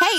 Hey,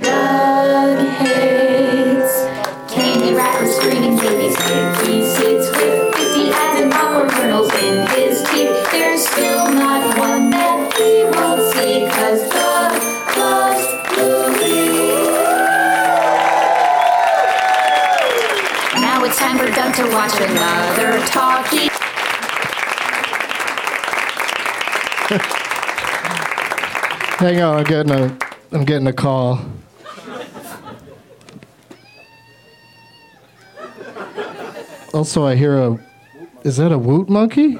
Doug hates candy wrappers, screaming babies, sticky seeds with 50 ads and popcorn kernels in his teeth. There's still not one that he won't see, cause Doug loves movies. Now it's time for Doug to watch another talkie. Hang on, I'm getting a I'm getting a call. Also, I hear a is that a woot monkey?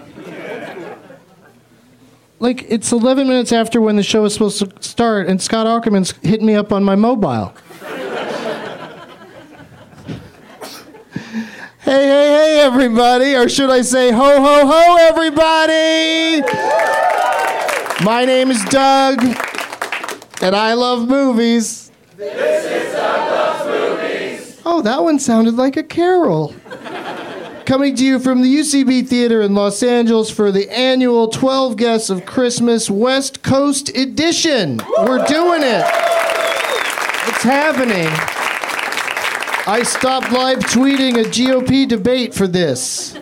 Like it's 11 minutes after when the show is supposed to start, and Scott Ackerman's hitting me up on my mobile. Hey, hey, hey, everybody. Or should I say, ho, ho, ho, everybody? My name is Doug, and I love movies. This is Doug Loves Movies. Oh, that one sounded like a carol. Coming to you from the UCB Theater in Los Angeles for the annual 12 Guests of Christmas West Coast Edition. We're doing it. It's happening. I stopped live tweeting a GOP debate for this.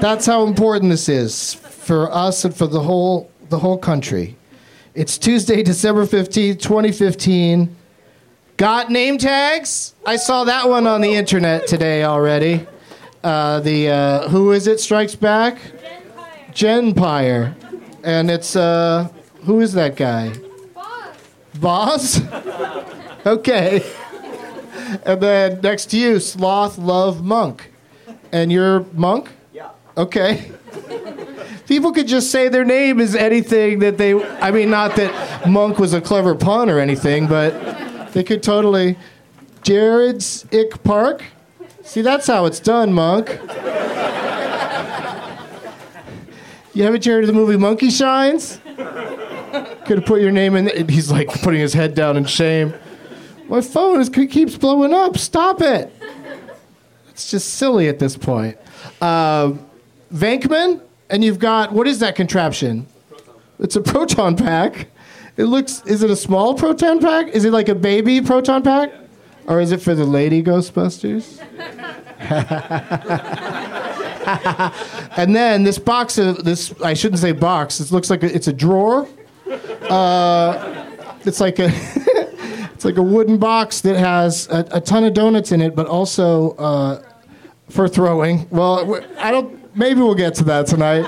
That's how important this is for us and for the whole the whole country. It's Tuesday, December 15th, 2015. Got name tags? I saw that one on the internet today already. Uh, the uh, who is it strikes back? Jen Pyre. And it's uh, who is that guy? Boss. Boss? okay. And then next to you, Sloth Love Monk. And you're Monk? Yeah. Okay. People could just say their name is anything that they. I mean, not that Monk was a clever pun or anything, but they could totally. Jared's Ick Park? See, that's how it's done, Monk. You haven't Jared the movie Monkey Shines? Could have put your name in. And he's like putting his head down in shame. My phone is, keeps blowing up. Stop it. It's just silly at this point. Uh, Vankman, and you've got what is that contraption? It's a proton pack. It looks. Is it a small proton pack? Is it like a baby proton pack, or is it for the lady Ghostbusters? and then this box of this. I shouldn't say box. It looks like a, it's a drawer. Uh, it's like a. It's like a wooden box that has a, a ton of donuts in it, but also uh, for throwing. Well, w- I don't. Maybe we'll get to that tonight.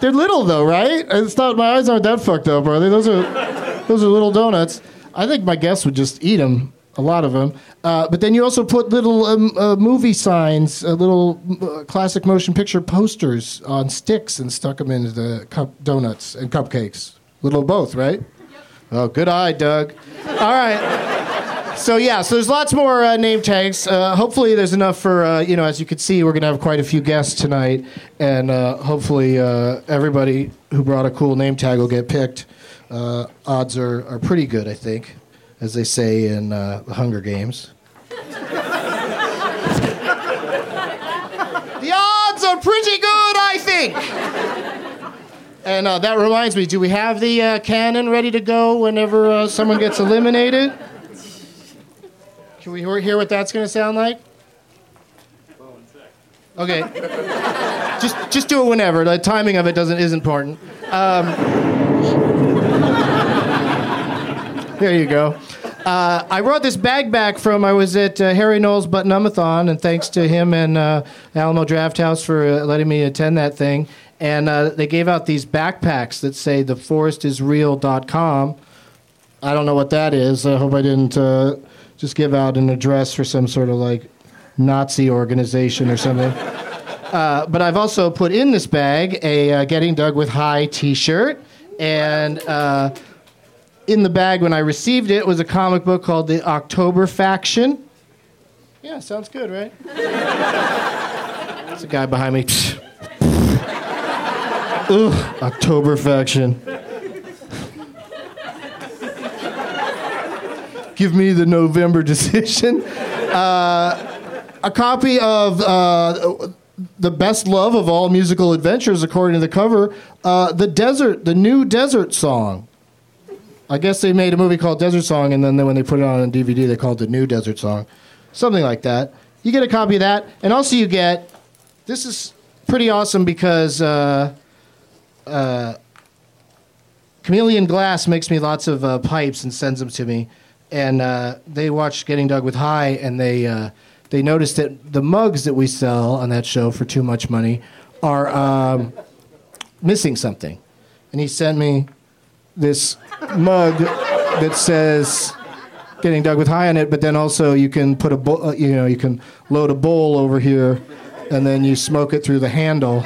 They're little though, right? It's not. My eyes aren't that fucked up, are they? Those are those are little donuts. I think my guests would just eat them, a lot of them. Uh, but then you also put little um, uh, movie signs, uh, little uh, classic motion picture posters on sticks, and stuck them into the cup donuts and cupcakes. Little of both, right? Oh, good eye, Doug. All right. So yeah, so there's lots more uh, name tags. Uh, hopefully, there's enough for uh, you know. As you can see, we're gonna have quite a few guests tonight, and uh, hopefully, uh, everybody who brought a cool name tag will get picked. Uh, odds are, are pretty good, I think, as they say in uh, the Hunger Games. the odds are pretty good, I think. And uh, that reminds me, do we have the uh, cannon ready to go whenever uh, someone gets eliminated? Can we hear hear what that's going to sound like? Okay. just just do it whenever. The timing of it doesn't is important. Um, there you go. Uh, I brought this bag back from I was at uh, Harry Knowles Buttonumathon, and thanks to him and uh, Alamo Draft House for uh, letting me attend that thing. And uh, they gave out these backpacks that say theforestisreal.com. I don't know what that is. I hope I didn't uh, just give out an address for some sort of like Nazi organization or something. uh, but I've also put in this bag a uh, Getting Doug with High t shirt. And uh, in the bag when I received it was a comic book called The October Faction. Yeah, sounds good, right? There's a guy behind me. Ugh, October Faction. give me the November decision. Uh, a copy of uh, the best love of all musical adventures, according to the cover, uh, the desert, the new desert song. I guess they made a movie called Desert Song, and then they- when they put it on DVD, they called it the new desert song, something like that. You get a copy of that, and also you get this is pretty awesome because. Uh, Chameleon Glass makes me lots of uh, pipes and sends them to me. And uh, they watched Getting Dug with High, and they uh, they noticed that the mugs that we sell on that show for too much money are um, missing something. And he sent me this mug that says Getting Dug with High on it, but then also you can put a bo- uh, you know you can load a bowl over here, and then you smoke it through the handle.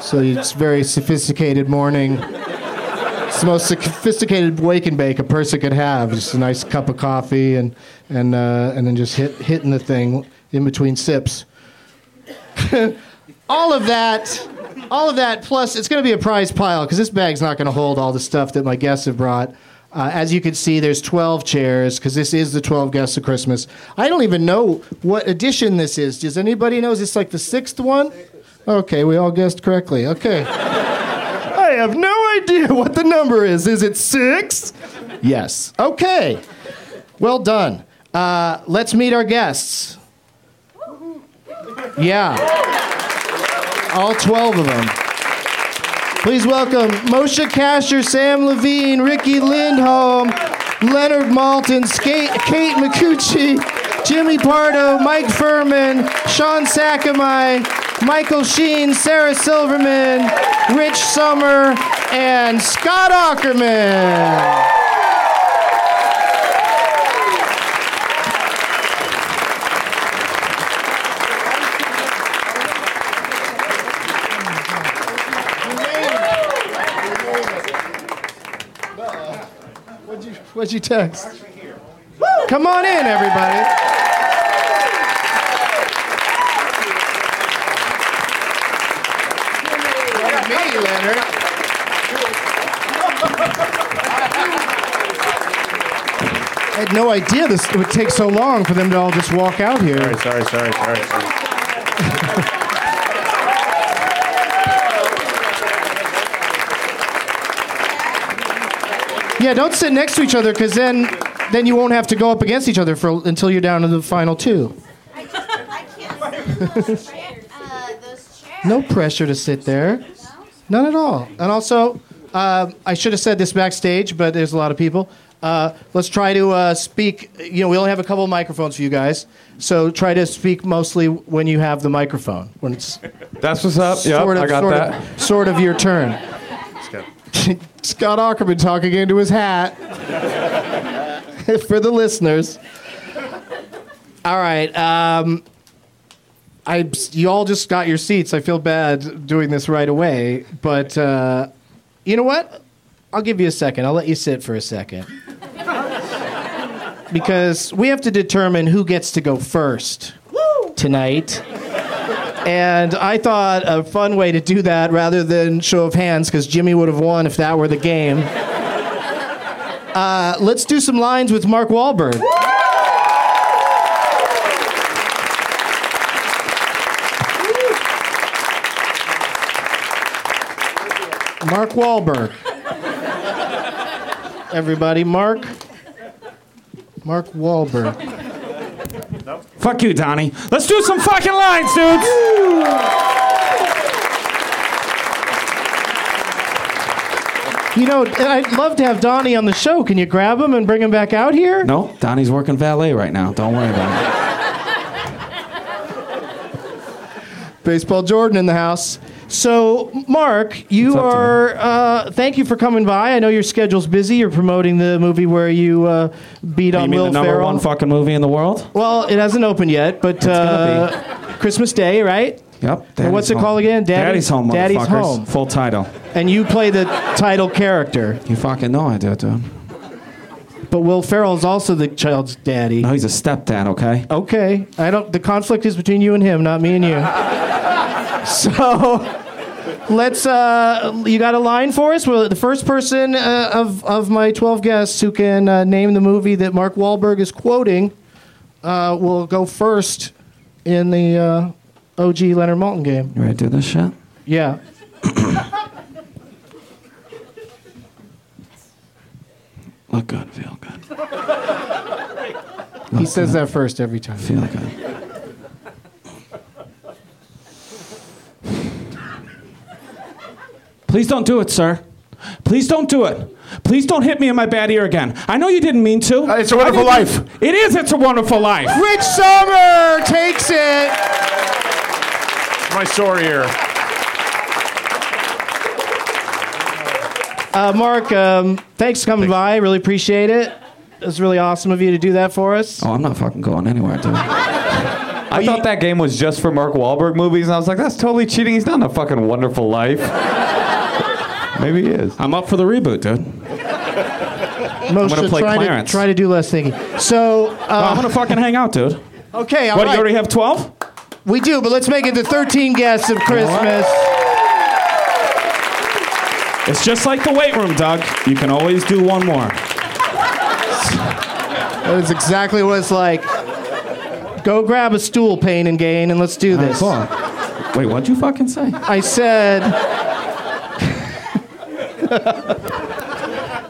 So it's very sophisticated morning. It's the most sophisticated wake and bake a person could have. Just a nice cup of coffee and and uh, and then just hit hitting the thing in between sips. all of that, all of that. Plus, it's going to be a prize pile because this bag's not going to hold all the stuff that my guests have brought. Uh, as you can see, there's 12 chairs because this is the 12 guests of Christmas. I don't even know what edition this is. Does anybody know? Is this like the sixth one? Okay, we all guessed correctly. Okay. I have no idea what the number is. Is it six? Yes. Okay. Well done. Uh, let's meet our guests. Yeah. All 12 of them. Please welcome Moshe Kasher, Sam Levine, Ricky Lindholm, Leonard Malton, Skate, Kate McCucci, Jimmy Pardo, Mike Furman, Sean Sakamai, Michael Sheen, Sarah Silverman, Rich Summer, and Scott Ackerman. What'd you, what'd you text? Woo! Come on in, everybody. Not me, Leonard. had no idea this would take so long for them to all just walk out here. Sorry, sorry, sorry, sorry. sorry. Yeah, don't sit next to each other because then, then you won't have to go up against each other for until you're down to the final two. I can't sit those chairs. Uh, those chairs. No pressure to sit there, none at all. And also, uh, I should have said this backstage, but there's a lot of people. Uh, let's try to uh, speak. You know, we only have a couple of microphones for you guys, so try to speak mostly when you have the microphone. When it's That's what's up. Yep, sort of, I got sort that. of, sort of your turn. Scott Ackerman talking into his hat for the listeners. All right, um, I you all just got your seats. I feel bad doing this right away, but uh, you know what? I'll give you a second. I'll let you sit for a second because we have to determine who gets to go first tonight. And I thought a fun way to do that rather than show of hands, because Jimmy would have won if that were the game. Uh, let's do some lines with Mark Wahlberg. Mark Wahlberg. Everybody, Mark. Mark Wahlberg. Fuck you, Donnie. Let's do some fucking lines, dudes. You know, I'd love to have Donnie on the show. Can you grab him and bring him back out here? No, Donnie's working valet right now. Don't worry about it. Baseball Jordan in the house. So, Mark, you What's up, are. Uh, thank you for coming by. I know your schedule's busy. You're promoting the movie where you uh, beat You on mean Will the number Ferrell. one fucking movie in the world? well, it hasn't opened yet, but gonna uh, Christmas Day, right? Yep. And what's Daddy's it called home. again? Daddy- Daddy's home. Daddy's motherfuckers. home. Full title. And you play the title character, You fucking know I do, dude. but Will Ferrell's also the child's daddy. No, he's a stepdad. Okay. Okay, I don't. The conflict is between you and him, not me and you. so, let's. Uh, you got a line for us? Well, the first person uh, of of my twelve guests who can uh, name the movie that Mark Wahlberg is quoting uh, will go first in the uh, OG Leonard Malton game. You ready to do this shit? Yeah. Look good. Feel good. He says that first every time. Feel good. Please don't do it, sir. Please don't do it. Please don't hit me in my bad ear again. I know you didn't mean to. Uh, it's a wonderful I didn't- life. It is. It's a wonderful life. Rich Sommer takes it. My sore ear. Uh, Mark, um, thanks for coming by. Really appreciate it. It was really awesome of you to do that for us. Oh, I'm not fucking going anywhere, dude. I thought that game was just for Mark Wahlberg movies, and I was like, that's totally cheating. He's not in a fucking wonderful life. Maybe he is. I'm up for the reboot, dude. Moshe, gonna play try Clarence. To, try to do less thinking. So, Oh, uh, I'm gonna fucking hang out, dude. okay, all What? You right. already have 12? we do, but let's make it the 13 guests of Christmas. It's just like the weight room, Doug. You can always do one more. That is exactly what it's like. Go grab a stool, Pain and Gain, and let's do this. Fuck. Wait, what'd you fucking say? I said.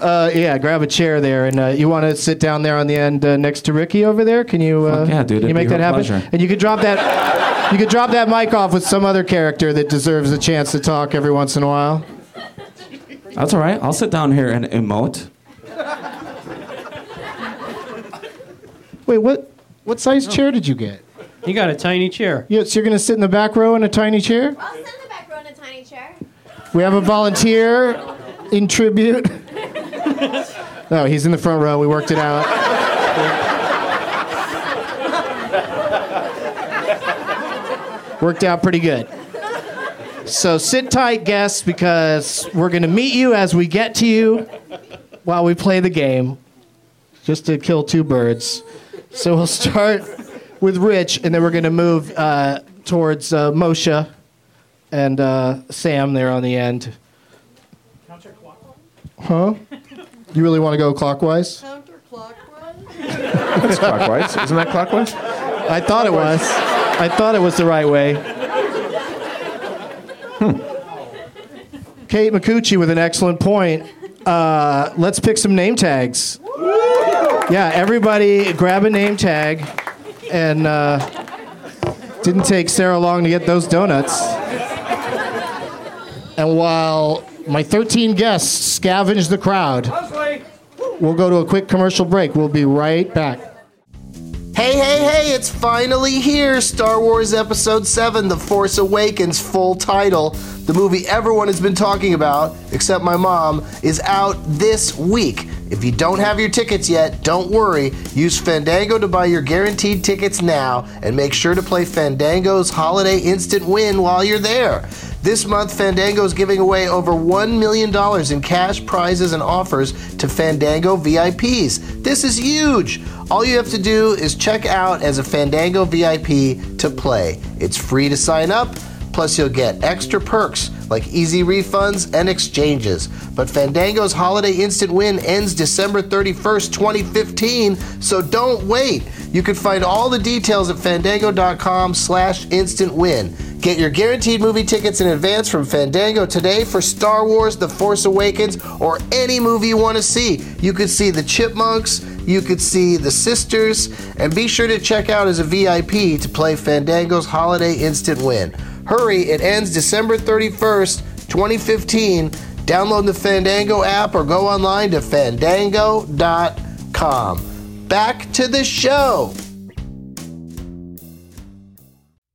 Uh, yeah, grab a chair there, and uh, you want to sit down there on the end uh, next to Ricky over there. Can you? Uh, Fuck yeah, dude, Can you it'd make be that her happen? pleasure. And you could drop that. You could drop that mic off with some other character that deserves a chance to talk every once in a while. That's all right. I'll sit down here and emote. Wait, what? What size chair did you get? You got a tiny chair. Yeah, so you're gonna sit in the back row in a tiny chair? I'll sit in the back row in a tiny chair. We have a volunteer in tribute. no, he's in the front row. We worked it out. worked out pretty good. So sit tight, guests, because we're going to meet you as we get to you while we play the game, just to kill two birds. So we'll start with Rich, and then we're going to move uh, towards uh, Moshe and uh, Sam there on the end. Huh? You really want to go clockwise? Counterclockwise. That's clockwise. Isn't that clockwise? I thought it was. I thought it was the right way. Hmm. Kate McCucci with an excellent point. Uh, let's pick some name tags. Yeah, everybody grab a name tag. And uh, didn't take Sarah long to get those donuts. And while my 13 guests scavenge the crowd, we'll go to a quick commercial break. We'll be right back. Hey, hey, hey, it's finally here! Star Wars Episode 7 The Force Awakens, full title. The movie everyone has been talking about, except my mom, is out this week. If you don't have your tickets yet, don't worry. Use Fandango to buy your guaranteed tickets now, and make sure to play Fandango's Holiday Instant Win while you're there. This month, Fandango is giving away over $1 million in cash prizes and offers to Fandango VIPs. This is huge! All you have to do is check out as a Fandango VIP to play. It's free to sign up, plus, you'll get extra perks like easy refunds and exchanges. But Fandango's holiday instant win ends December 31st, 2015, so don't wait. You can find all the details at fandango.com slash instant win. Get your guaranteed movie tickets in advance from Fandango today for Star Wars The Force Awakens or any movie you want to see. You could see the Chipmunks, you could see the Sisters, and be sure to check out as a VIP to play Fandango's Holiday Instant Win. Hurry, it ends December 31st, 2015. Download the Fandango app or go online to fandango.com. Back to the show.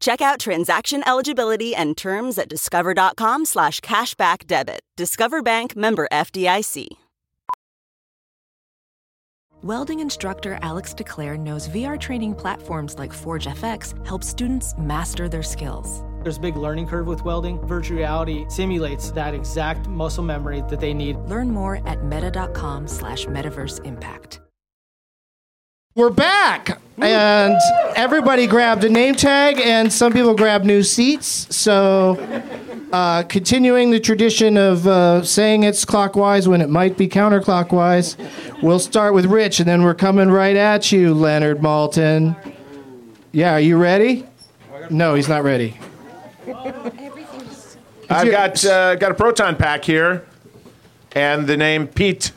Check out transaction eligibility and terms at discover.com slash cashback debit. Discover Bank member FDIC. Welding instructor Alex DeClaire knows VR training platforms like ForgeFX help students master their skills. There's a big learning curve with welding. Virtual reality simulates that exact muscle memory that they need. Learn more at meta.com slash metaverse impact. We're back, and everybody grabbed a name tag, and some people grabbed new seats. So, uh, continuing the tradition of uh, saying it's clockwise when it might be counterclockwise, we'll start with Rich, and then we're coming right at you, Leonard Malton. Yeah, are you ready? No, he's not ready. I've got uh, got a proton pack here, and the name Pete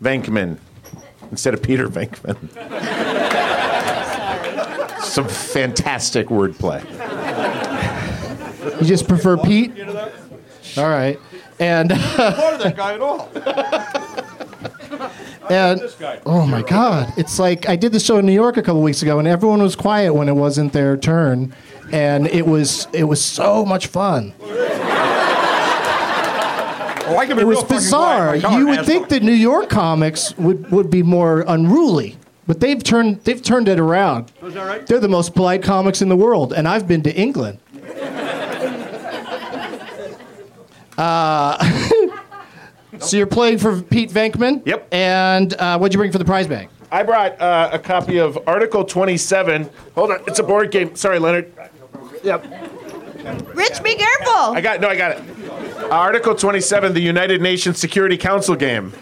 Venkman instead of Peter Venkman. Some fantastic wordplay. You just prefer Pete? All right, and part of that guy at all. and oh my god, it's like I did the show in New York a couple weeks ago, and everyone was quiet when it wasn't their turn, and it was it was so much fun. Oh, I can be It real was fucking bizarre. quiet. My collar You would has think that New York comics would, would be more unruly, but they've turned they've turned it around. Oh, Is that right? They're the most polite comics in the world, and I've been to England. Uh, so you're playing for Pete Venkman. Yep. And uh, what'd you bring for the prize bag? I brought uh, a copy of Article 27. Hold on, it's a board game. Sorry, Leonard. Yep. Rich, be careful. I got no, I got it. Article 27, the United Nations Security Council game.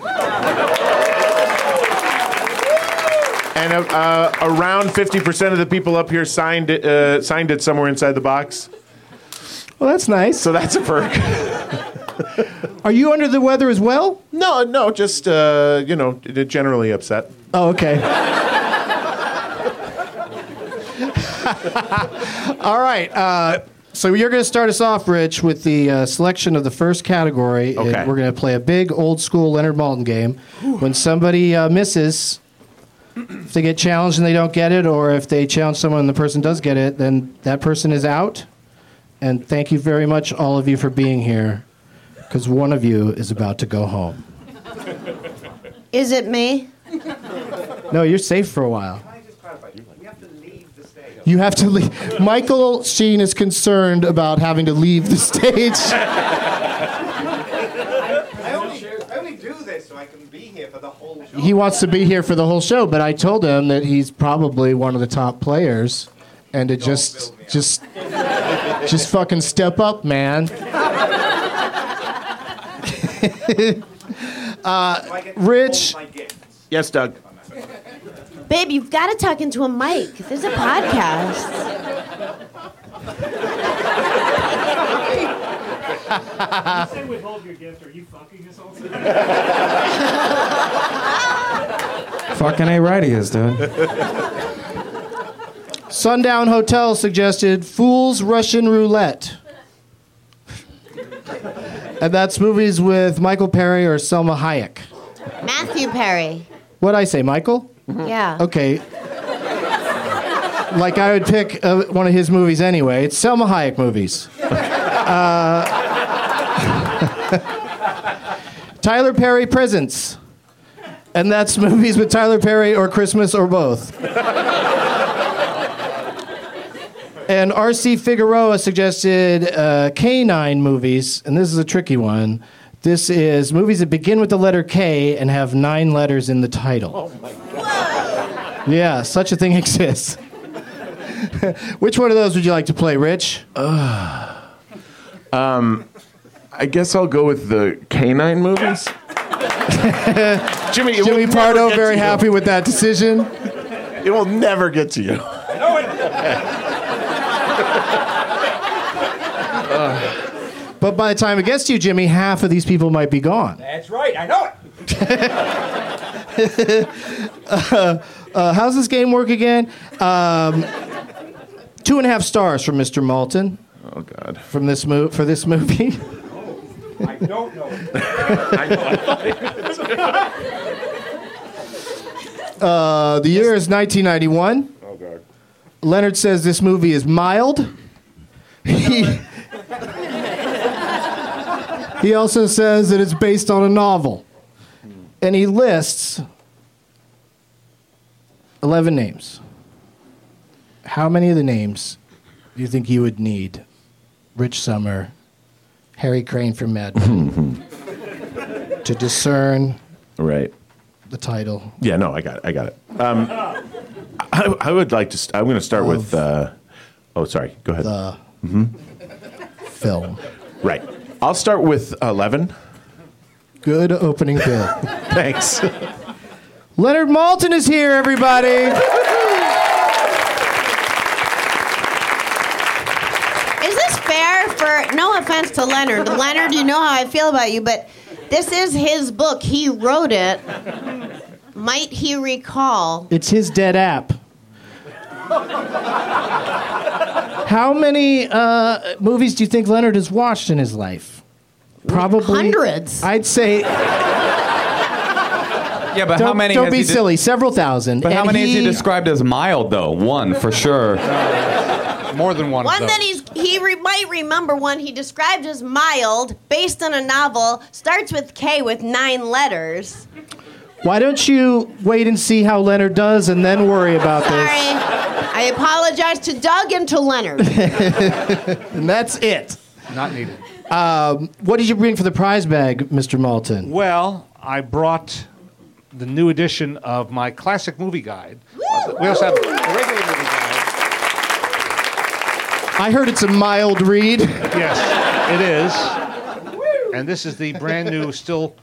And uh, uh, around 50% of the people up here signed it, uh, signed it somewhere inside the box. Well, that's nice. So that's a perk. Are you under the weather as well? No, Oh, no, just uh, you know, d- generally upset. Oh, okay. All right. Uh, so you're going to start us off, Rich, with the uh, selection of the first category. and Okay. We're going to play a big old school Leonard Malton game. When somebody uh, misses, if they get challenged and they don't get it, or if they challenge someone and the person does get it, then that person is out. And thank you very much, all of you, for being here, because one of you is about to go home. Is it me? No, you're safe for a while. You have to leave. Michael Sheen is concerned about having to leave the stage. I only, I only do this so I can be here for the whole show. he wants to be here for the whole show, but I told him that he's probably one of the top players, and to just just just fucking step up, man. uh, Rich. Yes, Doug. Babe, you've got to talk into a mic. There's a podcast. say withhold your gift. Are you fucking us all? Fucking A right he is, dude. Sundown Hotel suggested Fool's Russian Roulette. and that's movies with Michael Perry or Selma Hayek. Matthew Perry. What'd I say, Michael? Yeah. Okay. like I would pick uh, one of his movies anyway. It's Selma Hayek movies. Uh, Tyler Perry Presents. And that's movies with Tyler Perry or Christmas or both. And R.C. Figueroa suggested uh, canine movies, and this is a tricky one. This is movies that begin with the letter K and have nine letters in the title. Oh my god! Yeah, such a thing exists. Which one of those would you like to play, Rich? Um, I guess I'll go with the canine movies. Jimmy, it will Jimmy never Pardo, get very to you. happy with that decision. It will never get to you. But by the time it gets to you, Jimmy, half of these people might be gone. That's right, I know it. uh, uh, how's this game work again? Um, two and a half stars from Mr. Malton. Oh God! From this mo- for this movie. I don't know. Uh, the year is 1991. Oh God! Leonard says this movie is mild. He, he also says that it's based on a novel. And he lists 11 names. How many of the names do you think you would need? Rich Summer, Harry Crane from Mad Men, to discern Right. the title. Yeah. No, I got it. I got it. Um, I, I would like to. St- I'm going to start with. Uh, oh, sorry. Go ahead. The hmm film. Right. I'll start with eleven. Good opening bill. Thanks. Leonard Malton is here, everybody. Is this fair for, no offense to Leonard. Leonard, you know how I feel about you, but this is his book. He wrote it. Might he recall? It's his dead app. How many uh, movies do you think Leonard has watched in his life? Probably Hundreds. I'd say. Yeah, but don't, how many? Don't has be he de- silly. Several thousand. But how And many is he he- described as mild though? One for sure. Uh, More than one. of One those. that he's he re, might remember one he described as mild, based on a novel, starts with K with nine letters. Why don't you wait and see how Leonard does, and then worry about Sorry, this? I apologize to Doug and to Leonard. and that's it. Not needed. Um, what did you bring for the prize bag, Mr. Malton? Well, I brought the new edition of my classic movie guide. We also have a regular movie guide. I heard it's a mild read. Yes, it is. And this is the brand new, still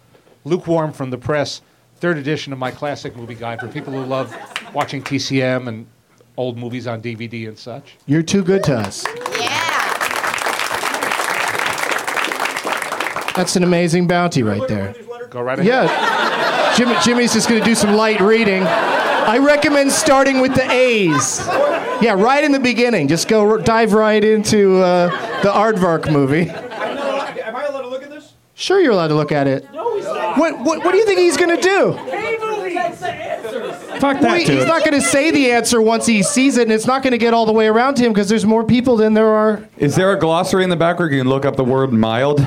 lukewarm from the press, third edition of my classic movie guide for people who love watching TCM and old movies on DVD and such. You're too good to us. Yeah. That's an amazing bounty right there. Go right ahead. Yeah. Jimmy, Jimmy's just going to do some light reading. I recommend starting with the A's. Yeah, right in the beginning. Just go r- dive right into uh, the Aardvark movie. Am I allowed to look at this? Sure, you're allowed to look at it. What, what, what do you think he's going to do? Fuck Well, that, he- dude. he's not going to say the answer once he sees it, and it's not going to get all the way around to him because there's more people than there are. Is there a glossary in the back where you can look up the word mild?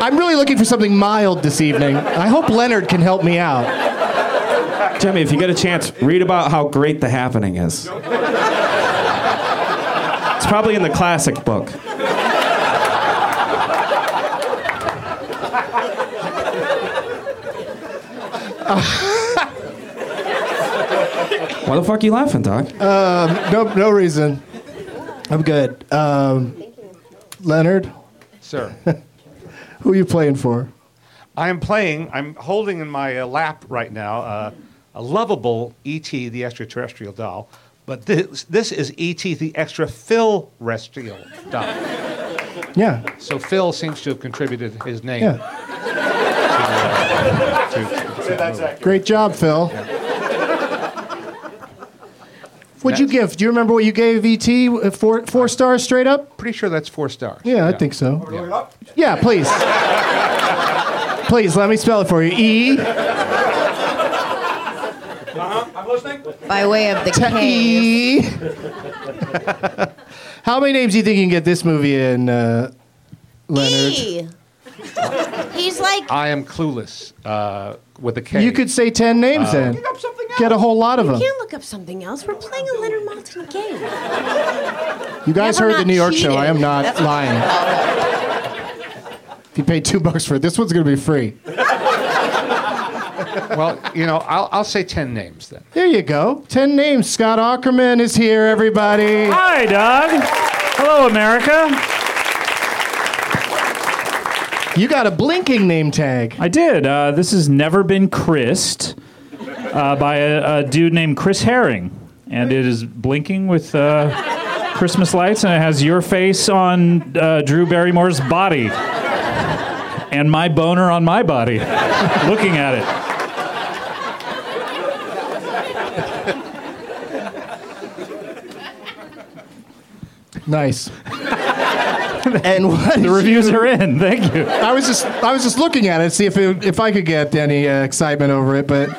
I'm really looking for something mild this evening. I hope Leonard can help me out. Jimmy, if you get a chance, read about how great The Happening is. It's probably in the classic book. Why the fuck are you laughing, Doc? Um, no, no reason. I'm good. Um, Leonard, Sir. who are you playing for? I am playing, I'm holding in my uh, lap right now uh, a lovable E.T., the extraterrestrial doll, but this, this is E.T., the extra Phil Restial doll. Yeah. So Phil seems to have contributed his name. Yeah. to, uh, to- to- Great job, Phil. What'd you give? Do you remember what you gave ET? Four, four stars straight up? Pretty sure that's four stars. Yeah, I think so. Yeah, please. please, let me spell it for you. E. I'm listening. By way of the Te- cave. E. How many names do you think you can get this movie in, uh, Leonard? E. He's like I am clueless uh, with a K. You could say 10 names Uh, then. Get a whole lot of you them. can't look up something else. We're playing a Leonard Maltin game. You guys Yeah, heard we're the not New York show. cheating. I am not That's- lying. If you paid two bucks for it, this one's going to be free. well, you know, I'll, I'll say 10 names then. There you go. 10 names. Scott Ackerman is here, everybody. Hi, Doug. Hello, America. You got a blinking name tag. I did. Uh, this has never been Chrised uh, by a, a dude named Chris Herring, and it is blinking with uh, Christmas lights, and it has your face on uh, Drew Barrymore's body, and my boner on my body, looking at it. Nice. and what the reviews are in. Thank you. I was just I was just looking at it, see if it, if I could get any uh, excitement over it, but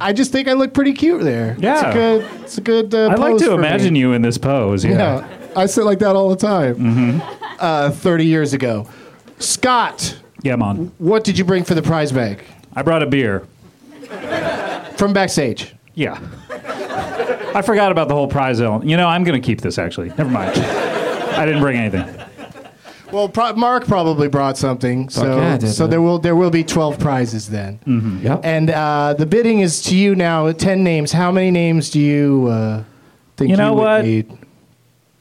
I just think I look pretty cute there. Hmm. it's Yeah. a good. It's a good. Uh, I like pose to for me. imagine you in this pose. Yeah. Mm-hmm. Yeah. I sit like that all the time. Uh, Thirty years ago, Scott, Yeah, I'm on. what did you bring for the prize bag I brought a beer. from backstage? Yeah. I forgot about the whole prize element. You know, I'm going to keep this actually. Never mind. I didn't bring anything. Well, pro- Mark probably brought something, so yeah, I did, so yeah. there will there will be twelve prizes then. Mm-hmm. And uh, the bidding is to you now. Ten names. How many names do you uh, think You know would what? need?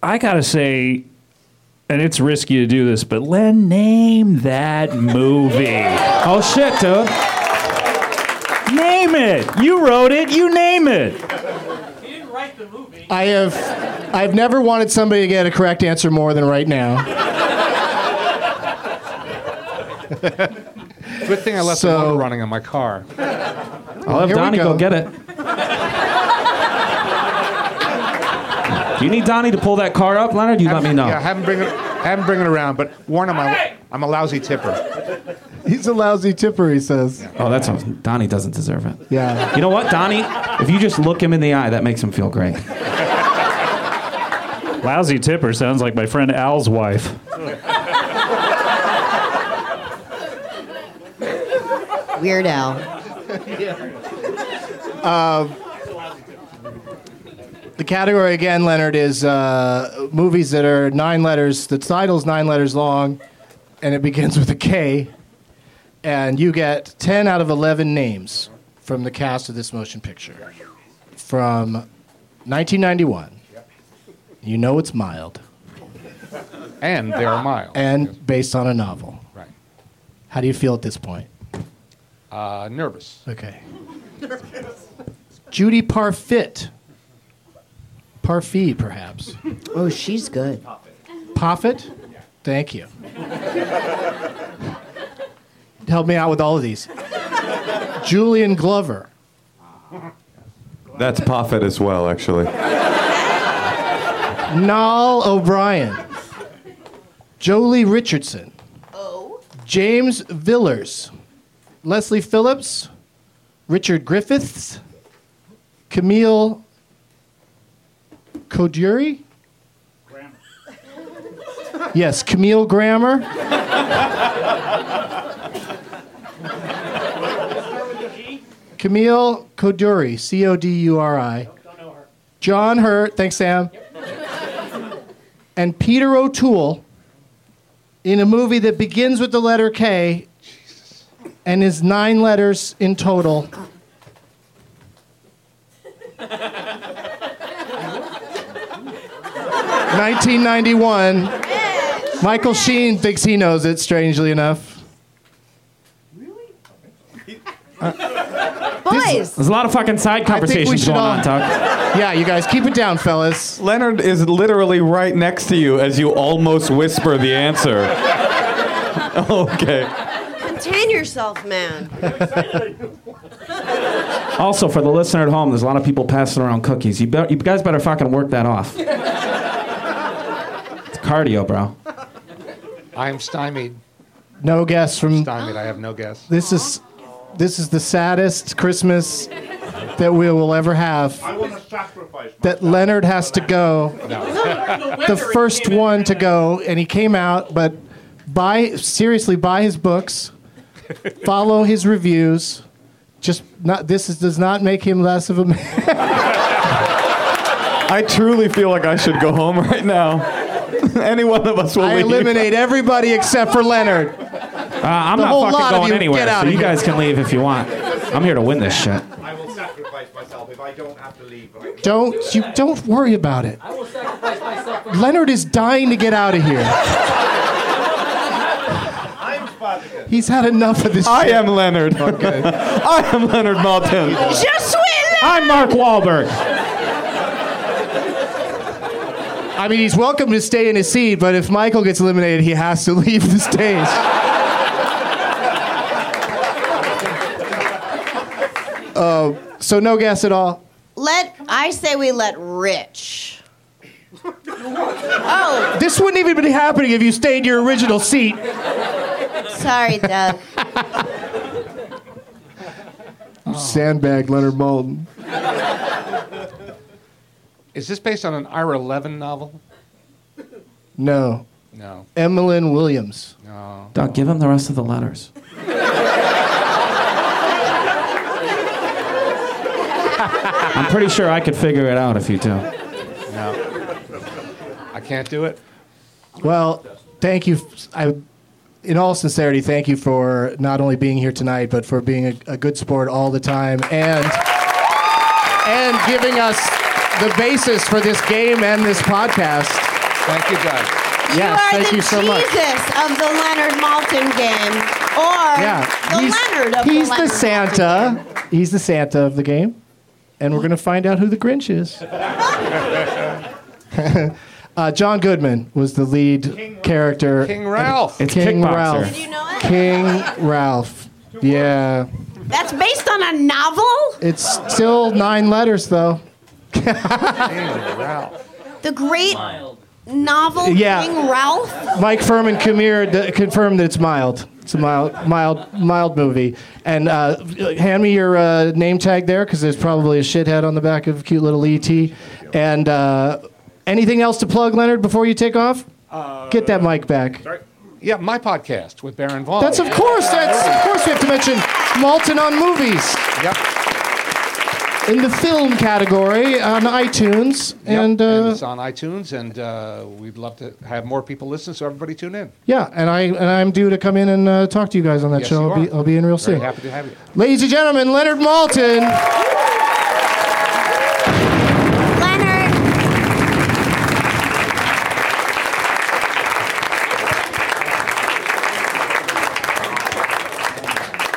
I got to say, and it's risky to do this, but Len, name that movie. oh, shit, dude. Name it. You wrote it. You name it. I have I've never wanted somebody to get a correct answer more than right now. Good thing I left the So- motor running in my car. I'll have Here we Donnie go go. get it. You need Donnie to pull that car up, Leonard? You let me know. Yeah, I haven't bring it, I haven't bring it around, but warn him I'm, I'm a lousy tipper. He's a lousy tipper, he says. Oh, that sounds. Donnie doesn't deserve it. Yeah. You know what, Donnie? If you just look him in the eye, that makes him feel great. Lousy tipper sounds like my friend Al's wife. Weird Al. Um, the category again, Leonard, is uh, movies that are nine letters. The title's nine letters long, and it begins with a K. And you get ten out of eleven names from the cast of this motion picture from 1991. You know it's mild. And they're mild. And based on a novel. Right. How do you feel at this point? Uh, nervous. Okay. Judy Parfit. Parfit, perhaps. Oh, she's good. Parfit? Thank you. Help me out with all of these. Julian Glover. That's Poffit as well, actually. Nall O'Brien. Jolie Richardson. James Villers. Leslie Phillips. Richard Griffiths. Camille Coduri. Yes, Camille Grammer. Camille Camille Koduri, C O D U R I. John Hurt, thanks, Sam. and Peter O'Toole in a movie that begins with the letter K and is nine letters in total. Nineteen ninety one. Michael Sheen thinks he knows it, strangely enough. Boys. There's a lot of fucking side conversations going on, Tuck. Yeah, you guys keep it down, fellas. Leonard is literally right next to you as you almost whisper the answer. okay. Contain yourself, man. Also, for the listener at home, there's a lot of people passing around cookies. You, bet you guys better fucking work that off. It's cardio, bro. I'm stymied. No guess from Stymied. I have no guess. this is this is the saddest Christmas that we will ever have. I want to sacrifice. That Leonard has to go. the first one to go, and he came out. But buy seriously, buy his books, follow his reviews. Just not this is, does not make him less of a man. I truly feel like I should go home right now. Any one of us will I leave. eliminate everybody except for Leonard. Uh, I'm The not whole fucking lot of going you, anywhere, get out so of you here. guys can leave if you want. I'm here to win this shit. I will sacrifice myself if I don't have to leave. but I will. Don't you don't worry about it. Leonard is dying to get out of here. He's had enough of this. I shit. am Leonard. I am Leonard Maltin. I'm Mark Wahlberg. I mean, he's welcome to stay in his seat, but if Michael gets eliminated, he has to leave the stage. uh, so no guess at all. Let I say we let Rich. oh, This wouldn't even be happening if you stayed in your original seat. sorry, Doug. Sandbag Leonard Maltin. Is this based on an Ira Levin novel? No. No. Emmeline Williams. No. Doc, give him the rest of the letters. I'm pretty sure I could figure it out if you do. No. I can't do it. Well, thank you. I, in all sincerity, thank you for not only being here tonight, but for being a, a good sport all the time and and giving us the basis for this game and this podcast. Thank you, Doug. Yes, you are thank the you so Jesus much. of the Leonard Malton game, or the he's, Leonard of he's the the, Leonard Maltin Santa. game. He's the Santa of the game, and we're gonna find out who the Grinch is. uh, John Goodman was the lead character. King Ralph. It's King kickboxer. Ralph. Did you know it? King Ralph. Yeah. That's based on a novel. It's still nine letters, though. The great novel Yeah. Oh, King Ralph. Mike Furman Kamir d- confirmed that it's mild. It's a mild, mild, mild movie. And uh, hand me your uh, name tag there, because there's probably a shithead on the back of cute little ET. And uh, anything else to plug, Leonard, before you take off? Get that mic back. Yeah, my podcast with Baron Vaughn. That's of course. That's of course. We have to mention Malton on movies Yep. in the film category on iTunes Yep, and. Uh, it's on iTunes, and uh, we'd love to have more people listen. So everybody tune in. yeah, and I and I'm due to come in and uh, talk to you guys on that Yes, show. you I'll be, are. I'll be in real Very soon. happy to have you. Ladies and gentlemen, Leonard Malton. Leonard.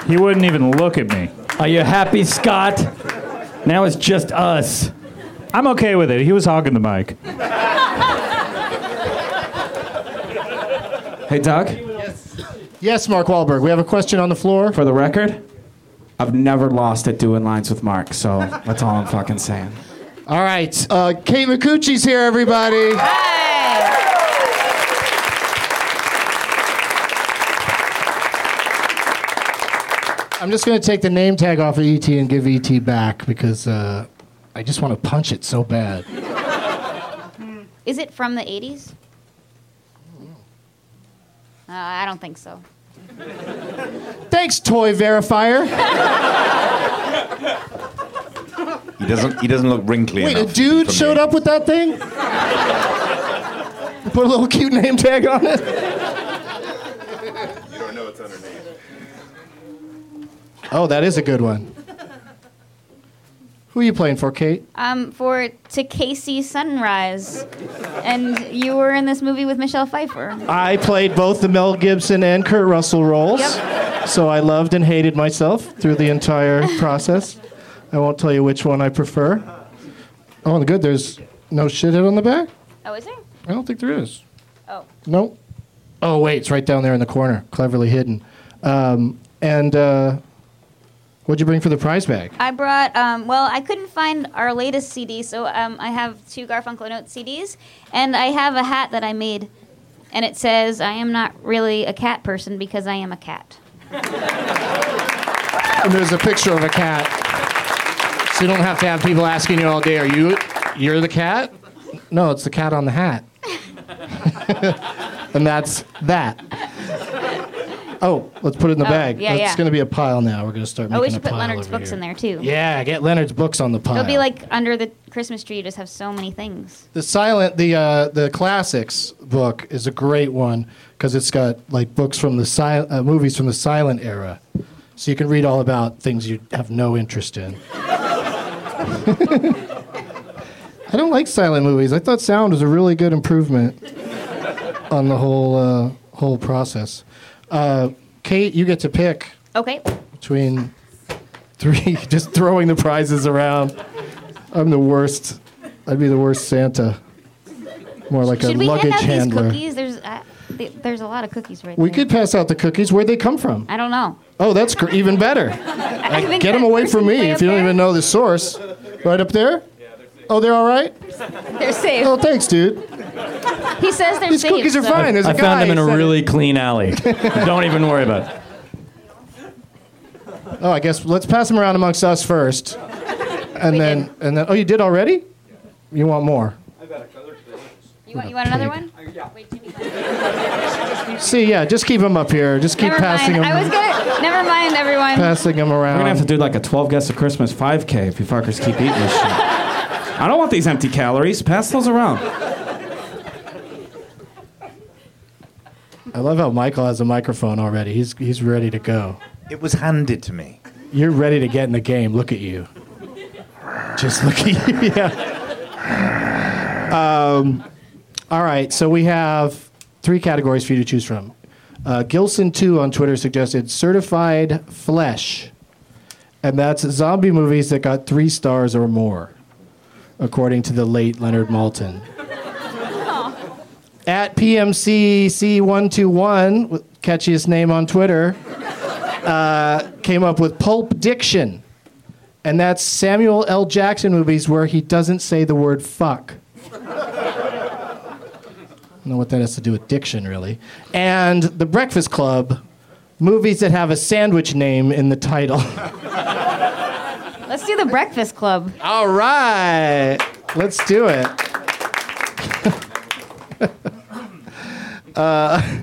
He wouldn't even look at me. Are you happy, Scott? Now it's just us. I'm okay with it. He was hogging the mic. Hey, Doc, Yes, Mark Wahlberg. We have a question on the floor. for the record, I've never lost at doing lines with Mark, so that's all I'm fucking saying. All right, uh, Kate McCucci's here, everybody. I'm just going to take the name tag off of ET and give ET back because uh, I just want to punch it so bad. Hmm. Is it from the 80s? Uh, I don't think so. Thanks, Toy Verifier. He doesn't. He doesn't look wrinkly Wait, enough. a dude showed up with that thing? Put a little cute name tag on it. You don't know what's underneath. Oh, that is a good one. Who are you playing for, Kate? Um, for To Casey Sunrise. And you were in this movie with Michelle Pfeiffer. I played both the Mel Gibson and Kurt Russell roles. So I loved and hated myself through the entire process. I won't tell you which one I prefer. Oh, and good. There's no shithead on the back? Oh, is there? I don't think there is. Oh. Nope. Oh, wait, it's right down there in the corner, cleverly hidden. Um, and uh, what'd you bring for the prize bag? I brought, um, well, I couldn't find our latest CD, so um, I have two Garfunkel Note CDs, and I have a hat that I made, and it says, I am not really a cat person because I am a cat. And there's a picture of a cat. So you don't have to have people asking you all day, are you you're the cat? No, it's the cat on the hat. and that's that. Oh, let's put it in the Oh, bag. yeah, it's yeah. going to be a pile now. We're going to start making Oh, we a should put pile Leonard's over books here. in there, too. Yeah, get Leonard's books on the pile. It'll be like under the Christmas tree, you just have so many things. The silent, the uh, the classics book is a great one because it's got like books from the sil- uh, movies from the silent era, so you can read all about things you have no interest in. I don't like silent movies. I thought sound was a really good improvement on the whole uh, whole process. Uh, Kate, you get to pick Okay. between three, just throwing the prizes around. I'm the worst. I'd be the worst Santa. More like Should a we luggage hand out handler. these cookies? There's, uh, th- there's a lot of cookies right We there. could pass out the cookies. Where'd they come from? I don't know. Oh, that's gr- even better. I think Get them that away from person's me way if up you don't there. even know the source. Right up there? Oh, they're all right? They're safe. Oh, thanks, dude. He says they're These safe. cookies are so- fine. There's a I found guy him in said a it. really clean alley. Don't even worry about it. Oh, I guess let's pass them around amongst us first. And then, and then, oh, you did already? You want more? You want, you want another one? See, yeah, just keep them up here. Just keep Never passing mind. them. I was gonna. Never mind, everyone. passing them around. We're gonna have to do like a 12 guests of Christmas 5K if you fuckers keep eating this shit. I don't want these empty calories. Pass those around. I love how Michael has a microphone already. He's he's ready to go. It was handed to me. You're ready to get in the game. Look at you. Just look at you. Yeah. Um, all right. So we have three categories for you to choose from. Uh, Gilson two on Twitter suggested certified flesh, and that's zombie movies that got three stars or more, according to the late Leonard Maltin at PMCC121, with- catchiest name on Twitter, uh, came up with Pulp Diction. And that's Samuel L. Jackson movies where he doesn't say the word fuck. I don't know what that has to do with diction, really. And The Breakfast Club, movies that have a sandwich name in the title. Let's do the Breakfast Club. All right, let's do it. uh,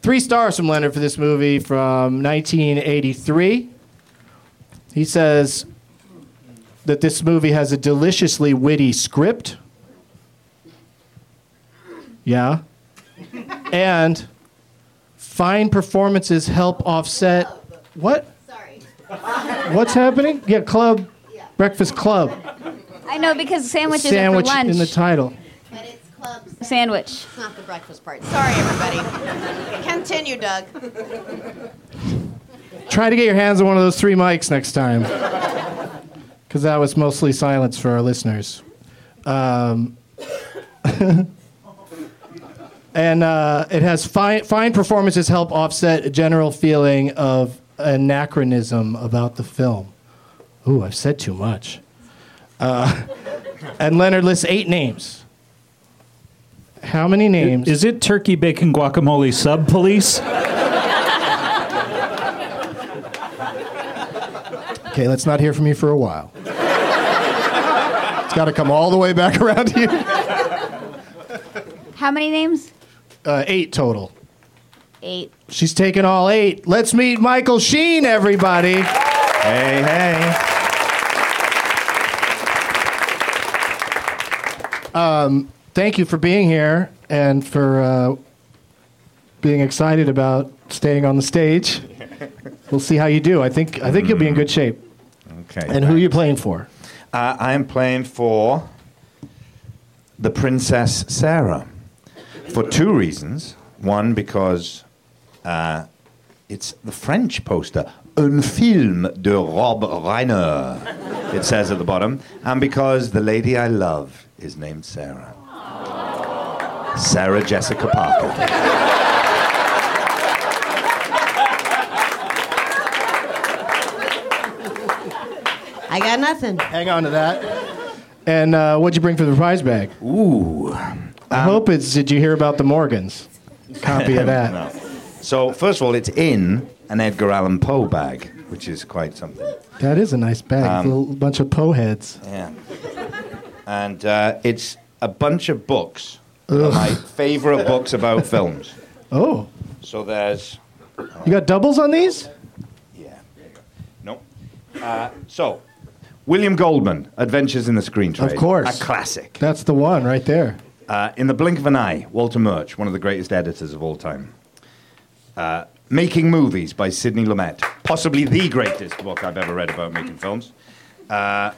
three stars from Leonard for this movie from 1983. He says that this movie has a deliciously witty script. Yeah. And fine performances help offset. What? Sorry. What's happening? Yeah, club. Breakfast club. I know because sandwiches Sandwich are for lunch. in the title. Sandwich. It's not the breakfast part. Sorry, everybody. Continue, Doug. Try to get your hands on one of those three mics next time. Because that was mostly silence for our listeners. Um, and uh, it has fine, fine performances help offset a general feeling of anachronism about the film. Ooh, I've said too much. Uh, and Leonard lists eight names. How many names? Is it turkey bacon guacamole sub police? Okay, let's not hear from you for a while. it's got to come all the way back around to you. How many names? Uh, eight total. Eight. She's taken all eight. Let's meet Michael Sheen, everybody. Hey, hey. Um, thank you for being here and for uh, being excited about staying on the stage. We'll see how you do. I think I think you'll be in good shape. Okay. And who are you playing for? Uh, I am playing for the Princess Sarah for two reasons. One, because uh, it's the French poster, Un film de Rob Reiner, it says at the bottom, and because the lady I love is named Sarah. Sarah Jessica Parker. I got nothing. Hang on to that. And uh, what'd you bring for the prize bag? Ooh. um, I hope it's. Did you hear about the Morgans? Copy of that. No. So, first of all, it's in an Edgar Allan Poe bag, which is quite something. That is a nice bag. Um, a little bunch of Poe heads. Yeah. And uh, it's a bunch of books. They're uh, My favorite books about films. Oh, So there's. you got doubles on these? No. Uh, so, William Goldman, Adventures in the Screen Trade. Of course. A classic. That's the one right there. Uh, in the blink of an eye, Walter Murch, one of the greatest editors of all time. Uh, making Movies by Sidney Lumet, possibly the greatest book I've ever read about making films. Uh,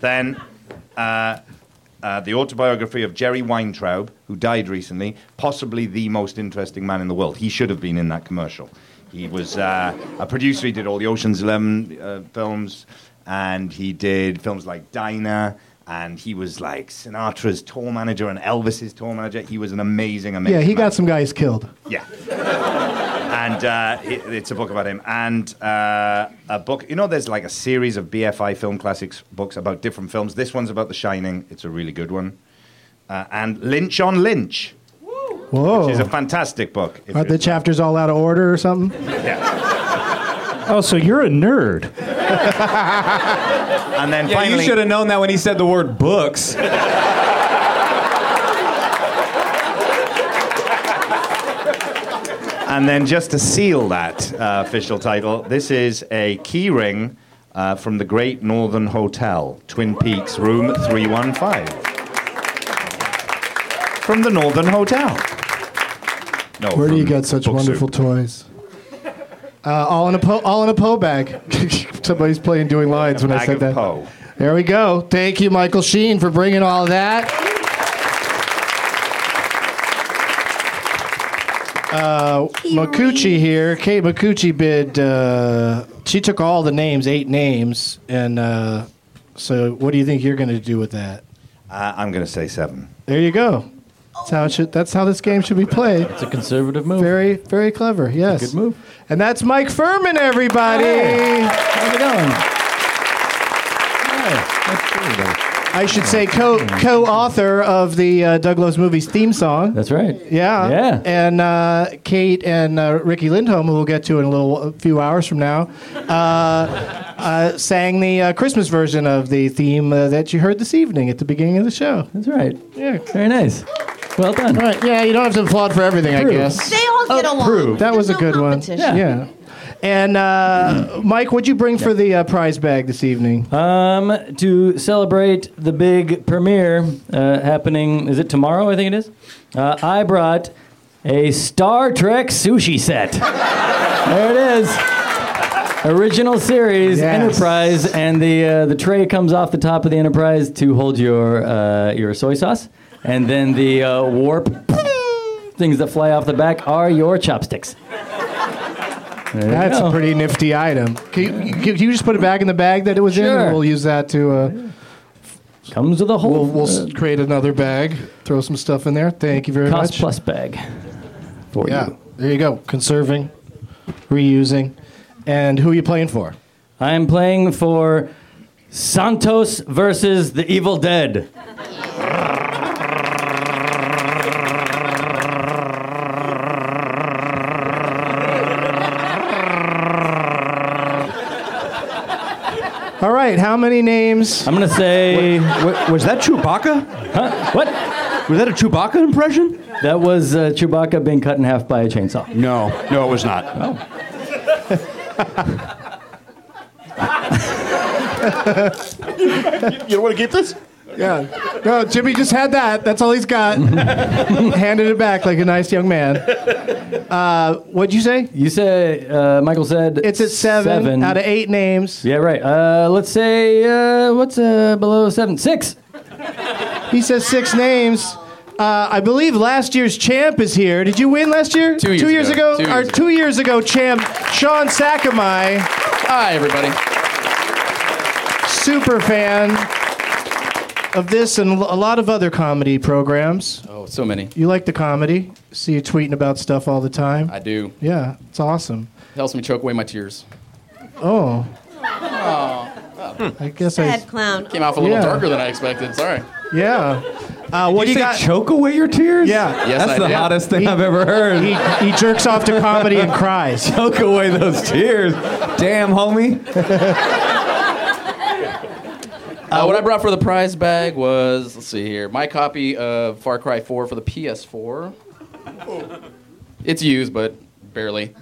then uh, uh, the autobiography of Jerry Weintraub, who died recently, possibly the most interesting man in the world. He should have been in that commercial. He was uh, a producer. He did all the Ocean's Eleven uh, films, and he did films like Diner. And he was like Sinatra's tour manager and Elvis's tour manager. He was an amazing, amazing. Yeah, he man. got some guys killed. Yeah. and uh, it- it's a book about him. And uh, a book, you know, there's like a series of BFI film classics books about different films. This one's about The Shining. It's a really good one. Uh, and Lynch on Lynch, Whoa. which is a fantastic book. If Aren't the chapters all out of order or something? Oh, so you're a nerd. and then Yeah, you finally- should have known that when he said the word books. And then just to seal that uh, official title, this is a key ring uh, from the Great Northern Hotel, Twin Peaks, room 315. From the Northern Hotel. No, Where do you from get such Book wonderful Soup. toys? Uh, all in a po- all in a Poe bag. Somebody's playing doing lines when I Bag said of that. Poe. There we go. Thank you, Michael Sheen, for bringing all that. Uh, Makuchi here, Kate Makuchi bid. Uh, she took all the names, eight names, and uh, so what do you think you're going to do with that? Uh, I'm going to say seven. There you go. That's how it should. That's how this game should be played. It's a conservative move. Very, very clever. Yes. good move. And that's Mike Furman, everybody. Hey. How's it going? I should say co co-author of the uh, Douglas movies theme song. That's right. Yeah. Yeah. And uh, Kate and uh, Ricky Lindholm, who we'll get to in a little a few hours from now, uh, uh, sang the uh, Christmas version of the theme uh, that you heard this evening at the beginning of the show. That's right. Yeah. Very nice. Well done. All right. Yeah, you don't have to applaud for everything, I guess. They all get along. That was a good one. competition. Yeah. And uh, Mike, what'd you bring for the uh, prize bag this evening? Um, to celebrate the big premiere uh, happening, is it tomorrow? I think it is. Uh, I brought a Star Trek sushi set. there it is. Original series Enterprise, and the uh, the tray comes off the top of the Enterprise to hold your uh, your soy sauce, and then the uh, warp things that fly off the back are your chopsticks. There you That's a go. pretty nifty item. Can you, can you just put it back in the bag that it was in, Sure. and we'll use that to. Uh, Comes with a whole. uh, We'll, we'll s- create another bag, throw some stuff in there. Thank you very Cost much. plus bag. For yeah, you. there you go. Conserving, reusing, and who are you playing for? I am playing for Santos versus the Evil Dead. All right, how many names? I'm gonna say. was that Chewbacca? Huh? What? Was that a Chewbacca impression? That was uh, Chewbacca being cut in half by a chainsaw. No, no, it was not. you want to keep this? Yeah. No, Jimmy just had that. That's all he's got. Handed it back like a nice young man. Uh, what'd you say? You said uh, Michael said It's at seven, out of eight names. Yeah, right. Uh, let's say uh, what's uh, below seven? Six. He says six names. Uh, I believe last year's champ is here. Did you win last year? Two years ago. ago. Two or years two years ago, champ Sean Sakamai. Hi, everybody. Super fan of this and a lot of other comedy programs. Oh, so many. You like the comedy? See you tweeting about stuff all the time. I do. Yeah, it's awesome. It helps me choke away my tears. Oh, Oh. I guess I- Sad clown. Came off a little Yeah. darker than I expected. Sorry. yeah. Uh, what you do you say got? choke away your tears? Yeah, Yes, That's I the did. hottest thing I've ever heard. He, he jerks off to comedy and cries. Choke away those tears, damn homie. Uh, what I brought for the prize bag was, let's see here, my copy of Far Cry 4 for the PS4. It's used, but barely.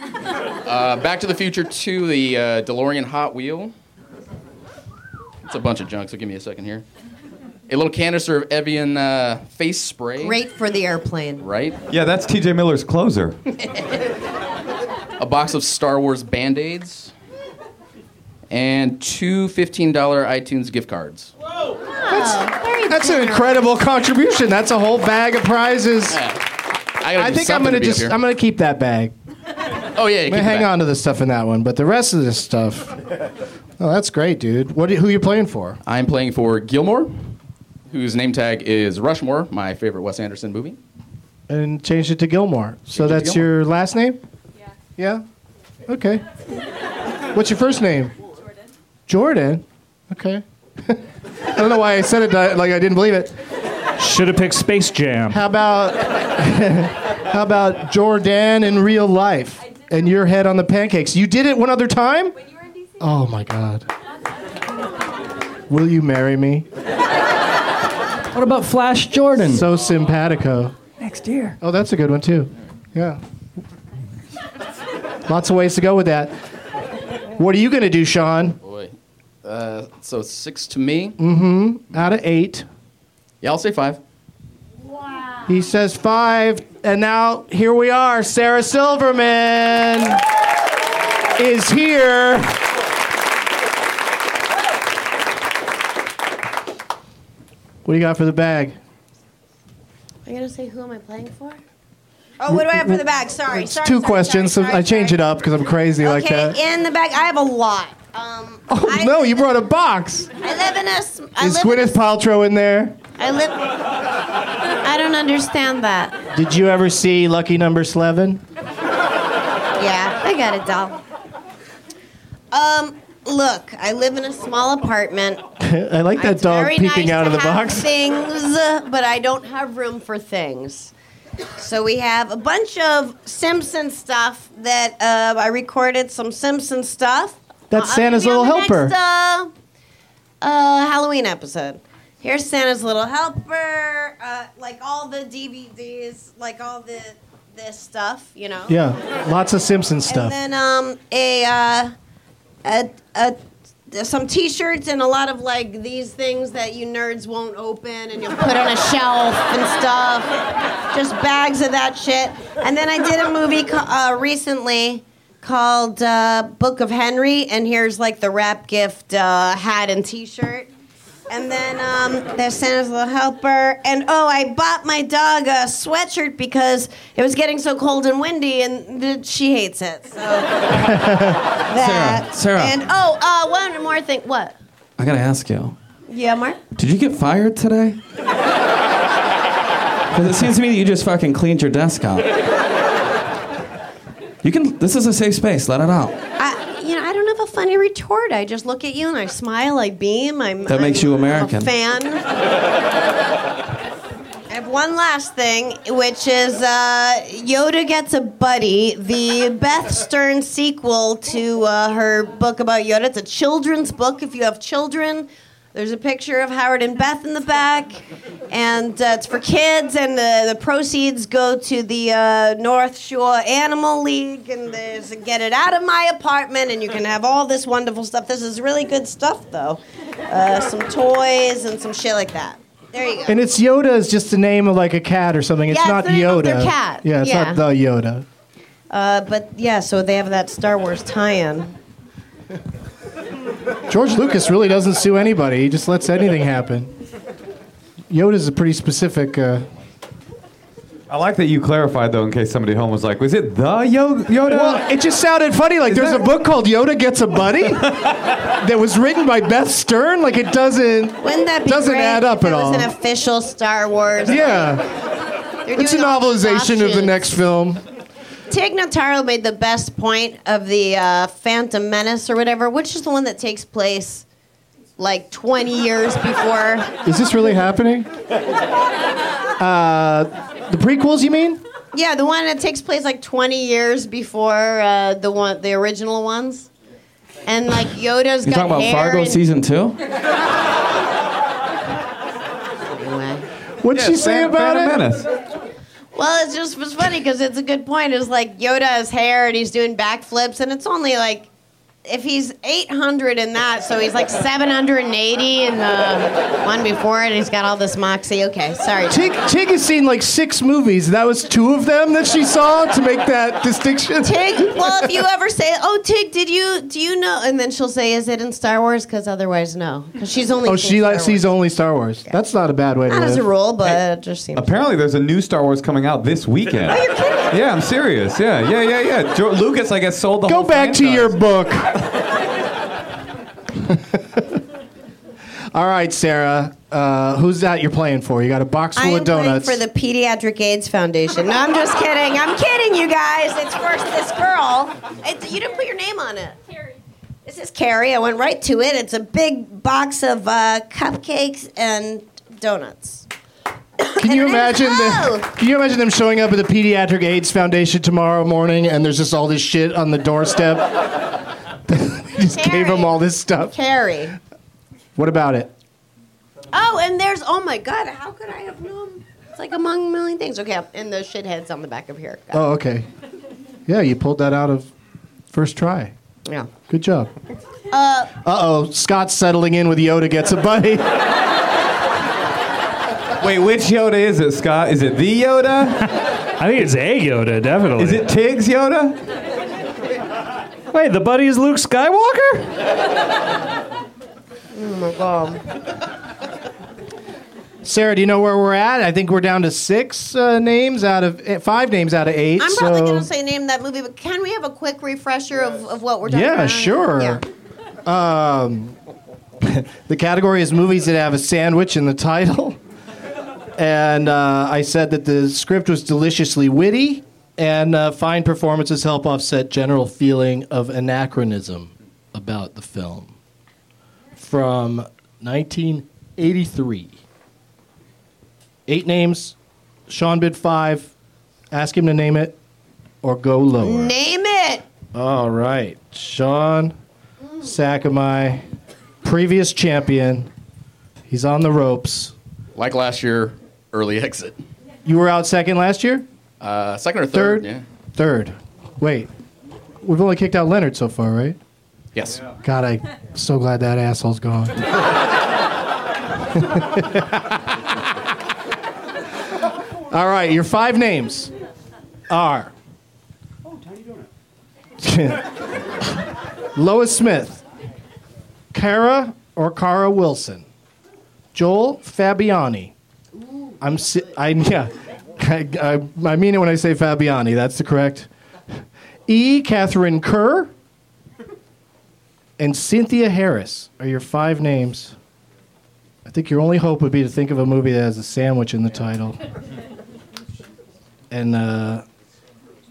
Uh, Back to the Future 2, the uh, DeLorean Hot Wheel. It's a bunch of junk, so give me a second here. A little canister of Evian uh, face spray. Great for the airplane. Right? Yeah, that's TJ Miller's closer. a box of Star Wars band aids, and two $15 iTunes gift cards. That's an incredible contribution. That's a whole bag of prizes. I, gotta I do think I'm something gonna to be up just here. I'm gonna keep that bag. Oh, yeah, I'm keep gonna it hang back. on to the stuff in that one, but the rest of this stuff. Oh, that's great, dude. What? do you- Who you playing for? I'm playing for Gilmore, whose name tag is Rushmore, my favorite Wes Anderson movie. And changed it to Gilmore. So Changed it to that's your last name. Yeah. Yeah. Okay. What's your first name? Jordan. Jordan. Okay. I don't know why I said it that- like I didn't believe it. Should have picked Space Jam. How about how about Jordan in real life and your head on the pancakes? You did it one other time. When you were in DC. Oh my God. Will you marry me? What about Flash Jordan? So simpatico. Next year. Oh, that's a good one too. Yeah. Lots of ways to go with that. What are you gonna do, Sean? Boy. Uh, so six to me. Mm-hmm. Out of eight. Yeah, I'll say five. He says five, and now here we are. Sarah Silverman is here. What do you got for the bag? Are you gonna say who am I playing for? Oh, what do I have for the bag? Sorry, It's sorry. two sorry, questions, sorry, so sorry, I change it up because I'm crazy like okay, that. in the bag, I have a lot. Oh no, you brought a box. I live in a. s- I Is live. Gwyneth Paltrow in there? I live. I don't understand that. Did you ever see Lucky Number Eleven? Yeah, I got it, doll. Um, look, I live in a small apartment. I like that dog Very peeking nice out of to the have box. Things, but I don't have room for things. So we have a bunch of Simpson stuff that uh, I recorded. Some Simpson stuff. That's Uh, Santa's maybe on Little the Helper. Next, uh, uh, Halloween episode. Here's Santa's Little Helper. Uh, like all the DVDs, like all the this stuff, you know. Yeah, lots of Simpson stuff. And then um, a, uh, a, a, some T-shirts and a lot of like these things that you nerds won't open and you'll put on a shelf and stuff. Just bags of that shit. And then I did a movie ca- uh, recently called uh, Book of Henry, and here's like the wrap gift uh, hat and T-shirt. And then um, there's Santa's Little Helper. And oh, I bought my dog a sweatshirt because it was getting so cold and windy, and th- she hates it. So that. Sarah. And oh, uh, one more thing. What? I gotta ask you. Yeah, Mark? Did you get fired today? Because it seems to me that you just fucking cleaned your desk out. You can. This is a safe space. Let it out. I, you know, I don't have a funny retort. I just look at you and I smile, I beam. I'm, That makes I'm you a American. fan. I have one last thing, which is uh, Yoda Gets a Buddy, the Beth Stern sequel to uh, her book about Yoda. It's a children's book if you have children. There's a picture of Howard and Beth in the back, and uh, it's for kids, and uh, the, the proceeds go to the uh, North Shore Animal League, and there's Get It Out of My Apartment, and you can have all this wonderful stuff. This is really good stuff, though. Uh, some toys and some shit like that. There you go. And it's Yoda is just the name of like a cat or something. It's Yeah, it's not the name Yoda. of their cat. Yeah, it's Yeah. not the Yoda. Uh, but yeah, so they have that Star Wars tie-in. George Lucas really doesn't sue anybody. He just lets anything happen. Yoda's a pretty specific. Uh, I like that you clarified though, in case somebody at home was like, "Was it the Yo- Yoda?" Well, it just sounded funny. Like there's a book called Yoda Gets a Buddy that was written by Beth Stern. Like it doesn't Wouldn't that be doesn't great add if up at it all. was an official Star Wars? yeah, They're it's a doing all these novelization of the offshoots. next film. Tig Notaro made the best point of the uh, Phantom Menace or whatever, which is the one that takes place like 20 years before. Is this really happening? Uh, the prequels, you mean? Yeah, the one that takes place like 20 years before uh, the one, the original ones. And like Yoda's You got talking about hair Fargo and- season two? What'd she say about it? Well, it's just it's funny because it's a good point. It's like Yoda has hair and he's doing backflips, and it's only like if he's 800 in that, so he's like 780 in the one before it, and he's got all this moxie. Okay, sorry. Tig, Tig has seen like six movies. That was two of them that she saw to make that distinction. Tig, well, if you ever say, "Oh, Tig, did you do you know?" and then she'll say, "Is it in Star Wars?" Because otherwise, no, because she's only oh, seen she Star like, sees only Star Wars. That's not a bad way to Wars. not as live. a rule, but it just seems. Apparently, there's a new Star Wars coming out this weekend. Are you kidding? Yeah, I'm serious. Yeah, yeah, yeah, yeah. Jo- Lucas, I guess, sold the Go whole back to franchise. your book. All right, Sarah. Uh, who's that you're playing for? You got a box I full am of donuts. playing for the Pediatric AIDS Foundation. No, I'm just kidding. I'm kidding, you guys. It's first this girl. It's, you didn't put your name on it. Carrie. This is Carrie. I went right to it. It's a big box of uh, cupcakes and donuts. can you imagine Oh. the, Can you imagine them showing up at the Pediatric AIDS Foundation tomorrow morning and there's just all this shit on the doorstep? just gave them all this stuff. Carrie. What about it? Oh, and there's oh my god, how could I have known? It's like among a million things. Okay, and the shitheads on the back of here. Oh, okay. Yeah, you pulled that out of first try. Yeah. Good job. Uh, Uh oh, Scott's settling in with Yoda gets a buddy. Wait, which Yoda is it, Scott? Is it the Yoda? I think it's a Yoda, definitely. Is it Tig's Yoda? Wait, the buddy is Luke Skywalker? oh my god. Sarah, do you know where we're at? I think we're down to six uh, names out of eh, five names out of 8 I'm so probably gonna say name that movie, but can we have a quick refresher of, of what we're talking yeah, about? sure. Um, the category is movies that have a sandwich in the title, and uh, I said that the script was deliciously witty, and uh, fine performances help offset general feeling of anachronism about the film from 1983. Eight names. Sean bid five. Ask him to name it, or go lower. Name it. All right, Sean Sakamai, previous champion. He's on the ropes. Like last year, early exit. You were out second last year. Uh, second or third? Yeah. Third. Wait, we've only kicked out Leonard so far, right? Yes. God, I'm so glad that asshole's gone. All right, your five names are Lois Smith, Kara or Kara Wilson, Joel Fabiani. I'm si- I yeah, I, I, I mean it when I say Fabiani. That's the correct. E. Catherine Kerr and Cynthia Harris are your five names. I think your only hope would be to think of a movie that has a sandwich in the title. And uh,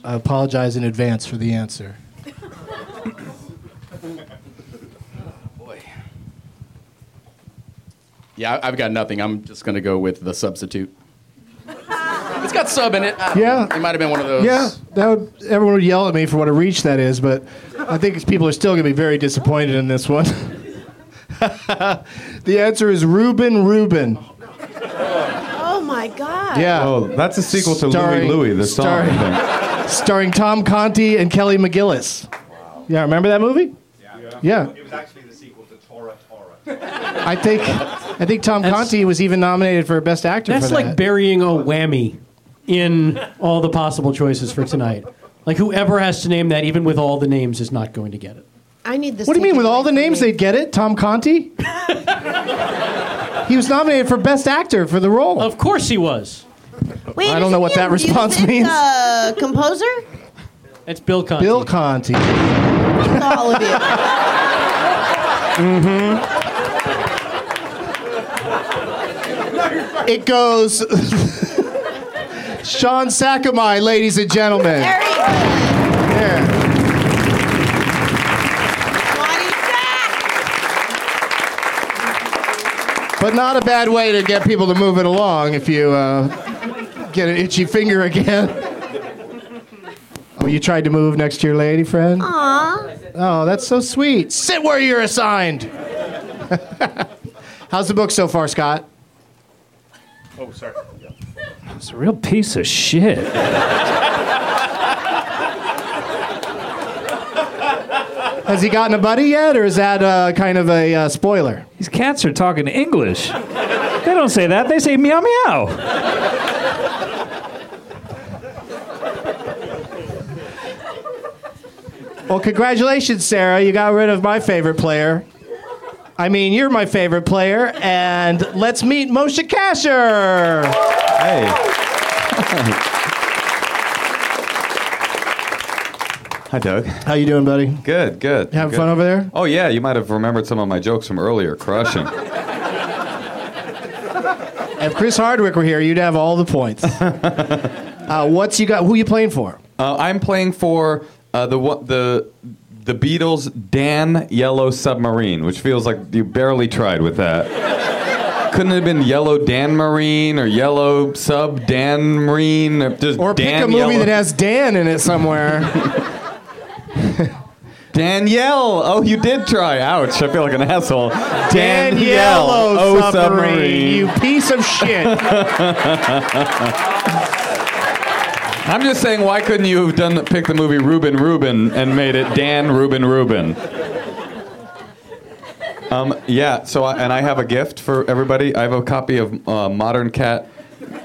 I apologize in advance for the answer. Yeah, I- I've got nothing. I'm just going to go with the substitute. it's got sub in it. I don't Yeah. know. It might have been one of those. Yeah, that would everyone would yell at me for what a reach that is, but I think people are still going to be very disappointed in this one. The answer is Ruben Ruben. Oh my God. Oh, that's a sequel to Louie Louie, the song, I Starring, starring Tom Conti and Kelly McGillis. Yeah, remember that movie? Yeah. Yeah. It was actually the sequel to Tora Tora. I think I think Tom Conti was even nominated for Best Actor. That's for like that. burying a whammy in all the possible choices for tonight. Like whoever has to name that, even with all the names, is not going to get it. I need this. What do you mean? taken With all away the from names, me. they'd get it. Tom Conti. he was nominated for Best Actor for the role. Of course he was. Wait, I don't know what that response Is means. uh, composer? That's Bill Conti. Bill Conti. It's all of you. Mm-hmm. It goes. Sean Sakamai, ladies and gentlemen. But not a bad way to get people to move it along if you uh, get an itchy finger again. Oh, you tried to move next to your lady friend? Aw. Oh, that's so sweet. Sit where you're assigned. How's the book so far, Scott? Oh, sorry. It's a real piece of shit. Has he gotten a buddy yet, or is that uh, kind of a uh, spoiler? These cats are talking English. They don't say that. They say meow meow. Well, congratulations, Sarah. You got rid of my favorite player. I mean, you're my favorite player, and let's meet Moshe Kasher. Hey. Hi, Doug. How you doing, buddy? Good, good. Having Good. fun over there? Oh yeah, you might have remembered some of my jokes from earlier. Crushing. if Chris Hardwick were here, you'd have all the points. uh, what's you got? Who you playing for? Uh, I'm playing for uh, the one- the the Beatles Dan Yellow Submarine, which feels like you barely tried with that. Couldn't it have been Yellow Dan Marine or Yellow Sub Dan Marine or just Or pick a Dan movie Yellow- that has Dan in it somewhere. Danielle. Oh, you did try. Ouch! I feel like an asshole. Danielle. Danielle submarine, Oh, submarine. you piece of shit. I'm just saying, why couldn't you have done pick the movie Ruben Ruben and made it Dan Ruben Ruben? Um, yeah. So, I, and I have a gift for everybody. I have a copy of uh, Modern Cat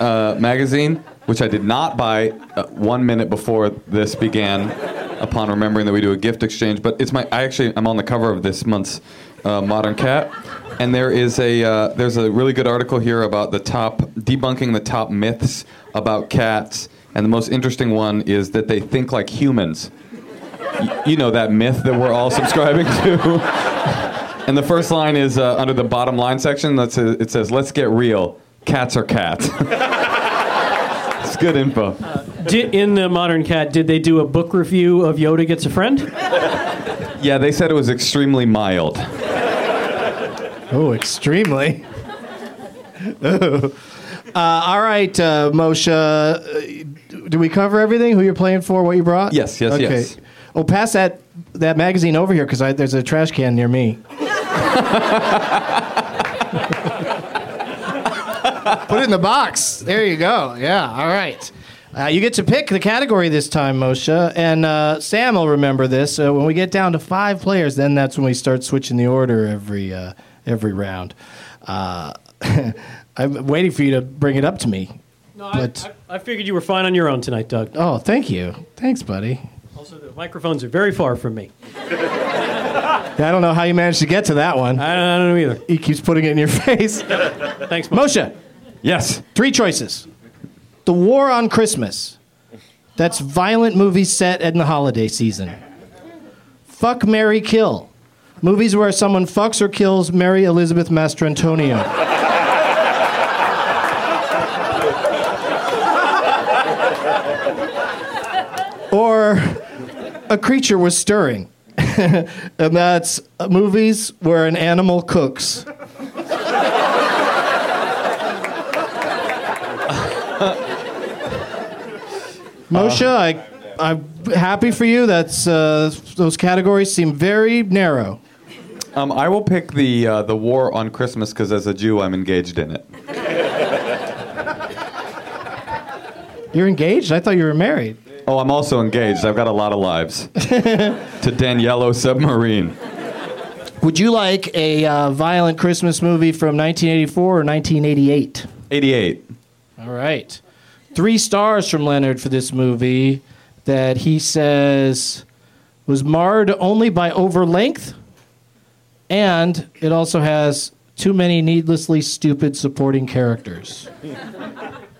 uh, magazine, which I did not buy uh, one minute before this began. Upon remembering that we do a gift exchange, but it's my. I actually I'm on the cover of this month's uh, Modern Cat, and there is a uh, there's a really good article here about the top debunking the top myths about cats, and the most interesting one is that they think like humans. Y- You know that myth that we're all subscribing to. And the first line is uh, under the bottom line section. That says, it says, "Let's get real. Cats are cats." it's good info. Did, in the Modern Cat, did they do a book review of Yoda Gets a Friend? Yeah, they said it was extremely mild. Oh, extremely. Oh. Uh, all right, uh, Moshe. uh, Do we cover everything? Who you're playing for? What you brought? Yes, yes, yes. Oh, pass that that magazine over here because there's a trash can near me. Put it in the box. There you go. Yeah. All right. Uh, you get to pick the category this time, Moshe, and uh, Sam will remember this. Uh, when we get down to five players, then that's when we start switching the order every uh, every round. Uh, I'm waiting for you to bring it up to me. No, but I figured you were fine on your own tonight, Doug. oh, thank you, thanks, buddy. Also, the microphones are very far from me. I don't know how you managed to get to that one. I don't, know either. He keeps putting it in your face. Thanks, Moshe. Yes. Three choices: The War on Christmas. That's violent movie set in the holiday season. Fuck Mary Kill. Movies where someone fucks or kills Mary Elizabeth Mastrantonio. or A Creature Was Stirring. and that's movies where an animal cooks. Moshe, I, I'm happy for you. That's uh, those categories seem very narrow. Um, I will pick the uh, the war on Christmas because as a Jew, I'm engaged in it. You're engaged? I thought you were married. Oh, I'm also engaged. I've got a lot of lives. to Daniello Submarine. Would you like a uh, violent Christmas movie from 1984 or 1988? 88. All right. Three stars from Leonard for this movie that he says was marred only by overlength, and it also has too many needlessly stupid supporting characters.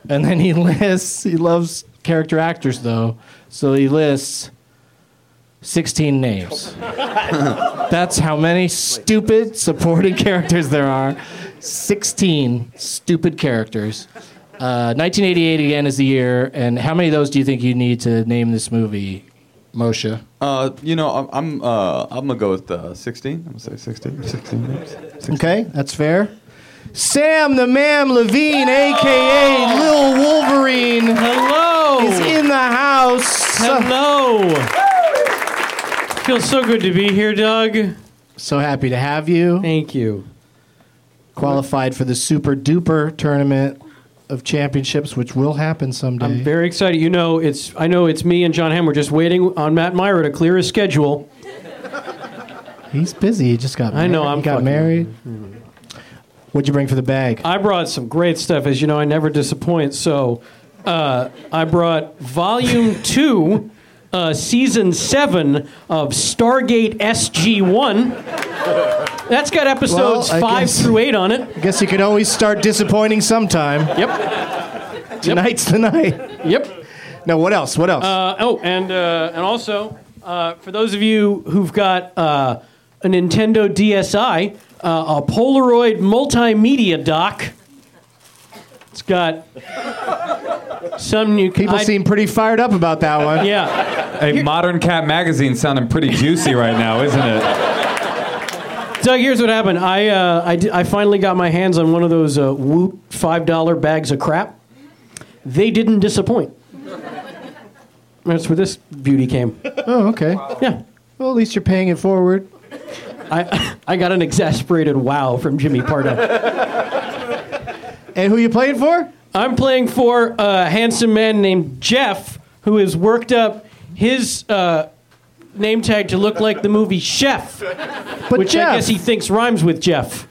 and then he lists, he loves character actors though, so he lists 16 names. That's how many stupid supporting characters there are. 16 stupid characters. Uh, 1988 again is the year, and how many of those do you think you need to name this movie, Moshe? Uh, you know, I'm I'm, uh, I'm gonna go with uh, 16. I'm gonna say 16. 16. Okay, that's fair. Sam the Mam Levine, aka Lil Wolverine. Hello. Is in the house. Hello. Oh! Feels so good to be here, Doug. So happy to have you. Thank you. Qualified for the super duper tournament of championships, which will happen someday. I'm very excited. You know, it's I know it's me and John Hamm. We're just waiting on Matt Myra to clear his schedule. He's busy. He just got. I know, married. I'm He got fucking- married. What'd you bring for the bag? I brought some great stuff. As you know, I never disappoint. So uh, I brought Volume 2, uh, Season 7 of Stargate SG1. That's got episodes Well, I 5 guess- through 8 on it. I guess you can always start disappointing sometime. Yep. Tonight's the night. Yep. Now what else? What else? Uh, oh, and, uh, and also, uh, for those of you who've got uh, a Nintendo DSi, uh, a Polaroid multimedia dock. It's got some new People I- seem pretty fired up about that one. Yeah. Hey, Modern Cat Magazine sounding pretty juicy right now, isn't it? Doug, here's what happened. I, uh, I, di- I finally got my hands on one of those uh, Woot $5 bags of crap. They didn't disappoint. That's where this beauty came. Oh, okay. Uh, Yeah. Well, at least you're paying it forward. I, I got an exasperated wow from Jimmy Pardo. and who you playing for? I'm playing for a handsome man named Jeff who has worked up his uh, name tag to look like the movie Chef, But which Jeff- I guess he thinks rhymes with Jeff.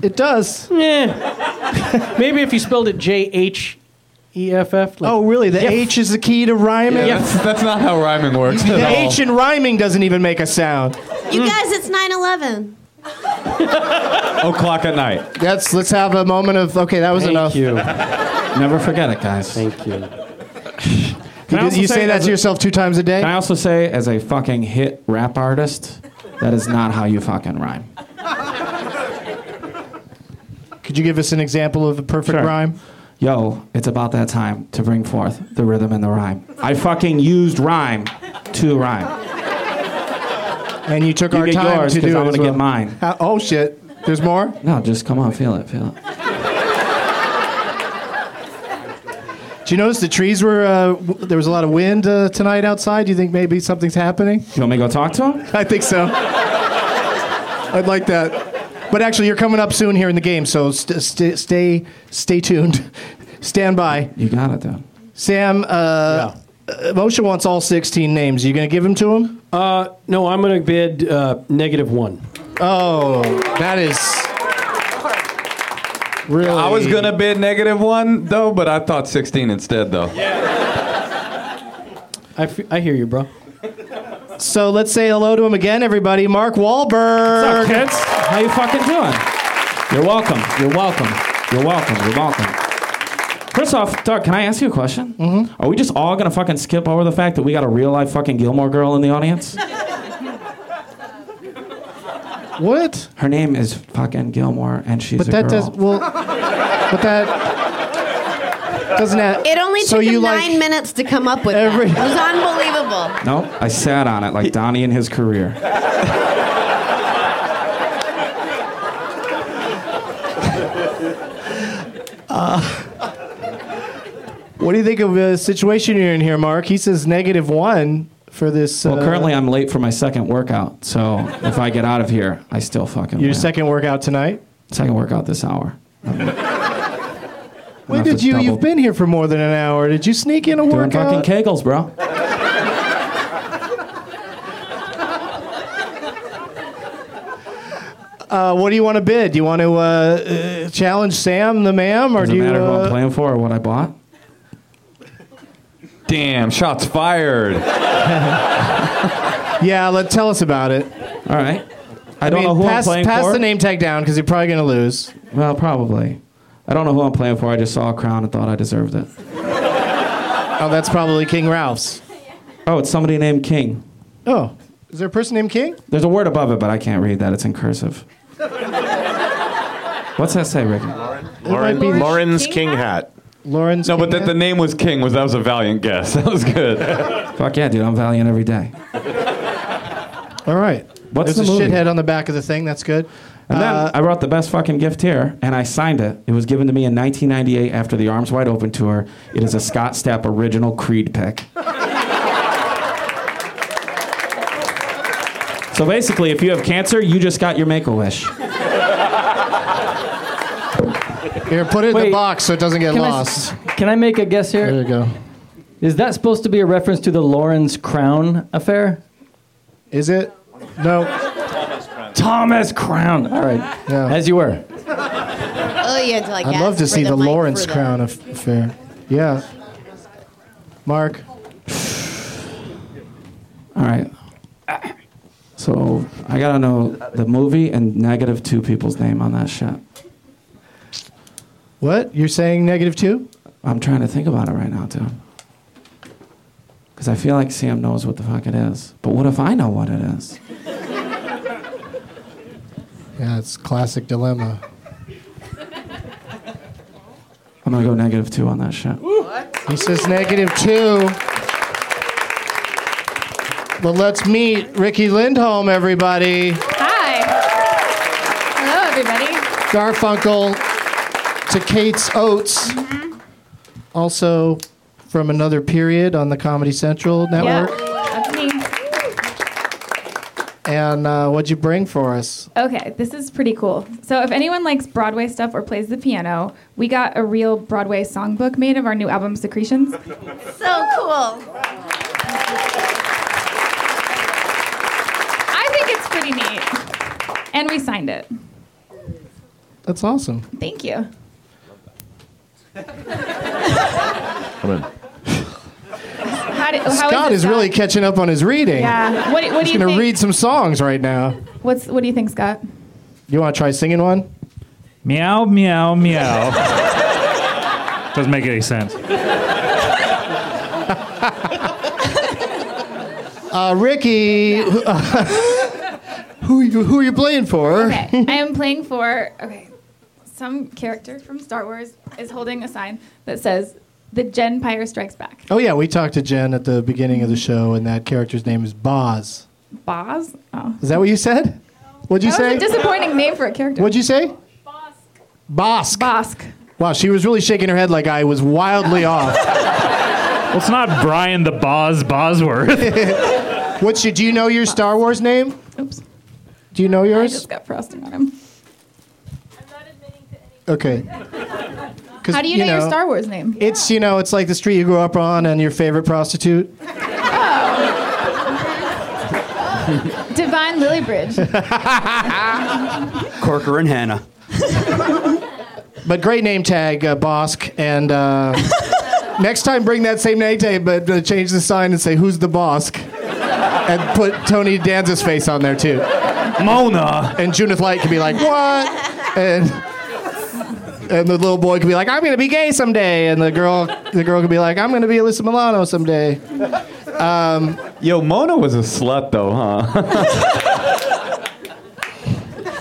It does. Yeah. Maybe if you spelled it J H E F F. like- Oh, really? The Yep. H is the key to rhyming? Yeah, that's, that's not how rhyming works. The at all. H in rhyming doesn't even make a sound. You guys, it's 9/11. O'clock at night. That's. Let's have a moment of. Okay, that was enough. Never forget it, guys. Thank you. You, I did- also you say, say that as to a- yourself two times a day. Can I also say, as a fucking hit rap artist, that is not how you fucking rhyme. Could you give us an example of a perfect rhyme? Yo, it's about that time to bring forth the rhythm and the rhyme. I fucking used rhyme to rhyme. And you took You our get time yours, to 'cause do I'm it as gonna get well. mine. How- oh shit! There's more. No, just come on, feel it, feel it. Do you notice the trees were? Uh, w- there was a lot of wind uh, tonight outside. Do you think maybe something's happening? You want me to go talk to him? I think so. I'd like that. But actually, you're coming up soon here in the game, so st- st- stay stay tuned. Stand by. You got it, though. Sam, uh, uh, Moshe wants all 16 names. Are you going to give them to him? Uh, no, I'm going to bid uh, negative one. Oh, that is. Really? I was gonna bid negative one though, but I thought 16 instead though. I, f- I hear you, bro. So let's say hello to him again, everybody. Mark Wahlberg. What's up, kids? How you fucking doing? You're welcome. You're welcome. You're welcome. You're welcome. First off, Doug, can I ask you a question? Mm-hmm. Are we just all gonna fucking skip over the fact that we got a real life fucking Gilmore girl in the audience? What? Her name is fucking Gilmore, and she's But a that girl. does well. But that doesn't that. It only took so you him like nine minutes to come up with every- that. It was unbelievable. Nope, I sat on it like Donnie in his career. Uh, Uh, What do you think of the situation you're in here, Mark? He says negative one for this? Well, currently I'm late for my second workout, so if I get out of here, I still fucking. your win. second workout tonight. Second workout this hour. When have did to you? double- You've been here for more than an hour. Did you sneak in a Doing workout? fucking kegels, bro. Uh, what do you want to bid? Do you want to uh, uh, challenge Sam the ma'am, or Doesn't do you? matter who I'm uh, playing for or what I bought. Damn, shots fired. yeah, let tell us about it. All right. I don't know who I'm pass, playing pass for. the name tag down because you're probably gonna lose. Well, probably. I don't know who I'm playing for. I just saw a crown and thought I deserved it. Oh, that's probably King Ralph's. Oh, it's somebody named King. Oh, is there a person named King? There's a word above it, but I can't read that. It's in cursive. What's that say, Rick? Lauren, might be- Lauren's King, Hat. Lauren's. No, but that the name was King. Was that was a valiant guess? That was good. Fuck yeah, dude! I'm valiant every day. All right. What's There's the a movie? shithead on the back of the thing. That's good. Uh, And then I brought the best fucking gift here, and I signed it. It was given to me in 1998 after the Arms Wide Open tour. It is a Scott Stapp original Creed pick. so basically, if you have cancer, you just got your make a wish. Here, put it in the box so it doesn't get Can I s- lost. can I make a guess here? There you go. Is that supposed to be a reference to the Lawrence Crown affair? Is it? No. Thomas Crown. All right. As you were. Oh, you had to like. I'd ask love to for see the, mic Lawrence for the- Crown aff- affair. Yeah. Mark. All right. So I gotta know the movie and negative two people's name on that shit. What? You're saying negative two? I'm trying to think about it right now, dude. Because I feel like Sam knows what the fuck it is. But what if I know what it is? Yeah, it's classic dilemma. I'm gonna go negative two on that shit. He says negative two. Well, let's meet Ricky Lindholm, everybody. Hello, everybody. Garfunkel to Kate's Oates. Mm-hmm. Also from another period on the Comedy Central Yeah, network. that's me. And uh, what'd you bring for us? Okay, this is pretty cool. So, if anyone likes Broadway stuff or plays the piano, we got a real Broadway songbook made of our new album Secretions. So cool. I think it's pretty neat. And we signed it. That's awesome. Thank you. Come in. How did, Oh, how is Scott it, is really catching up on his reading. Yeah. What- what do He's you gonna think? read some songs right now. What's what do you think, Scott? You want to try singing one? Meow, meow, meow. Doesn't make any sense. Uh, Ricky, who, who, you- who are you playing for? Okay, I am playing for okay. Some character from Star Wars is holding a sign that says "The Gen Pyre Strikes Back." Oh yeah, we talked to Jen at the beginning of the show, and that character's name is Boz. Boz. Oh. Is that what you said? What'd you that say? Was a disappointing name for a character. What'd you say? Bosk. Bosk. Wow, she was really shaking her head like I was wildly off. Well, it's not Brian the Boz Bosworth. What's your? Do you know your Star Wars name? Oops. Do you know yours? I just got frosting on him. Okay. 'Cause, How do you, know, your Star Wars name? It's you know, it's like the street you grew up on and your favorite prostitute. Divine Lilybridge. Corker and Hannah. But great name tag, uh, Bosk. And uh, next time, bring that same name tag, but uh, change the sign and say, "Who's the Bosk?" And put Tony Danza's face on there too. Mona. And Judith Light can be like, "What?" And and the little boy can be like, "I'm gonna be gay someday." And the girl, the girl can be like, "I'm gonna be Alyssa Milano someday." Um, Yo, Mona was a slut though, huh?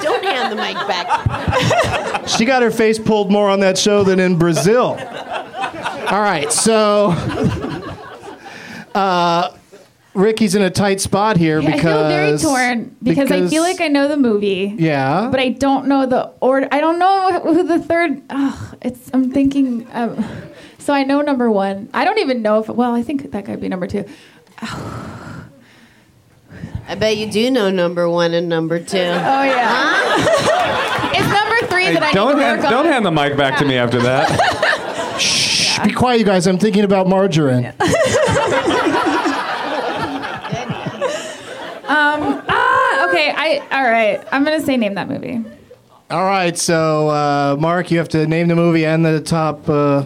Don't hand the mic back. she got her face pulled more on that show than in Brazil. All right, so uh, Ricky's in a tight spot here I because feel very torn because, I feel like I know the movie. yeah, But I don't know the order. I don't know who the third. Oh, it's. I'm thinking. Um, so I know number one. I don't even know if. Well, I think that could be number two. I bet you do know number one and number two. Oh yeah. It's number three Hey, that I don't need to hand, work don't on. hand the mic back to me after that. Shh, be quiet, you guys. I'm thinking about margarine. um, ah, okay. I all right. I'm gonna say name that movie. All right, so uh, Mark, you have to name the movie and the top uh,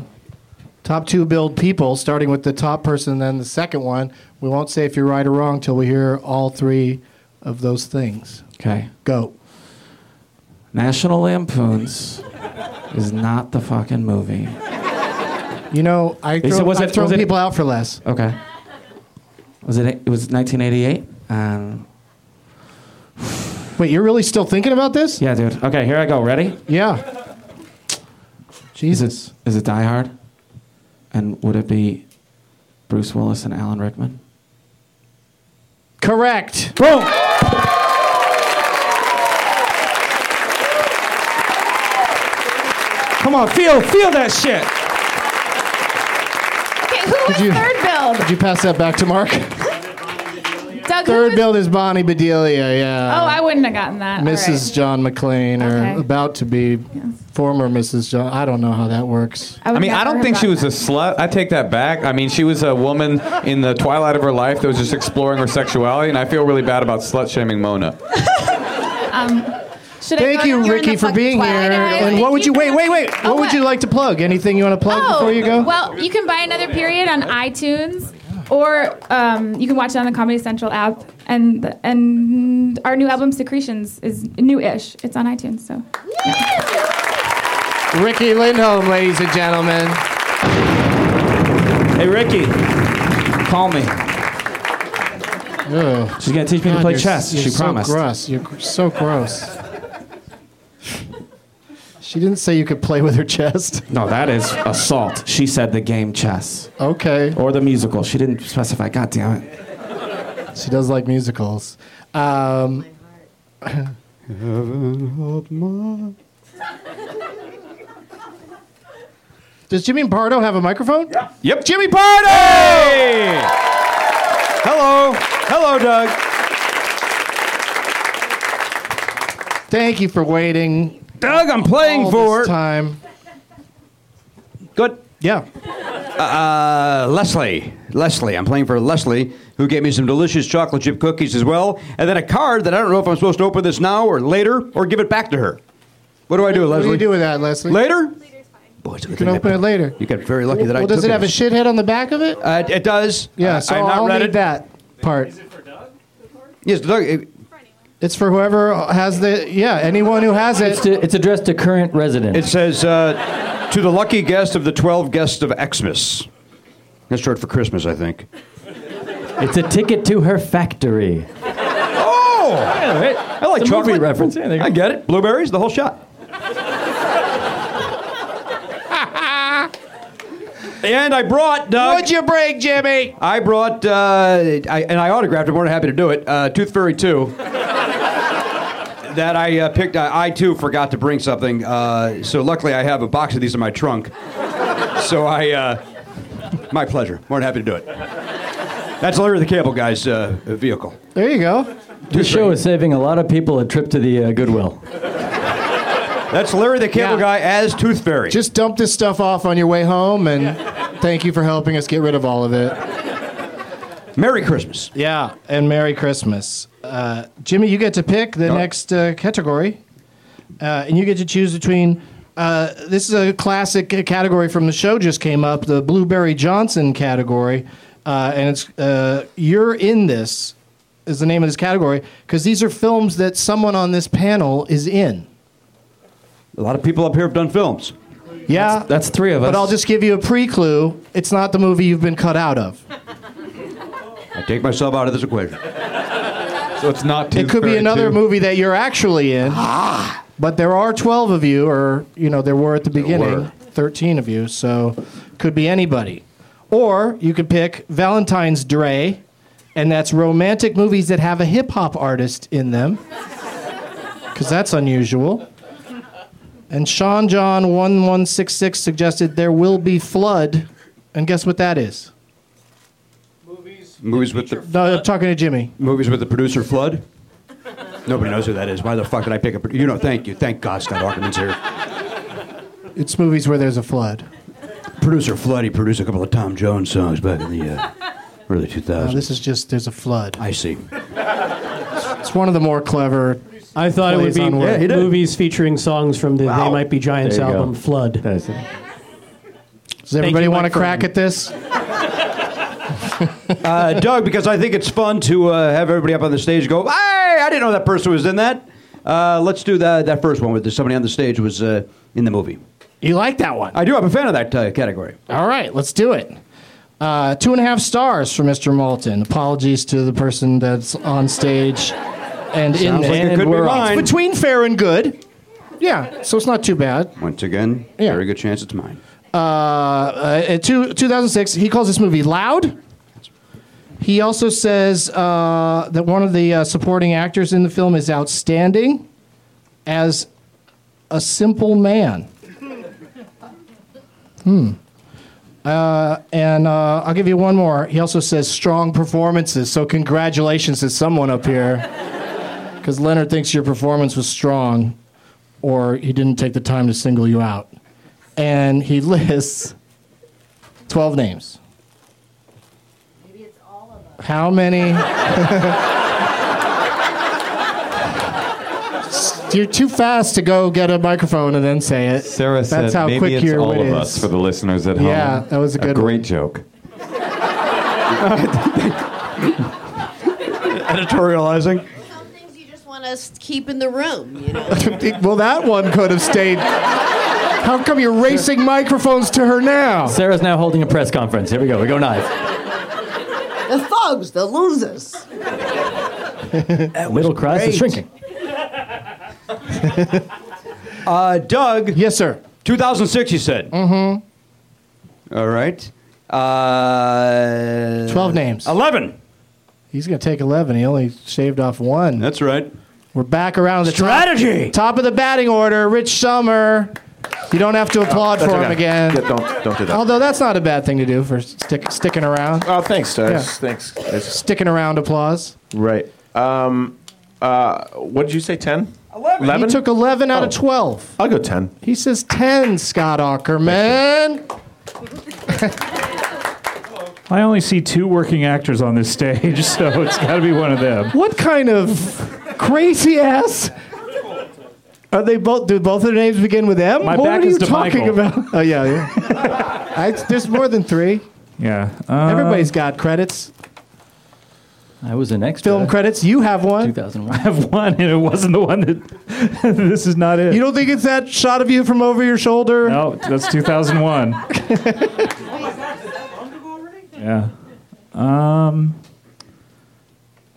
top two billed people, starting with the top person, and then the second one. We won't say if you're right or wrong till we hear all three of those things. Okay. Go. National Lampoons is not the fucking movie. You know, I They throw, said, was I it- throw was it- people out for less. Okay. Was it? It was 1988. Um, Wait, you're really still thinking about this? Yeah, dude. Okay, here I go. Ready? Yeah. Jesus. Is it Die Hard? And would it be Bruce Willis and Alan Rickman? Correct. Boom. Come on, feel feel that shit. Okay, who was you- third build? Did you pass that back to Mark? Doug. who Third was- build is Bonnie Bedelia. Oh, Yeah. I wouldn't have gotten that. All Mrs. right. John McClain, or Okay. about to be former Mrs. John. I don't know how that works. I, mean, I don't think she was a slut. I take that back. I mean, she was a woman in the twilight of her life that was just exploring her sexuality, and I feel really bad about slut shaming Mona. Um, should I Thank go now? you, You're in Ricky, the for fucking being here. Twilight Area. And what would you wait, wait, wait? What would you like to plug? Anything you want to plug oh, before you go? Well, you can buy another period on iTunes, or um, you can watch it on the Comedy Central app. And and our new album Secretions is new-ish. It's on iTunes, so. Ricky Lindholm, ladies and gentlemen. Hey, Ricky, call me. She's gonna teach me to play you're, chess. You're she so promised. Gross. You're gr- so gross. she didn't say you could play with her chest. No, that is assault. She said the game chess. Okay. Or the musical. She didn't specify. God damn it. She does like musicals. Um, Does Jimmy Pardo have a microphone? Yep. Jimmy Pardo! Hello. Hello, Doug. Thank you for waiting. Doug, I'm playing all for this time. Good. Yeah. Uh, Leslie. Leslie. I'm playing for Leslie, who gave me some delicious chocolate chip cookies as well, and then a card that I don't know if I'm supposed to open this now or later or give it back to her. What do I do, What Leslie? Oh, do you do with that, Leslie? Later? Boys, you can open it later. You got very lucky that I Well, does took it have a shithead on the back of it? Uh, it does. Yeah, Uh, so I have not will read need it. that part. Yes, Doug. it- It's for whoever has the yeah. Anyone who has it. It's, addressed to current residents. It says, uh, to the lucky guest of the 12 guests of Xmas. That's short for Christmas, I think. It's a ticket to her factory. Oh! I like It's a movie chocolate. reference. Yeah, there you go. I get it. Blueberries, the whole shot. and I brought, Doug. What'd you bring, Jimmy? I brought, uh, I, and I autographed, I'm more than happy to do it, uh, Tooth Fairy 2. that I uh, picked, uh, I too forgot to bring something. Uh, so luckily I have a box of these in my trunk. so I, uh, my pleasure. More than happy to do it. That's Larry the Cable Guy's uh, vehicle. There you go. This show is saving a lot of people a trip to the uh, Goodwill. That's Larry the Cable Guy as Tooth Fairy. Just dump this stuff off on your way home, and thank you for helping us get rid of all of it. Merry Christmas. Yeah, and Merry Christmas. Uh, Jimmy, you get to pick the next uh, category, uh, and you get to choose between. Uh, this is a classic uh, category from the show just came up, the Blueberry Johnson category, uh, and it's uh, "You're in This" is the name of this category because these are films that someone on this panel is in. A lot of people up here have done films. Yeah, That's three of us. but I'll just give you a pre clue. It's not the movie you've been cut out of. I take myself out of this equation. So it's not it could be another movie that you're actually in. Ah! But there are 12 of you, or, you know, Ah. there were at the beginning, 13 of you, so could be anybody. Or you could pick Valentine's Dre, and that's romantic movies that have a hip hop artist in them, because that's unusual. And Sean John 1166 suggested There Will Be Flood, and guess what that is? Movies with the No, I'm talking to Jimmy. movies with the producer Flood. Nobody knows who that is. Why the fuck did I pick up? You know, thank you, thank God, Scott Ackerman's here. It's movies where there's a flood. Producer Flood. He produced a couple of Tom Jones songs back in the uh, early 2000s. No, this is just there's a flood. I see. It's one of the more clever. I thought it would be movies featuring songs from the They Might Be Giants There you go. album Flood. Does everybody want to crack at this? uh, Doug, because I think it's fun to uh, have everybody up on the stage go, hey, I didn't know that person was in that. Uh, let's do that, that first one where there's somebody on the stage who was uh, in the movie. You like that one? I do. I'm a fan of that uh, category. All right, let's do it. Uh, two and a half stars for Mr. Moulton. Apologies to the person that's on stage and in Sounds like it there. And could be we're off. mine. It's between fair and good. Yeah, so it's not too bad. Once again, Yeah. very good chance it's mine. Uh, uh, in two, 2006, he calls this movie loud. He also says uh, that one of the uh, supporting actors in the film is outstanding as a simple man. Hmm. Uh, and uh, I'll give you one more. He also says strong performances. So congratulations to someone up here, because Leonard thinks your performance was strong, or he didn't take the time to single you out. And he lists twelve names. How many? You're too fast to go get a microphone and then say it. Sarah That's said, how "Maybe quick it's your all wit of is. us for the listeners at home." Yeah, that was a good great one. joke. Editorializing. Just want us to keep in the room, you know. well, that one could have stayed. How come you're racing microphones to her now? Sarah's now holding a press conference. Here we go. We go knife. The thugs, the losers. Middle crust is shrinking. Uh, Doug. Yes, sir. 2006, you said. Mm-hmm. All right. Uh, 12 names. 11. He's going to take 11. He only shaved off one. That's right. We're back around the top- Strategy! Top, of the batting order, Rich Summer. You don't have to applaud that's for him okay. again. Yeah, don't- don't do that. Although that's not a bad thing to do for stick, sticking around. Oh, thanks, Yeah. guys. Thanks. I just- Sticking around applause. Right. Um, uh, what did you say? Ten. Eleven. Oh. He took 11 out of 12. I'll go ten. He says 10, Scott Ackerman. I only see two working actors on this stage, so it's got to be one of them. What kind of crazy ass? Are they both? Do both of their names begin with M? My what back are is you to talking Michael. about? Oh yeah, yeah. I, there's more than three. Yeah. Um, Everybody's got credits. I was an extra. Film credits. You have one. 2001. I have one, and it wasn't the one that. this is not it. You don't think it's that shot of you from over your shoulder? No, that's 2001. yeah. Um.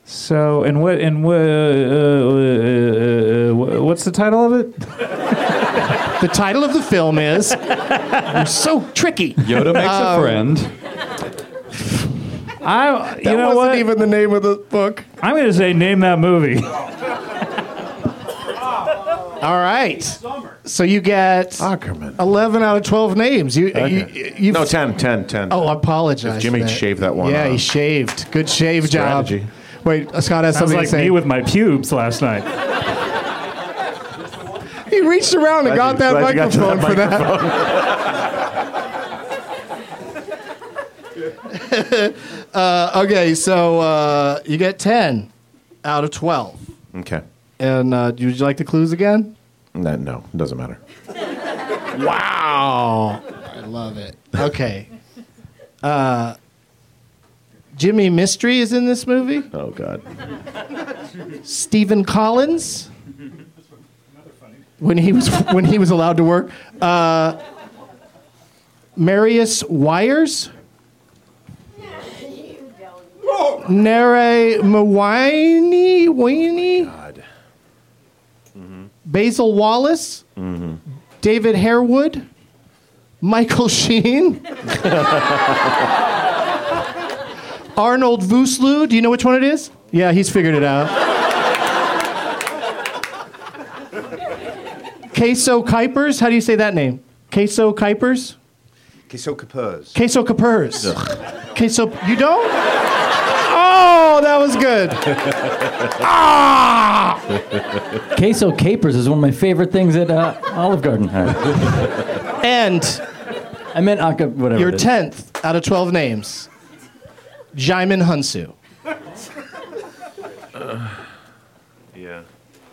So and what and what uh, uh, uh, uh, uh, what's the title of it? the title of the film is. You're so tricky. Yoda makes Um, a friend. I you That know wasn't what? even the name of the book. I'm gonna say name that movie. All right. So you get Ackerman. 11 out of 12 names. You, you, you no, 10, 10, 10. Oh, I apologize. If Jimmy for shaved that one Yeah, he off. shaved. Good shave Strategy. job. Wait, uh, Scott has Sounds something like to say. me with my pubes last night. he reached around and got that Glad you got to microphone for that. uh, okay, so uh, you get 10 out of 12. okay. And uh, would you like the clues again? No, no, it doesn't matter. Wow. I love it. Okay. Uh, Jimmy Mystery is in this movie. Oh, God. Stephen Collins. When he was when he was allowed to work, uh, Marius Wires, Nere Mawini, Weenie, Basil Wallace, Mm-hmm. David Harewood, Michael Sheen, Arnold Vosloo. Do you know which one it is? Yeah, he's figured it out. Queso Kuipers. How do you say that name? Queso Kuipers? Queso Capers. Queso Capers. Queso. You don't? Oh, that was good. ah! Queso capers is one of my favorite things at uh, Olive Garden. And I meant aca- whatever. Your it is. 10th out of 12 names Jaimin Hunsu yeah.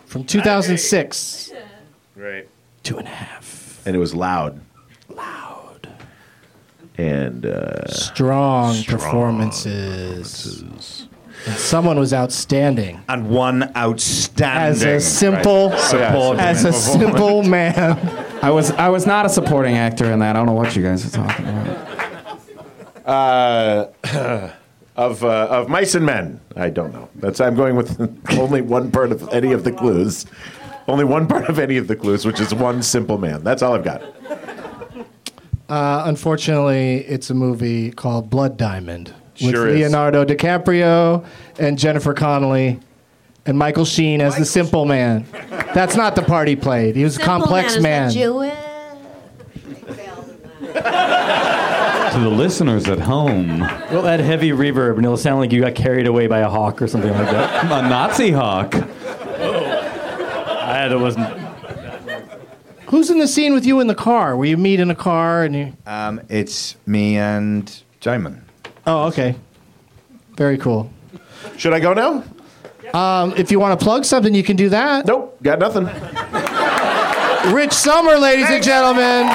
from 2006. Right. Two and a half. And it was loud. Loud. And uh, Strong, performances. And someone was outstanding. And one outstanding. As a simple, Supporting Oh, as a performance. simple man. I was I was not a supporting actor in that. I don't know what you guys are talking about. uh, of uh, of mice and men. I don't know. That's I'm going with only one part of any of the clues. Only one part of any of the clues, which is one simple man. That's all I've got. Uh, unfortunately, it's a movie called Blood Diamond with Sure is. Leonardo DiCaprio and Jennifer Connelly and Michael Sheen as the simple man. That's not the part he played. He was a complex man. To the listeners at home, We'll add heavy reverb, and it'll sound like you got carried away by a hawk or something like that. a Nazi hawk. I, it wasn't. Who's in the scene with you in the car? Where you meet in a car and you. Um, it's me and Jaimon. Oh, okay. Very cool. Should I go now? Um, if you want to plug something, you can do that. Nope, got nothing. Rich Summer, ladies and gentlemen.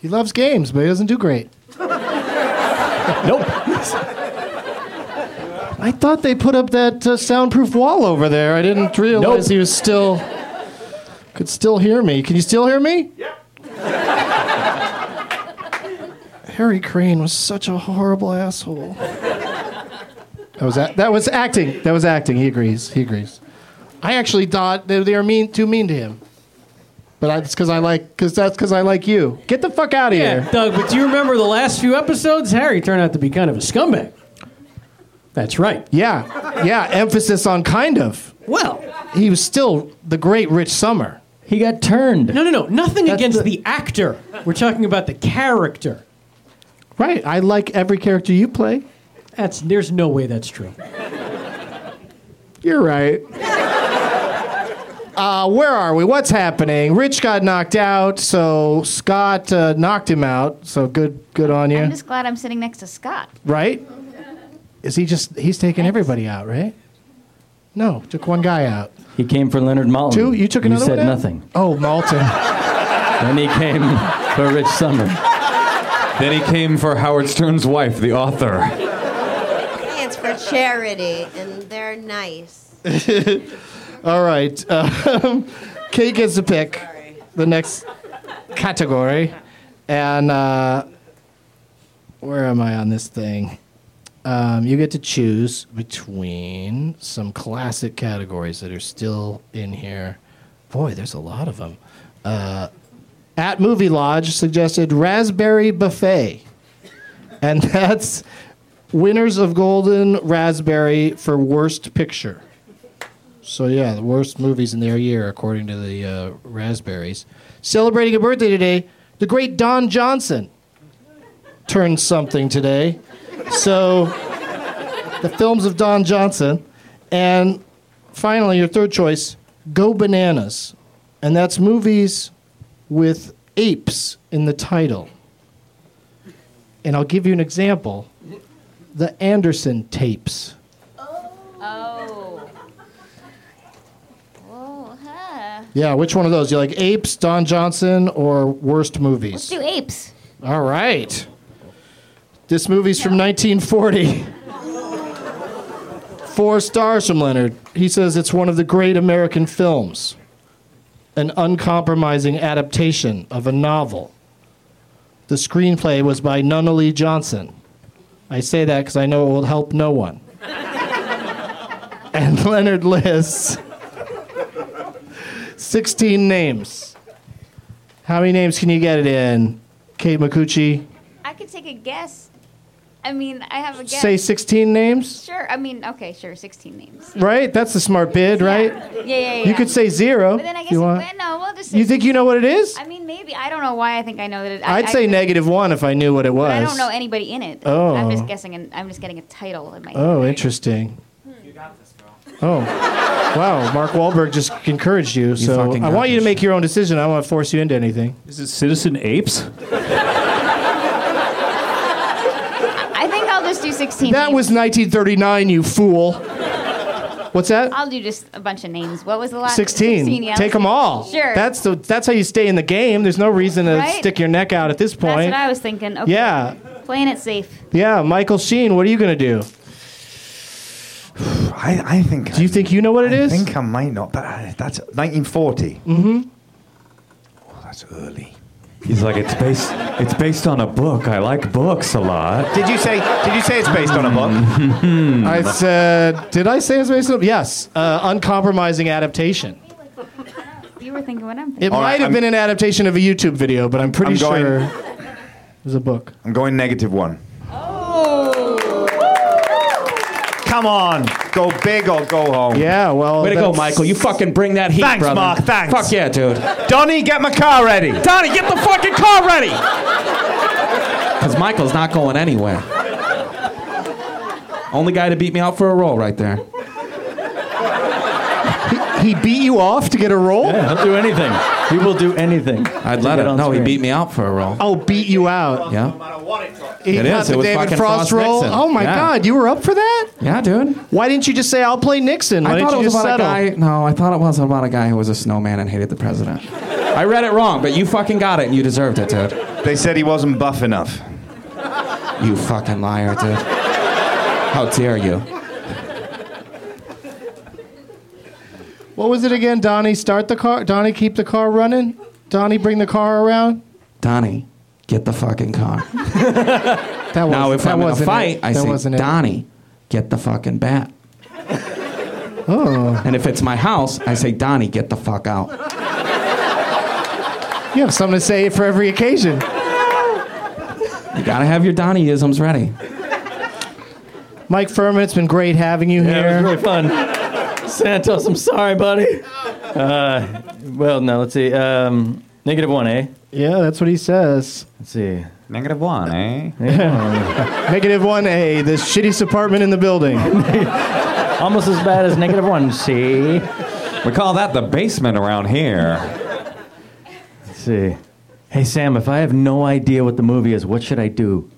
He loves games, but he doesn't do great. Nope. I thought they put up that uh, soundproof wall over there. I didn't realize he was still could still hear me. Can you still hear me? Yeah. Harry Crane was such a horrible asshole. That was a- that was acting. That was acting. He agrees. He agrees. I actually thought they, they were mean too mean to him. But I, it's because I like because that's because I like you. Get the fuck out of Yeah, here. Doug, but do you remember the last few episodes? Harry turned out to be kind of a scumbag. That's right. Yeah, yeah. Emphasis on kind of. Well, he was still the great Rich Summer. He got turned. No, no, no. Nothing against the... actor. We're talking about the character. Right. I like every character you play. That's there's no way that's true. You're right. Uh, where are we? What's happening? Rich got knocked out, so Scott uh, knocked him out. So good, good on you. I'm just glad I'm sitting next to Scott. right? Is he just? He's taking everybody out, right? No, took one guy out. He came for Leonard Maltin. Two? You took Oh, You another said one out? nothing. Oh, Malton. Then he came for Rich Summer. Then he came for Howard Stern's wife, the author. It's for charity, and they're nice. All right. Um, Kate gets to pick the next category. And uh, where am I on this thing? Um, you get to choose between some classic categories that are still in here. Boy, there's a lot of them. Uh, at Movie Lodge suggested Raspberry Buffet. And that's winners of Golden Raspberry for Worst Picture. So yeah, the worst movies in their year, according to the uh, Raspberries. Celebrating a birthday today, the great Don Johnson turned something today. So the films of Don Johnson, and finally your third choice, Go Bananas, and that's movies with apes in the title. And I'll give you an example: the Anderson tapes. Oh. Whoa, huh. Yeah, which one of those? You like apes, Don Johnson, or worst Let's movies? do apes. All right. This movie's from 1940. Four stars from Leonard. He says it's one of the great American films, an uncompromising adaptation of a novel. The screenplay was by Nunnally Johnson. I say that because I know it will help no one. and Leonard lists 16 names. How many names can you get it in? Kate Micucci? I could take a guess. I mean, I have a guess. Say 16 names? Sure. I mean, okay, sure, 16 names. Right? That's the smart bid, right? Yeah, yeah, yeah. You could say zero. But then I if guess, you we- want. no, we'll just say You think you know what it is? I mean, maybe. I don't know why I think I know that it. I, I'd I- say negative one if I knew what it was. But I don't know anybody in it. Oh. I'm just guessing, and I'm just getting a title in my head. Oh, interesting. You got this, girl. Oh, wow. Mark Wahlberg just encouraged you. so fucking I got want you to make your own decision. I don't want to force you into anything. Is it Citizen Apes? I think I'll just do 16. That names. was 1939, you fool. What's that? I'll do just a bunch of names. What was the last? 16. yeah, Take let's them do- all. Sure. That's the that's how you stay in the game. There's no reason to Right? stick your neck out at this That's point. what I was thinking. Okay. Yeah. Playing it safe. Yeah, Michael Sheen, what are you going to do? I, I think. Do you think you know what it is? I think I might not, but I, that's 1940. Mm-hmm. Oh, that's early. He's like, it's based, it's based on a book. I like books a lot. Did you say? Did you say it's based on a book? I said, did I say it's based on? Yes, uh, uncompromising adaptation. You were thinking what I'm thinking. It might have been an adaptation of a YouTube video, but I'm pretty I'm going- sure it was a book. I'm going negative one. Come on, go big or go home. Yeah, well. Way to go, Michael. You fucking bring that heat, Thanks, brother. Mark, thanks. Fuck yeah, dude. Donnie, get my car ready. Donnie, get the fucking car ready. Because Michael's not going anywhere. Only guy to beat me out for a roll right there. He beat you off to get a roll? Yeah, he'll do anything. He will do anything. I'd to let get him. on No, screen. he beat me out for a roll. Oh, beat you out. Yeah. He It got is. the It was David fucking Frost, Frost roll. Nixon. Oh my Yeah. God, you were up for that? Yeah, dude. Why didn't you just say I'll play Nixon? Why I thought didn't it you was just about settle? a guy. No, I thought it was about a guy who was a snowman and hated the president. I read it wrong, but you fucking got it and you deserved it, dude. They said he wasn't buff enough. You fucking liar, dude. How dare you? What was it again? Donnie, start the car. Donnie, keep the car running. Donnie, bring the car around. Donnie, get the fucking car. That was now, if that I'm in a wasn't fight, it. I that say, wasn't it. Donnie, get the fucking bat. Oh. And if it's my house, I say, Donnie, get the fuck out. You have something to say for every occasion. You gotta have your Donnieisms ready. Mike Furman, it's been great having you here. Yeah, it was really fun. Santos, I'm sorry, buddy. Uh, well, no, let's see. Um, negative one, eh? Yeah, that's what he says. Let's see. Negative one, eh? Negative one A, the shittiest apartment in the building. Almost as bad as negative one C. We call that the basement around here. Let's see. Hey, Sam, if I have no idea what the movie is, what should I do?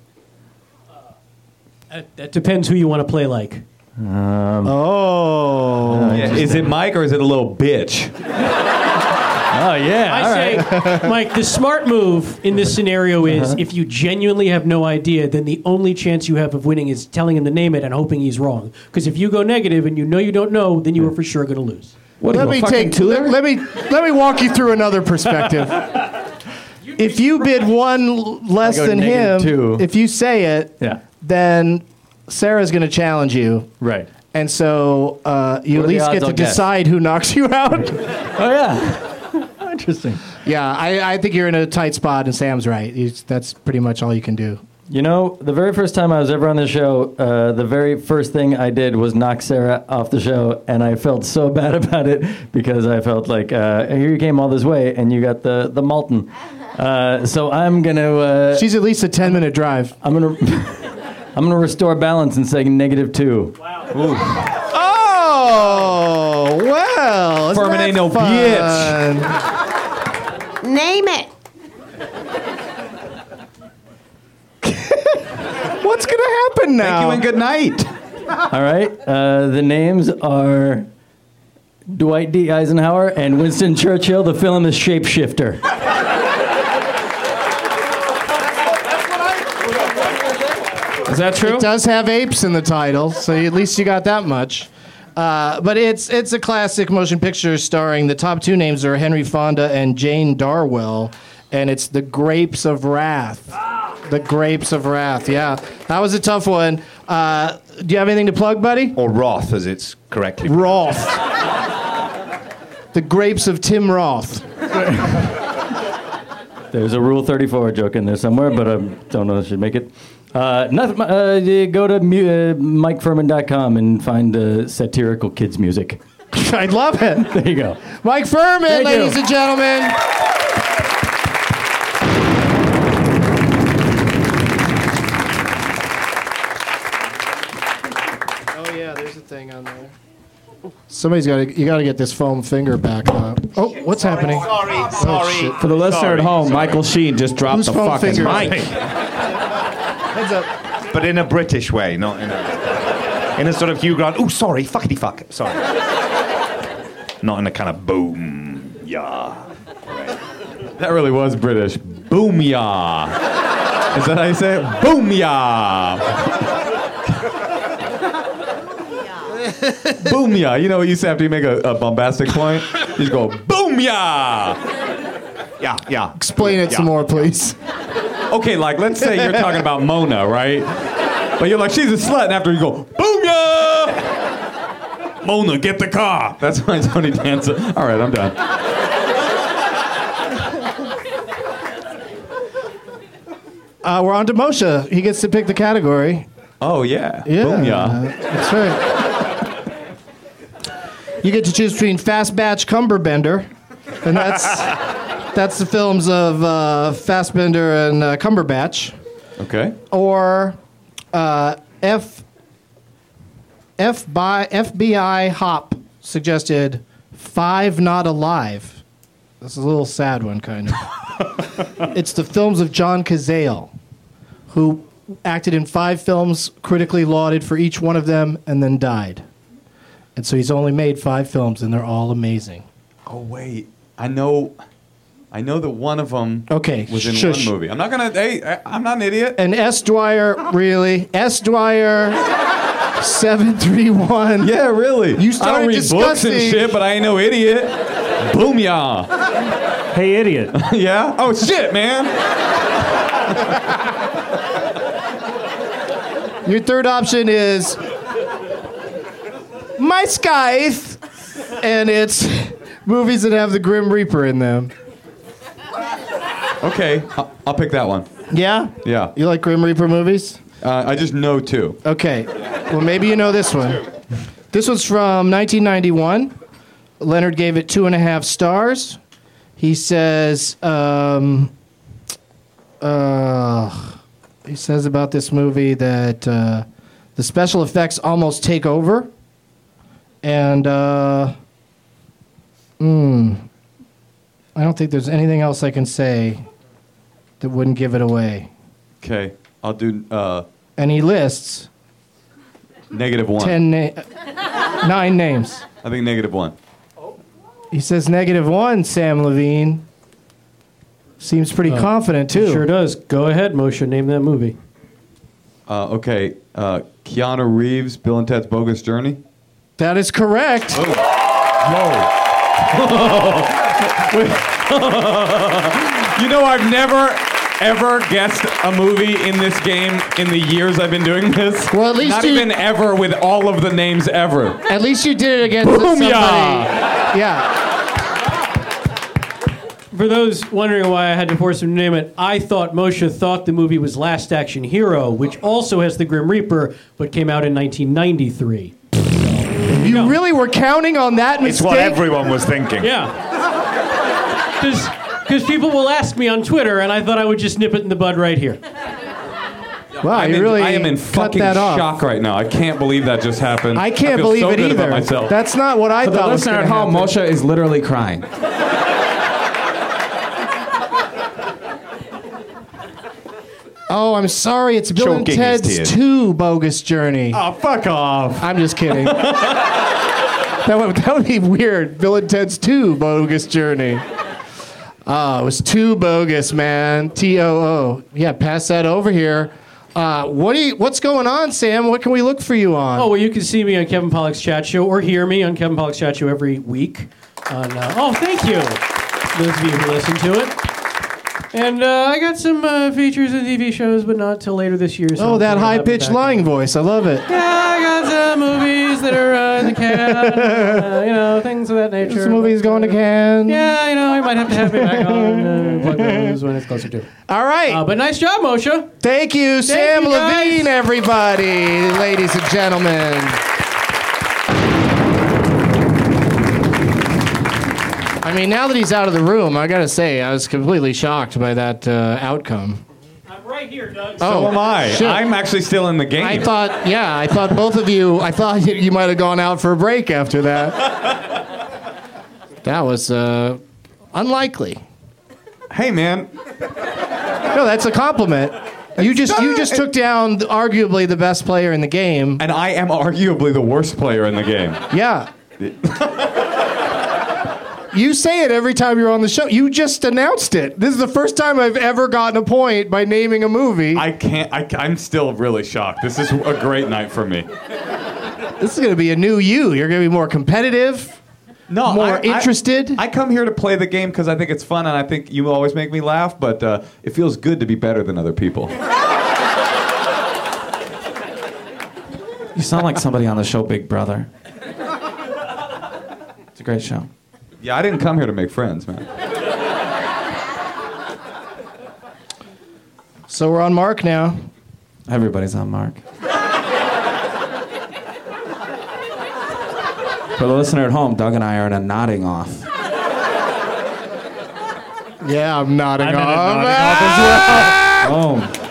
That depends who you want to play like. Um, oh. Yeah, is it Mike or is it a little bitch? Oh yeah. all I right. Uh-huh. say, Mike, the smart move in this scenario is if you genuinely have no idea, then the only chance you have of winning is telling him to name it and hoping he's wrong. Because if you go negative and you know you don't know, then you are for sure going to lose. let me take let, let me let me walk you through another perspective. if you bid one l- less I go than him, negative two. if you say it, Yeah. then Sarah's going to challenge you. Right. And so uh, you What are at the least odds get to I'll guess? decide who knocks you out. oh yeah. Interesting. Yeah, I, I think you're in a tight spot, and Sam's right. You- that's pretty much all you can do. You know, the very first time I was ever on the show, uh, the very first thing I did was knock Sarah off the show, and I felt so bad about it because I felt like uh, here you came all this way, and you got the the Malton. Uh, so I'm gonna. Uh, She's at least a ten minute drive. I'm gonna. I'm gonna restore balance and say negative two. Wow. Oh well. isn't Furman that ain't no fun? bitch. Name it. What's gonna happen now? Thank you and good night. All right. Uh, the names are Dwight D. Eisenhower and Winston Churchill. The film is Shapeshifter. Is that true? It does have apes in the title, so at least you got that much. Uh, but it's it's a classic motion picture starring the top two names are Henry Fonda and Jane Darwell, and it's The Grapes of Wrath. The Grapes of Wrath. Yeah, that was a tough one. Uh, do you have anything to plug, buddy? Or Roth, as it's correctly. Roth. the Grapes of Tim Roth. There's a Rule 34 joke in there somewhere, but I don't know if I should make it. Uh, nothing, uh, you go to mu- uh, MikeFurman.com and find uh, satirical kids music. I love it. There you go. Mike Furman, Thank ladies you. and gentlemen. Oh yeah, there's a thing on there. Somebody's got to. You got to get this foam finger back. Up. Oh, what's happening? Oh, Sorry, shit. For the listener at home, Michael Sheen just dropped Whose the phone fucking finger? mic. Heads up. But in a British way, not in a in a sort of Hugh Grant. Oh, sorry, fuckity fuck. Sorry. Not in a kind of boom. Yeah. That really was British. Boom ya. Is that how you say it? Boom ya. Boom ya. You know, what you used to have to make a, a bombastic point. You just go boom ya. Yeah, yeah. Explain it some more, please. Okay, like let's say you're talking about Mona, right? But you're like, she's a slut, and after you go boom ya. Mona, get the car. That's why Tony Danza. All right, I'm done. Uh, we're on to Moshe. He gets to pick the category. Oh yeah. Yeah. Boom ya. That's right. You get to choose between Fast Batch Cumberbender, and that's that's the films of uh, Fastbender and uh, Cumberbatch, Okay. or uh, F F by FBI Hop suggested Five Not Alive. That's a little sad one, kind of. it's the films of John Cazale, who acted in five films, critically lauded for each one of them, and then died. And so he's only made five films, and they're all amazing. Oh wait, I know, I know that one of them Okay, was in shush. one movie. I'm not gonna. Hey, I, I'm not an idiot. And S. Dwyer, really? S. Dwyer, 731. Yeah, really. You I started don't read books discussing. and shit, but I ain't no idiot. Boom ya. Hey, idiot. yeah. Oh shit, man. Your third option is My Scythe, and it's movies that have the Grim Reaper in them. Okay, I- I'll pick that one. Yeah? Yeah. You like Grim Reaper movies? Uh, I just know two. Okay. Well, maybe you know this one. This one's from 1991. Leonard gave it two and a half stars. He says, um, uh, he says about this movie that uh, the special effects almost take over. And, uh, mm, I don't think there's anything else I can say that wouldn't give it away. Okay, I'll do uh, And he lists negative one. ten na- nine names. I think negative one. He says negative one, Sam Levine. Seems pretty Oh, confident, he too. sure does. Go ahead, Moshe. Name that movie. Uh, okay, uh, Keanu Reeves, Bill and Ted's Bogus Journey. Oh. That is correct. you know, I've never ever guessed a movie in this game in the years I've been doing this. Well, at least not you- even ever with all of the names ever. At least you did it against Boom, somebody. yeah. Yeah. For those wondering why I had to force him to name it, I thought Moshe thought the movie was Last Action Hero, which also has the Grim Reaper, but came out in 1993. You really were counting on that It's mistake? what everyone was thinking. Yeah. Because people will ask me on Twitter, and I thought I would just nip it in the bud right here. Wow, I'm you in, really I am in cut fucking that off. shock right now. I can't believe that just happened. I can't feel believe so it good either. About myself. That's not what I For the thought. was listener gonna at home, happen. Moshe is literally crying. Oh, I'm sorry. It's Bill Choking and his Ted's tears. two bogus journey. Oh, fuck off. I'm just kidding. that, would, that would be weird. Bill and Ted's two bogus journey. Oh, it was two bogus, man. T O O. Yeah, pass that over here. Uh, what do you, What's going on, Sam? What can we look for you on? Oh, well, you can see me on Kevin Pollock's chat show or hear me on Kevin Pollock's chat show every week. On, uh, oh, thank you, those of you who listen to it. And uh, I got some uh, features in TV shows, but not till later this year. so Oh, I'm that gonna high have it pitched back. lying voice. I love it. Yeah, I got some movies that are uh, in the can, uh, you know, things of that nature. This movie's going to Cannes. Yeah, you know, you might have to have me back on uh, plug those when it's closer to. All right. Uh, but nice job, Moshe. Thank you, Sam you, guys. Levine, everybody, ladies and gentlemen. I mean, now that he's out of the room, I gotta say, I was completely shocked by that uh, outcome. I'm right here, Doug. so am I. oh, shit. I'm actually still in the game. I thought, yeah, I thought both of you, I thought you, you might have gone out for a break after that. That was uh, unlikely. Hey, man. No, that's a compliment. You just you just took down the- arguably the best player in the game. And I am arguably the worst player in the game. Yeah. You say it every time you're on the show. You just announced it. This is the first time I've ever gotten a point by naming a movie. I can't. I, I'm still really shocked. This is a great night for me. This is going to be a new you. You're going to be more competitive. No, more I- I- interested. I come here to play the game because I think it's fun and I think you always make me laugh, but uh, it feels good to be better than other people. You sound like somebody on the show Big Brother. It's a great show. Yeah, I didn't come here to make friends, man. so we're on Mark now. Everybody's on Mark. For the listener at home, Doug and I are in a nodding off. Yeah, I'm nodding I'm in a off. nodding Ah! Oh.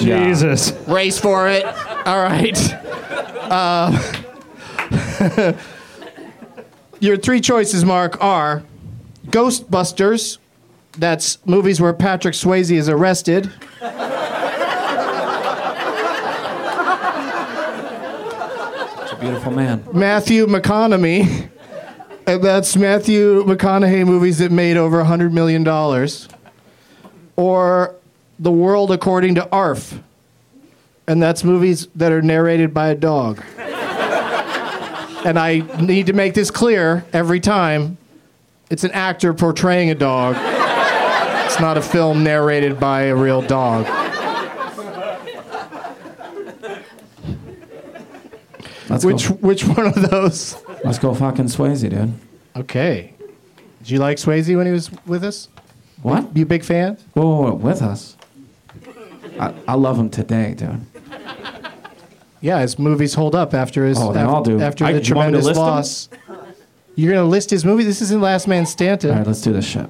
Yeah. Jesus. Race for it. All right. Um, Uh, your three choices, Mark, are Ghostbusters. That's movies where Patrick Swayze is arrested. It's a beautiful man. Matthew McConaughey. And that's Matthew McConaughey movies that made over $100 million. Or The World According to Arf. And that's movies that are narrated by a dog. and I need to make this clear every time it's an actor portraying a dog, it's not a film narrated by a real dog. Let's which, go. which one of those? Let's go fucking Swayze, dude. Okay. Did you like Swayze when he was with us? What? You big fan? Uh, Whoa, whoa, whoa, with us. I, I love him today, dude. Yeah, his movies hold up after his Oh, they af- all do. after I- the you want me to tremendous list 'em? loss. You're gonna list his movie. This isn't Last Man Standing. All right, let's do this shit.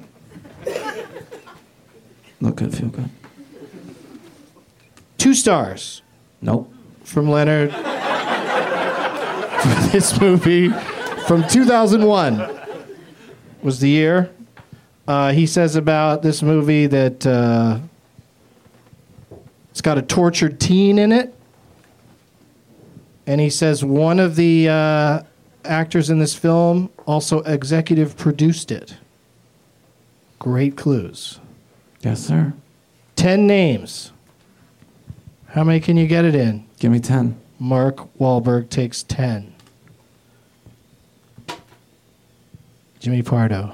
Look good, feel good. Two stars. Nope. From Leonard. for this movie from 2001 was the year. Uh, he says about this movie that uh, it's got a tortured teen in it. And he says one of the uh, actors in this film also executive produced it. Great clues. Yes, sir. 10 names. How many can you get it in? Give me 10. Mark Wahlberg takes 10. Jimmy Pardo.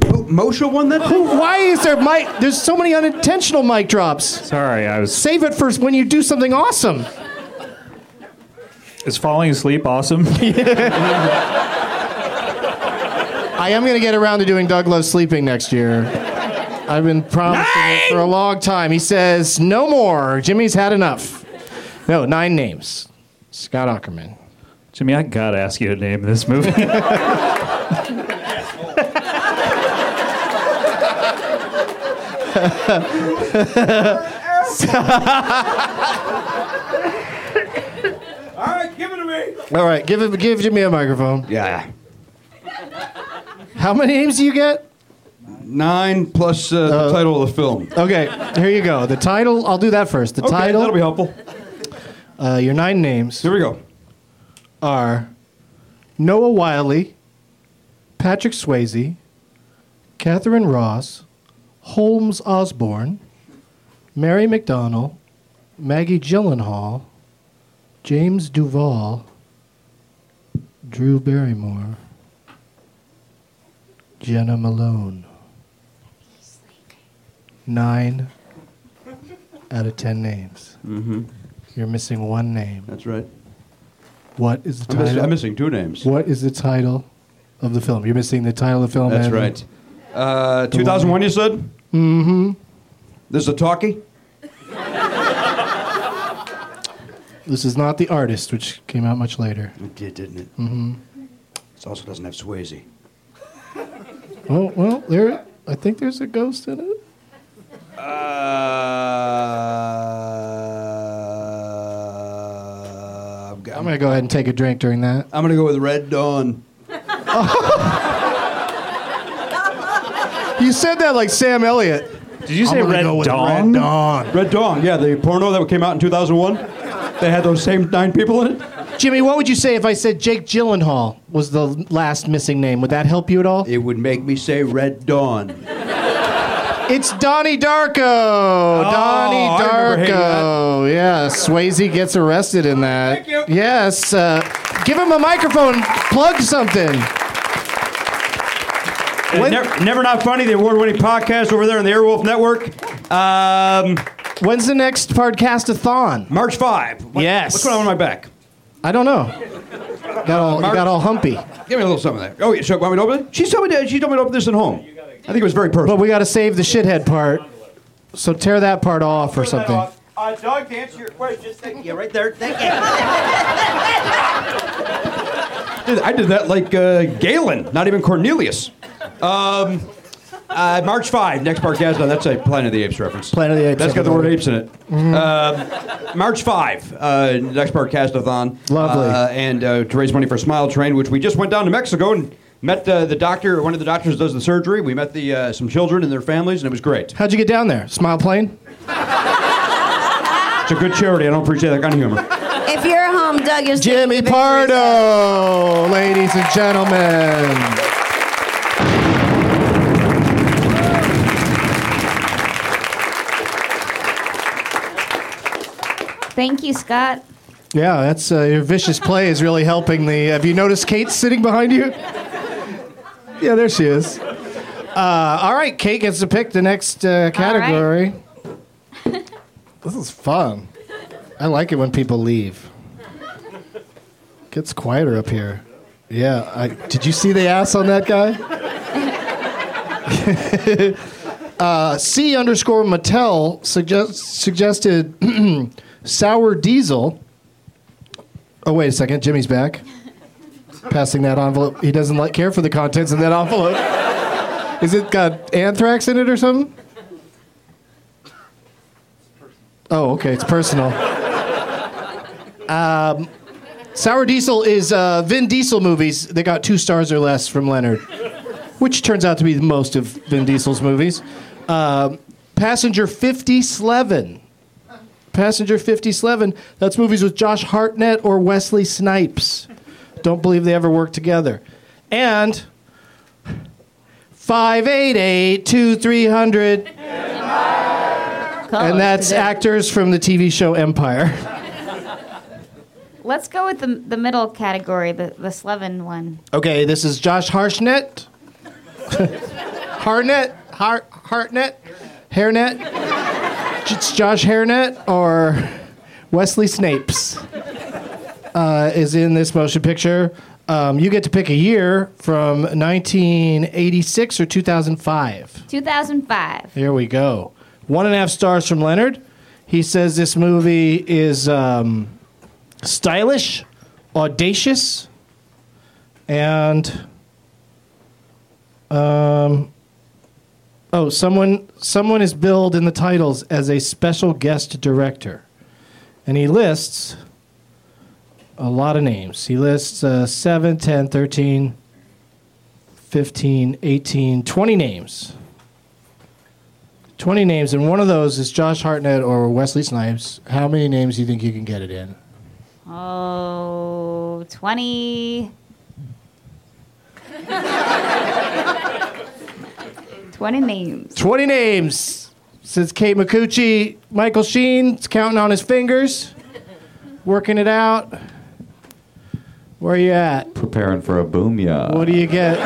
Moshe won that? Why is there mic? There's so many unintentional mic drops. Sorry, I was. Save it for when you do something awesome. Is falling asleep awesome? I am going to get around to doing Doug Loves Sleeping next year. I've been promising it for a long time. He says, no more. Jimmy's had enough. No, nine names. Scott Ackerman. Jimmy, I gotta ask you to name this movie. All right, give it to me. All right, give it, give Jimmy a microphone. Yeah. How many names do you get? Nine plus uh, the title of the film. Okay, here you go. The title. I'll do that first. The Okay, title. that'll be helpful. Uh, your nine names. Here we go. Are Noah Wiley, Patrick Swayze, Catherine Ross, Holmes Osborne, Mary McDonnell, Maggie Gyllenhaal, James Duval, Drew Barrymore. Jenna Malone. Nine out of ten names. Mhm. You're missing one name. That's right. What is the I'm missing- title? I'm missing two names. What is the title of the film? You're missing the title of the film. That's and- right. Uh, 2001, you said? Mm-hmm. This is a talkie? This is not the artist, which came out much later. It did, didn't it? Mm-hmm. It also doesn't have Swayze. Oh well, there. I think there's a ghost in it. Uh, I'm, I'm gonna go ahead and take a drink during that. I'm going to go with Red Dawn. you said that like Sam Elliott. Did you I'm say gonna Red go with Dawn? Red Dawn. Red Dawn, yeah, the porno that came out in 2001. They had those same nine people in it. Jimmy, what would you say if I said Jake Gyllenhaal was the last missing name? Would that help you at all? It would make me say Red Dawn. It's Donnie Darko. Oh, I Donnie remember hating Darko. Yeah, Swayze gets arrested in that. Thank you. Yes. Uh, give him a microphone. Plug something. Uh, never, never Not Funny, the award winning podcast over there on the Airwolf Network. Um, When's the next podcastathon? March 5. What- Yes. What's going on with my back? I don't know. Got all, you Mark- got all humpy. Give me a little something there. Oh, yeah, so want me to open it? She told me to, she told me to open this at home. I think it was very personal. But we got to save the shithead part. So tear that part off or something. Uh, Doug, to answer your question, thank you. Right there, thank you. Dude, I did that like uh, Galen, not even Cornelius. Um, uh, March 5, next podcast. No, that's a Planet of the Apes reference. Planet of the Apes, That's got the word everybody. apes in it. Uh, March 5, uh, next podcast-a-thon. Lovely. Uh, and uh, to raise money for Smile Train, which we just went down to Mexico and met uh, the doctor, one of the doctors does the surgery. We met the uh, some children and their families, and it was great. How'd you get down there? Smile plane? It's a good charity. I don't appreciate that kind of humor. If you're home, Doug is Jimmy Pardo, ladies and gentlemen. Thank you, Scott. Yeah, that's uh, your vicious play is really helping the. Have you noticed Kate sitting behind you? Yeah, there she is. Uh, all right, Kate gets to pick the next uh, category. this is fun. I like it when people leave. Gets quieter up here. Yeah, I, did you see the ass on that guy? uh, C underscore Mattel suggest, suggested sour diesel. Oh wait a second, Jimmy's back. Passing that envelope, he doesn't like care for the contents of that envelope. Is it got anthrax in it or something? Oh, okay, it's personal. Um, sour diesel is uh, Vin Diesel movies that got two stars or less from Leonard, which turns out to be most of Vin Diesel's movies. Um Passenger Fifty Sleven. Passenger 57, that's movies with Josh Hartnett or Wesley Snipes. Don't believe they ever worked together. And 588 2300. And that's actors from the TV show Empire. Let's go with the, the middle category, the, the Slevin one. Okay, this is Josh Harshnett. Harnett? Har- Hartnett? Hairnet? It's Josh Hairnet or Wesley Snipes uh, is in this motion picture. Um, you get to pick a year from 1986 or 2005. 2005. Here we go. One and a half stars from Leonard. He says this movie is um, stylish, audacious, and um, oh, someone someone is billed in the titles as a special guest director, and he lists a lot of names. He lists uh, 7, 10, 13, 15, 18, 20 names. 20 names, and one of those is Josh Hartnett or Wesley Snipes. How many names do you think you can get it in? Oh, 20. 20 names. 20 names. Says Kate McCucci. Michael Sheen's counting on his fingers, working it out. Where are you at? Preparing for a boom, yeah. What do you get?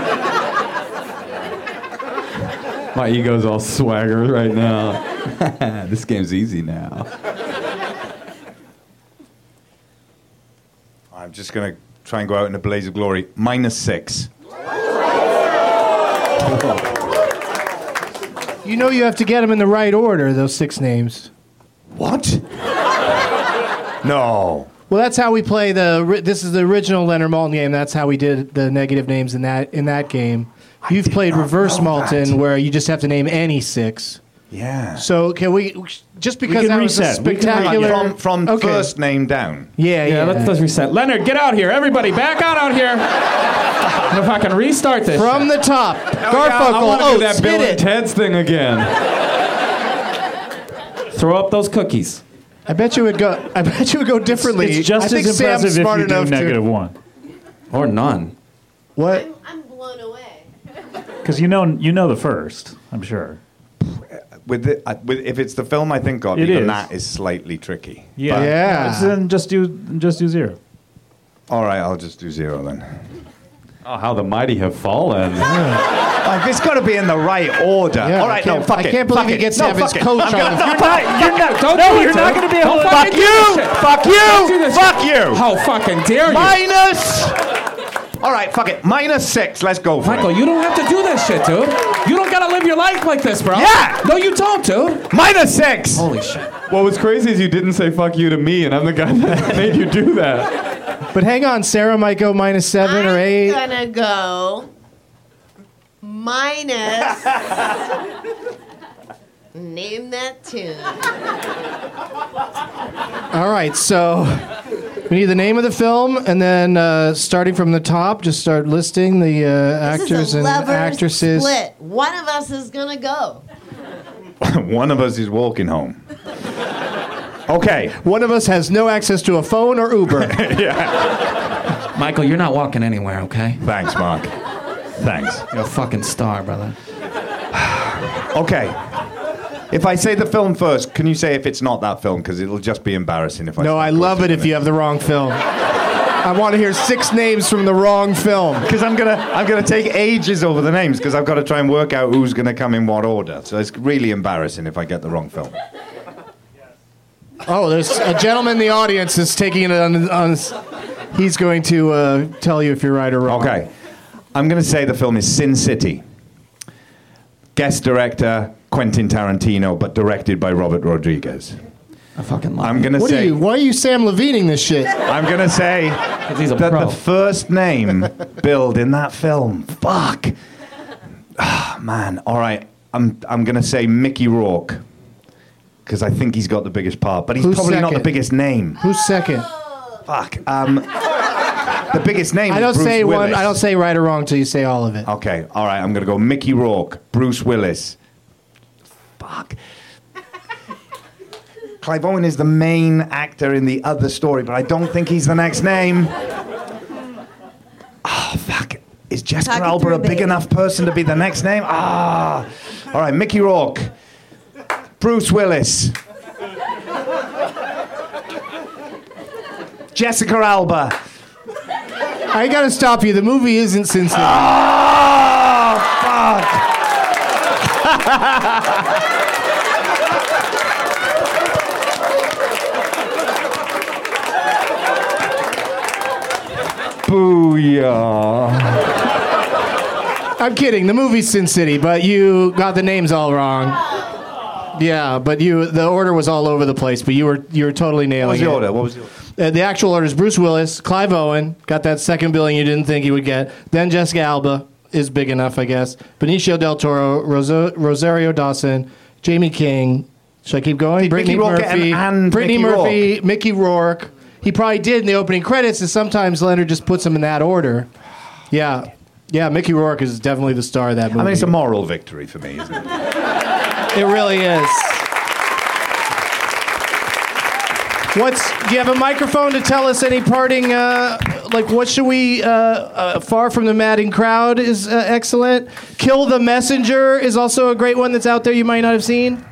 My ego's all swagger right now. this game's easy now. I'm just going to try and go out in a blaze of glory. Minus six. You know you have to get them in the right order, those six names. What? No. Well, that's how we play the. ri- This is the original Leonard Maltin game. That's how we did the negative names in that in that game. You've played reverse Maltin, where you just have to name any six. Yeah. So can we? Just because that was a spectacular From, from Okay. first name down. Yeah, yeah. Let's, let's reset. Leonard, get out here. Everybody, back out out here. And if I can restart this from the top, I Garfunkel, wanna do oh, that spit Bill it. and Ted's thing again. Throw up those cookies. I bet you would go. I bet you would go differently. it's just I think as Sam's impressive if smart you do enough negative to, one. Or none. What? Because you know, you know the first, I'm sure. With, the, uh, with if it's the film I think of, It even is. that is slightly tricky. Yeah. But- Then uh, just do just do zero. All right, I'll just do zero then. Oh, how the mighty have fallen. Like, Oh, it's got to be in the right order. Yeah, All right, I no, can't- fuck I it. can't believe fuck he it. gets to no, have his fuck it. coach I'm on. gonna- If you're fuck not- it. you're not- don't no, do it, you're not Tom. going to be Don't able to. Fuck fucking do this you. shit. Fuck Don't do you. this Fuck shit. you. How fucking dare you. Minus. All right, fuck it. Minus six. Let's go for Michael, it. you don't have to do that shit, dude. You don't gotta live your life like this, bro. Yeah. No, you don't, dude. Minus six. Holy shit. What was crazy is you didn't say fuck you to me, and I'm the guy that made you do that. um, But hang on, Sarah might go minus seven or eight. gonna go minus. Name that tune. All right, so we need the name of the film, and then uh, starting from the top, just start listing the uh, This is actors a and lovers actresses. Split. One of us is gonna go. One of us is walking home. Okay. One of us has no access to a phone or Uber. Michael, you're not walking anywhere, okay? Thanks, Mark. Thanks. You're a fucking star, brother. Okay. If I say the film first, can you say if it's not that film? Because it'll just be embarrassing if I. No, I love it if you have the wrong film. I want to hear six names from the wrong film. Because I'm gonna, I'm gonna take ages over the names because I've got to try and work out who's gonna come in what order. So it's really embarrassing if I get the wrong film. Oh, there's a gentleman in the audience that's taking it on. on he's going to uh, tell you if you're right or wrong. Okay. I'm going to say the film is Sin City. Guest director Quentin Tarantino, but directed by Robert Rodriguez. I fucking I'm going to What are say. you? Why are you Sam Levining this shit? I'm going to say he's a that pro. the first name billed in that film. Fuck. Ah, man. All right. I'm, I'm going to say Mickey Rourke because I think he's got the biggest part, but he's Who's probably not the second? biggest name. Who's second? Fuck. Um, the biggest name I is don't Bruce say one. Willis. I don't say right or wrong till you say all of it. Okay, all right. I'm gonna go Mickey Rourke, Bruce Willis. Fuck. Clive Owen is the main actor in the other story, but I don't think he's the next name. Oh fuck! Is Jessica Talk it Alba through, a big babe. enough person to be the next name? Ah. All right, Mickey Rourke, Bruce Willis, Jessica Alba. I gotta stop you. The movie isn't Sin City. Booyah. I'm kidding. The movie's Sin City, but you got the names all wrong. Yeah, but you the order was all over the place, but you were you were totally nailing What was it. the order? What was the order? Uh, the actual order is Bruce Willis, Clive Owen got that second billing you didn't think he would get. Then Jessica Alba is big enough, I guess. Benicio del Toro, Rosa, Rosario Dawson, Jamie King. Should I keep going? Did Mickey Brittany Rourke get Murphy, an and Brittany Mickey Murphy, Mickey Rourke. He probably did in the opening credits, and sometimes Leonard just puts them in that order. Yeah, yeah. Mickey Rourke is definitely the star of that movie. I mean, it's a moral victory for me, isn't it? It really is. What's? Do you have a microphone to tell us any parting? Uh, like, what should we? Uh, uh, Far from the madding crowd is uh, excellent. Kill the messenger is also a great one that's out there you might not have seen.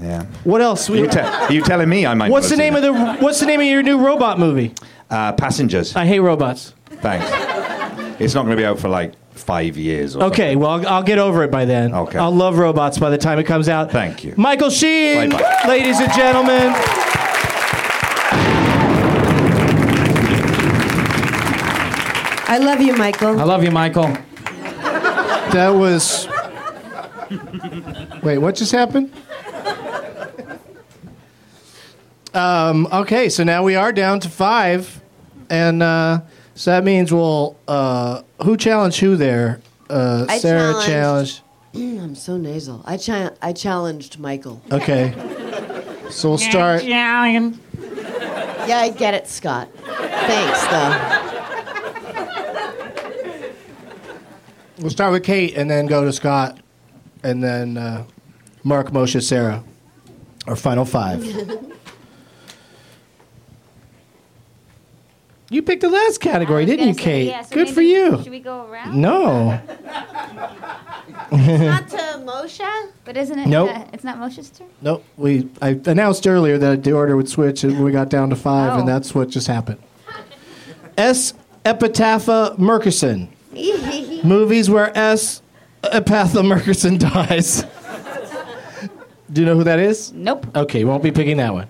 Yeah. What else? You, te- you telling me I might. What's the name of the What's the name of your new robot movie? Uh, passengers. I hate robots. Thanks. It's not going to be out for like five years. Or Okay, well, I'll, I'll get over it by then. Okay. I'll love robots by the time it comes out. Thank you. Michael Sheen, ladies and gentlemen. I love you, Michael. I love you, Michael. That was. Wait, what just happened? Um, okay, so now we are down to five, and uh, so that means we'll uh, who challenged who there? Uh, I Sarah challenged- Mm, I'm so nasal. I chi- I challenged Michael. challenged. Okay, so we'll start. Yeah, I get it, Scott. Thanks, though. We'll start with Kate, and then go to Scott, and then uh, Mark, Moshe, Sarah. Our final five. You picked the last category, didn't you, Kate? Yeah, so Good maybe- for you. Should we go around? No. it's to Moshe? But isn't it? Nope. uh, it's not Moshe's turn? Nope. We I announced earlier that the order would switch, and we got down to five, Oh. and that's what just happened. S. Epitapha Murkison. Movies where S. Epitapha Murkison dies. Do you know who that is? Nope. Okay, won't be picking that one.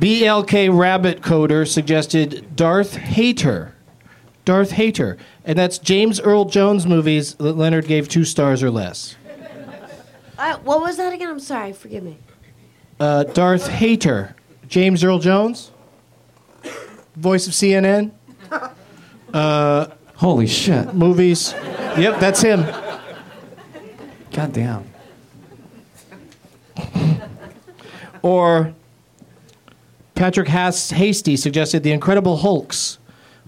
BLK Rabbit Coder suggested Darth Hater. Darth Hater. And that's James Earl Jones movies that Leonard gave two stars or less. Uh, what was that again? I'm sorry. Forgive me. Uh, Darth Hater. James Earl Jones. Voice of CNN. Uh, Holy shit. Movies. Yep, that's him. God damn. Or Patrick Has- Hasty suggested The Incredible Hulks,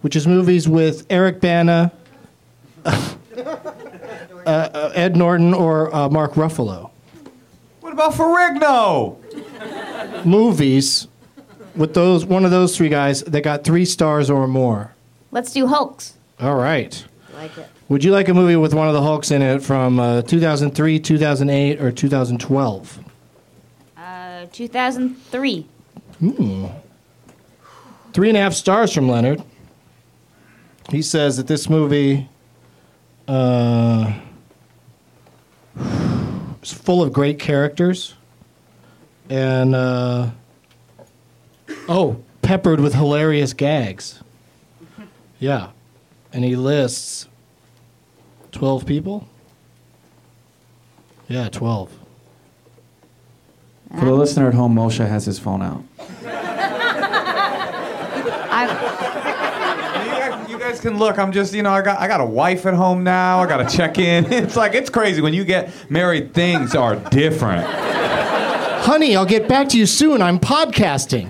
which is movies with Eric Bana, uh, uh, Ed Norton, or uh, Mark Ruffalo. What about Ferrigno? Movies with those one of those three guys that got three stars or more. Let's do Hulks. All right. Like it. Would you like a movie with one of the Hulks in it from uh, 2003, 2008, or 2012? Uh, 2003. Hmm. Three and a half stars from Leonard. He says that this movie uh, is full of great characters and, uh, oh, peppered with hilarious gags. Yeah. And he lists 12 people. Yeah, 12. For the listener at home, Moshe has his phone out. You guys, you guys can look. I'm just, you know, I got, I got a wife at home now. I got to check in. It's like it's crazy when you get married. Things are different. Honey, I'll get back to you soon. I'm podcasting.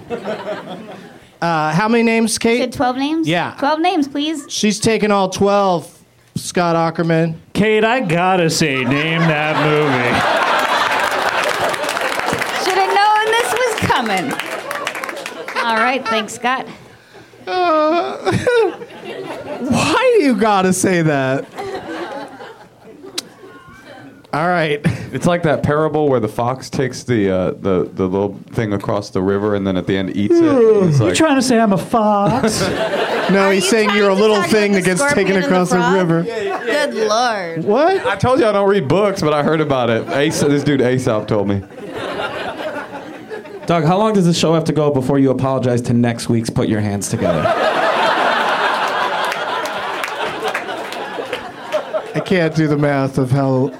Uh, how many names, Kate? Said 12 names? Yeah. 12 names, please. She's taken all 12, Scott Ackerman. Kate, I gotta say, name that movie. Should have known this was coming. All right, thanks, Scott. Why do you gotta say that? All right. It's like that parable where the fox takes the uh, the the little thing across the river and then at the end eats it. It's you like, trying to say I'm a fox? no, he's saying you're a little thing that gets scorpion taken and the across the frog? river. Good lord. What? I told you I don't read books, but I heard about it. Ace, this dude Aesop told me. Doug, how long does the show have to go before you apologize to next week's Put Your Hands Together? I can't do the math of how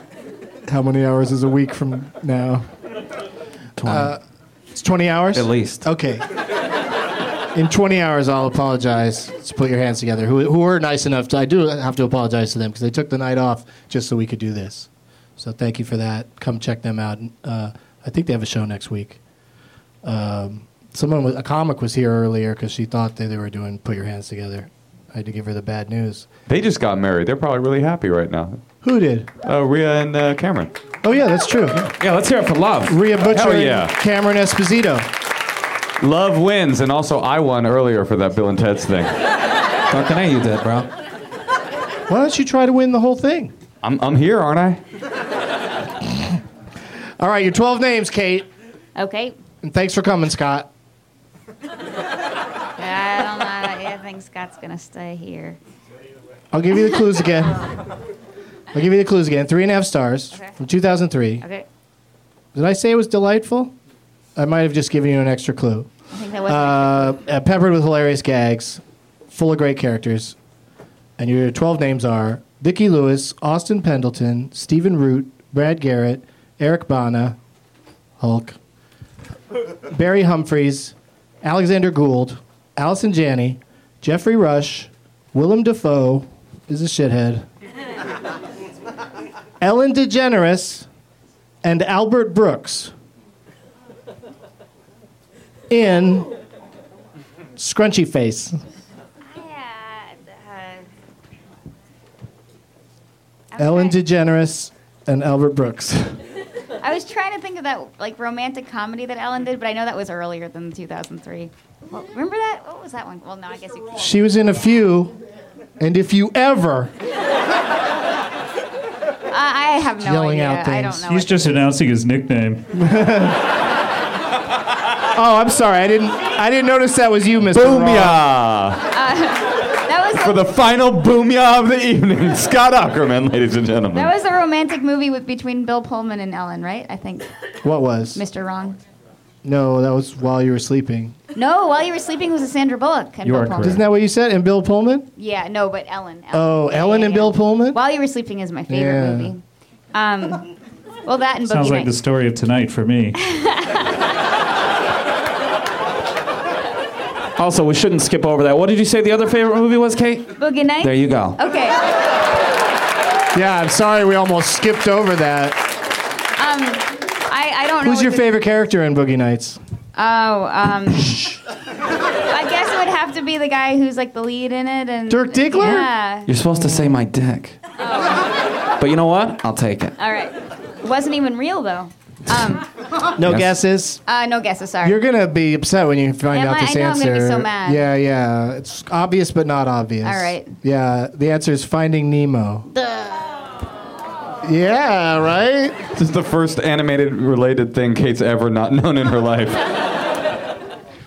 how many hours is a week from now. Uh, 20. it's 20 hours? At least. Okay. In 20 hours, I'll apologize to put your hands together. Who, who were nice enough to, I do have to apologize to them because they took the night off just so we could do this. So thank you for that. Come check them out. Uh, I think they have a show next week. Um, someone, was, a comic was here earlier because she thought that they were doing Put Your Hands Together. I had to give her the bad news. They just got married. They're probably really happy right now. Who did? Uh, Rhea and uh, Cameron. Oh, yeah, that's true. Yeah, let's hear it for love. Rhea Butcher Hell and yeah. Cameron Esposito. Love wins, and also I won earlier for that Bill and Ted's thing. Fucking A, you did, bro. Why don't you try to win the whole thing? I'm, I'm here, aren't I? All right, your 12 names, Kate. Okay. And thanks for coming, Scott. I don't know. I think Scott's going to stay here. I'll give you the clues again. I'll give you the clues again. Three and a half stars from 2003. Okay. Did I say it was delightful? I might have just given you an extra clue. I think that was uh, uh, peppered with hilarious gags, full of great characters, and your 12 names are Vicki Lewis, Austin Pendleton, Stephen Root, Brad Garrett, Eric Bana, Hulk, Barry Humphries, Alexander Gould, Allison Janney, Jeffrey Rush, Willem Dafoe is a shithead, Ellen DeGeneres, and Albert Brooks in Scrunchy Face. uh, Ellen DeGeneres and Albert Brooks. I was trying to think of that like romantic comedy that Ellen did, but I know that was earlier than 2003. Well, remember that? What was that one? Well, no, I guess you. She was in a few, and if you ever, Uh, I, I have no Yelling idea. out I don't things. know. He's just announcing his nickname. oh, I'm sorry, I didn't, I didn't notice that was you, Mr. Boomiah. Uh, that was For the final boomyah of the evening, Scott Ackerman, ladies and gentlemen. that was a romantic movie with between Bill Pullman and Ellen, right? I think What was? Mr. Wrong. No, that was while you were sleeping. No, while you were sleeping was a Sandra Bullock. And Bill Pullman. Isn't that what you said? And Bill Pullman? Yeah, no, but Ellen. Oh, Ellen and Bill Pullman? While you were sleeping is my favorite Yeah. movie. Um, well, that and Boogie Sounds like the Nights. story of tonight for me. Also, we shouldn't skip over that. What did you say the other favorite movie was, Kate? Boogie Nights. There you go. Okay. Yeah, I'm sorry we almost skipped over that. Um, I, I don't know. Who's what your the- favorite character in Boogie Nights? Oh, um, I guess it would have to be the guy who's like the lead in it and Dirk Diggler? Yeah. You're supposed to say my dick. But you know what? I'll take it. All right. Wasn't even real though. Um, No guesses. Uh, no guesses. Sorry. You're gonna be upset when you find Am out I? this I know I'm answer. gonna be so mad. Yeah, yeah. It's obvious but not obvious. All right. Yeah, the answer is Finding Nemo. Duh. Yeah, right? This is the first animated related thing Kate's ever not known in her life.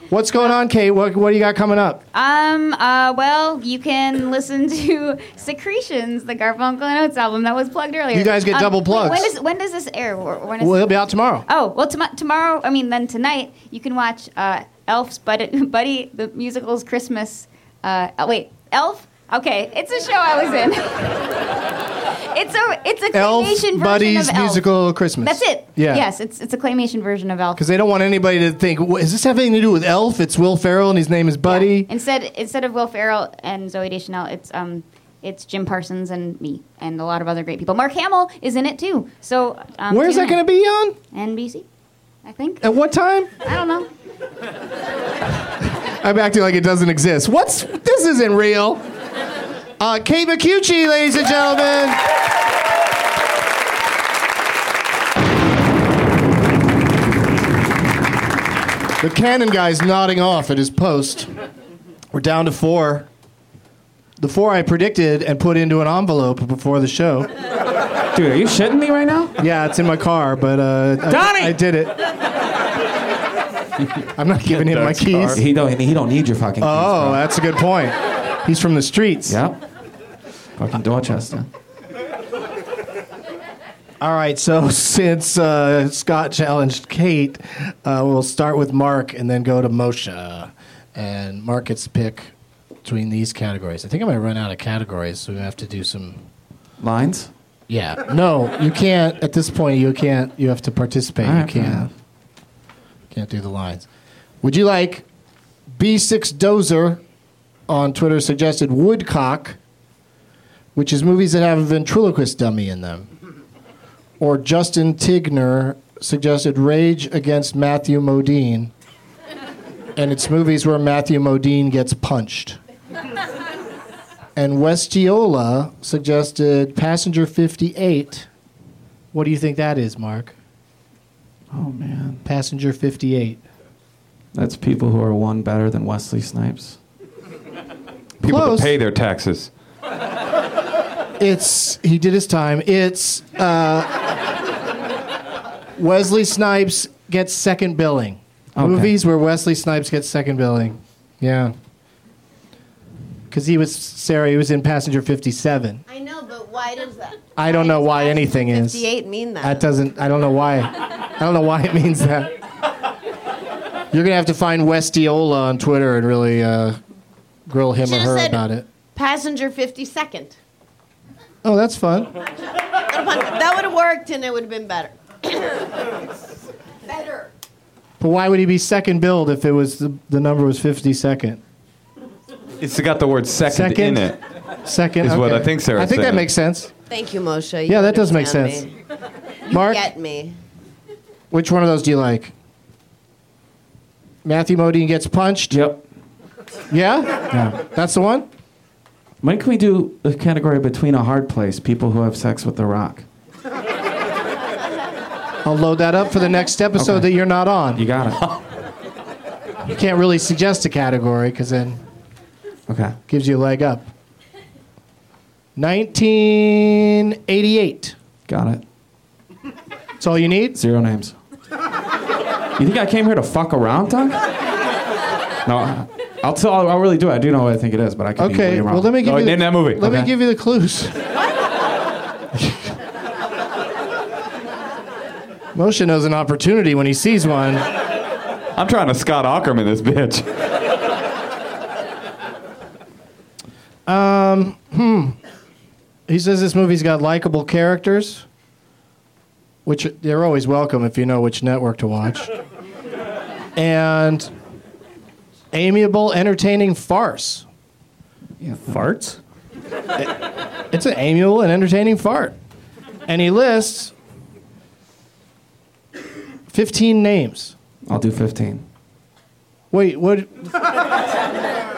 What's going on, Kate? What What do you got coming up? Um. Uh. Well, you can listen to Secretions, the Garfunkel and Oates album that was plugged earlier. You guys get Um, double wait, plugs. When does when does this air? Or When is Well, he'll be out tomorrow. Oh well, tom- tomorrow. I mean, then tonight you can watch uh, Elf's Buddy, Buddy the musical's Christmas. Uh, oh, wait, Elf. Okay, it's a show I was in. it's a it's a Elf claymation Buddies Oh, version of musical Elf. Christmas. That's it. Yeah. Yes, it's it's a claymation version of Elf. Because they don't want anybody to think, "Wha- is this having to do with Elf? It's Will Ferrell and his name is Buddy. Instead, instead of Will Ferrell and Zoe Deschanel, it's um, it's Jim Parsons and me and a lot of other great people. Mark Hamill is in it too. So um, Where's that going to be on? NBC, I think. At what time? I don't know. I'm acting like it doesn't exist. What's this isn't real? Uh, Kate McCucci, ladies and gentlemen. The cannon guy's nodding off at his post. We're down to four. The four I predicted and put into an envelope before the show. Dude, are you shitting me right now? Yeah, it's in my car, but uh, I- Donnie! I, did it. I'm not giving him my keys. He don't. He don't need your fucking. Oh, that's a good point. He's from the streets. Yep. Fucking Dorchester. All right, so since uh, Scott challenged Kate, uh, we'll start with Mark and then go to Moshe. And Mark gets to pick between these categories. I think I might run out of categories, so we have to do some lines. Yeah. No, you can't. At this point, you can't. You have to participate. All You right, fine. can't. Can't do the lines. Would you like B6 Dozer on Twitter suggested Woodcock, which is movies that have a ventriloquist dummy in them? Or Justin Tigner suggested Rage Against Matthew Modine, and it's movies where Matthew Modine gets punched. And Westiola suggested Passenger 58. What do you think that is, Mark? Oh man. Passenger 58. That's people who are one better than Wesley Snipes. People Close. that pay their taxes. It's he did his time. It's uh, Wesley Snipes gets second billing. Movies where Wesley Snipes gets second billing. Yeah. Because he was Sarah. He was in Passenger 57. I know, but why Why does that? I don't know why anything is. 58 mean that? That doesn't. I don't know why. I don't know why it means that. You're gonna have to find Westiola on Twitter and really uh, grill him or Should've her said- about it. Passenger 52nd. Oh, that's fun. That would have worked and it would have been better. better. But why would he be second billed if it was the, the number was 52nd? It's got the word second, in it. Second Is what okay. I think Sarah's I think that saying. makes sense. Thank you, Moshe. Yeah, that does make understand me. You Mark? get me. Which one of those do you like? Matthew Modine gets punched. Yep. Yeah. Yeah. That's the one. When can we do the category between a hard place, people who have sex with the rock? I'll load that up for the next episode that you're not on. You got it. you can't really suggest a category because then Okay. gives you a leg up. 1988. Got it. That's all you need? Zero names. You think I came here to fuck around, Doug? No, I'll tell. I'll really do it. I do know what I think it is, but I could be Okay. really wrong. Well, let me give no, you name the, that movie. Let me Okay. give you the clues. Moshe knows an opportunity when he sees one. I'm trying to Scott Ackerman this bitch. Um, hmm. He says this movie's got likable characters, which they're always welcome if you know which network to watch, and amiable, entertaining farce. Yeah, farts. it's an amiable and entertaining fart, and he lists fifteen names. I'll do fifteen. Wait, what?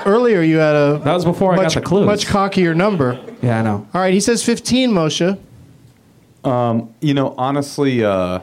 Earlier you had a that was before much, I got the clues. Much cockier number. Yeah, I know. All right, he says 15, Moshe. Um, you know, honestly, uh,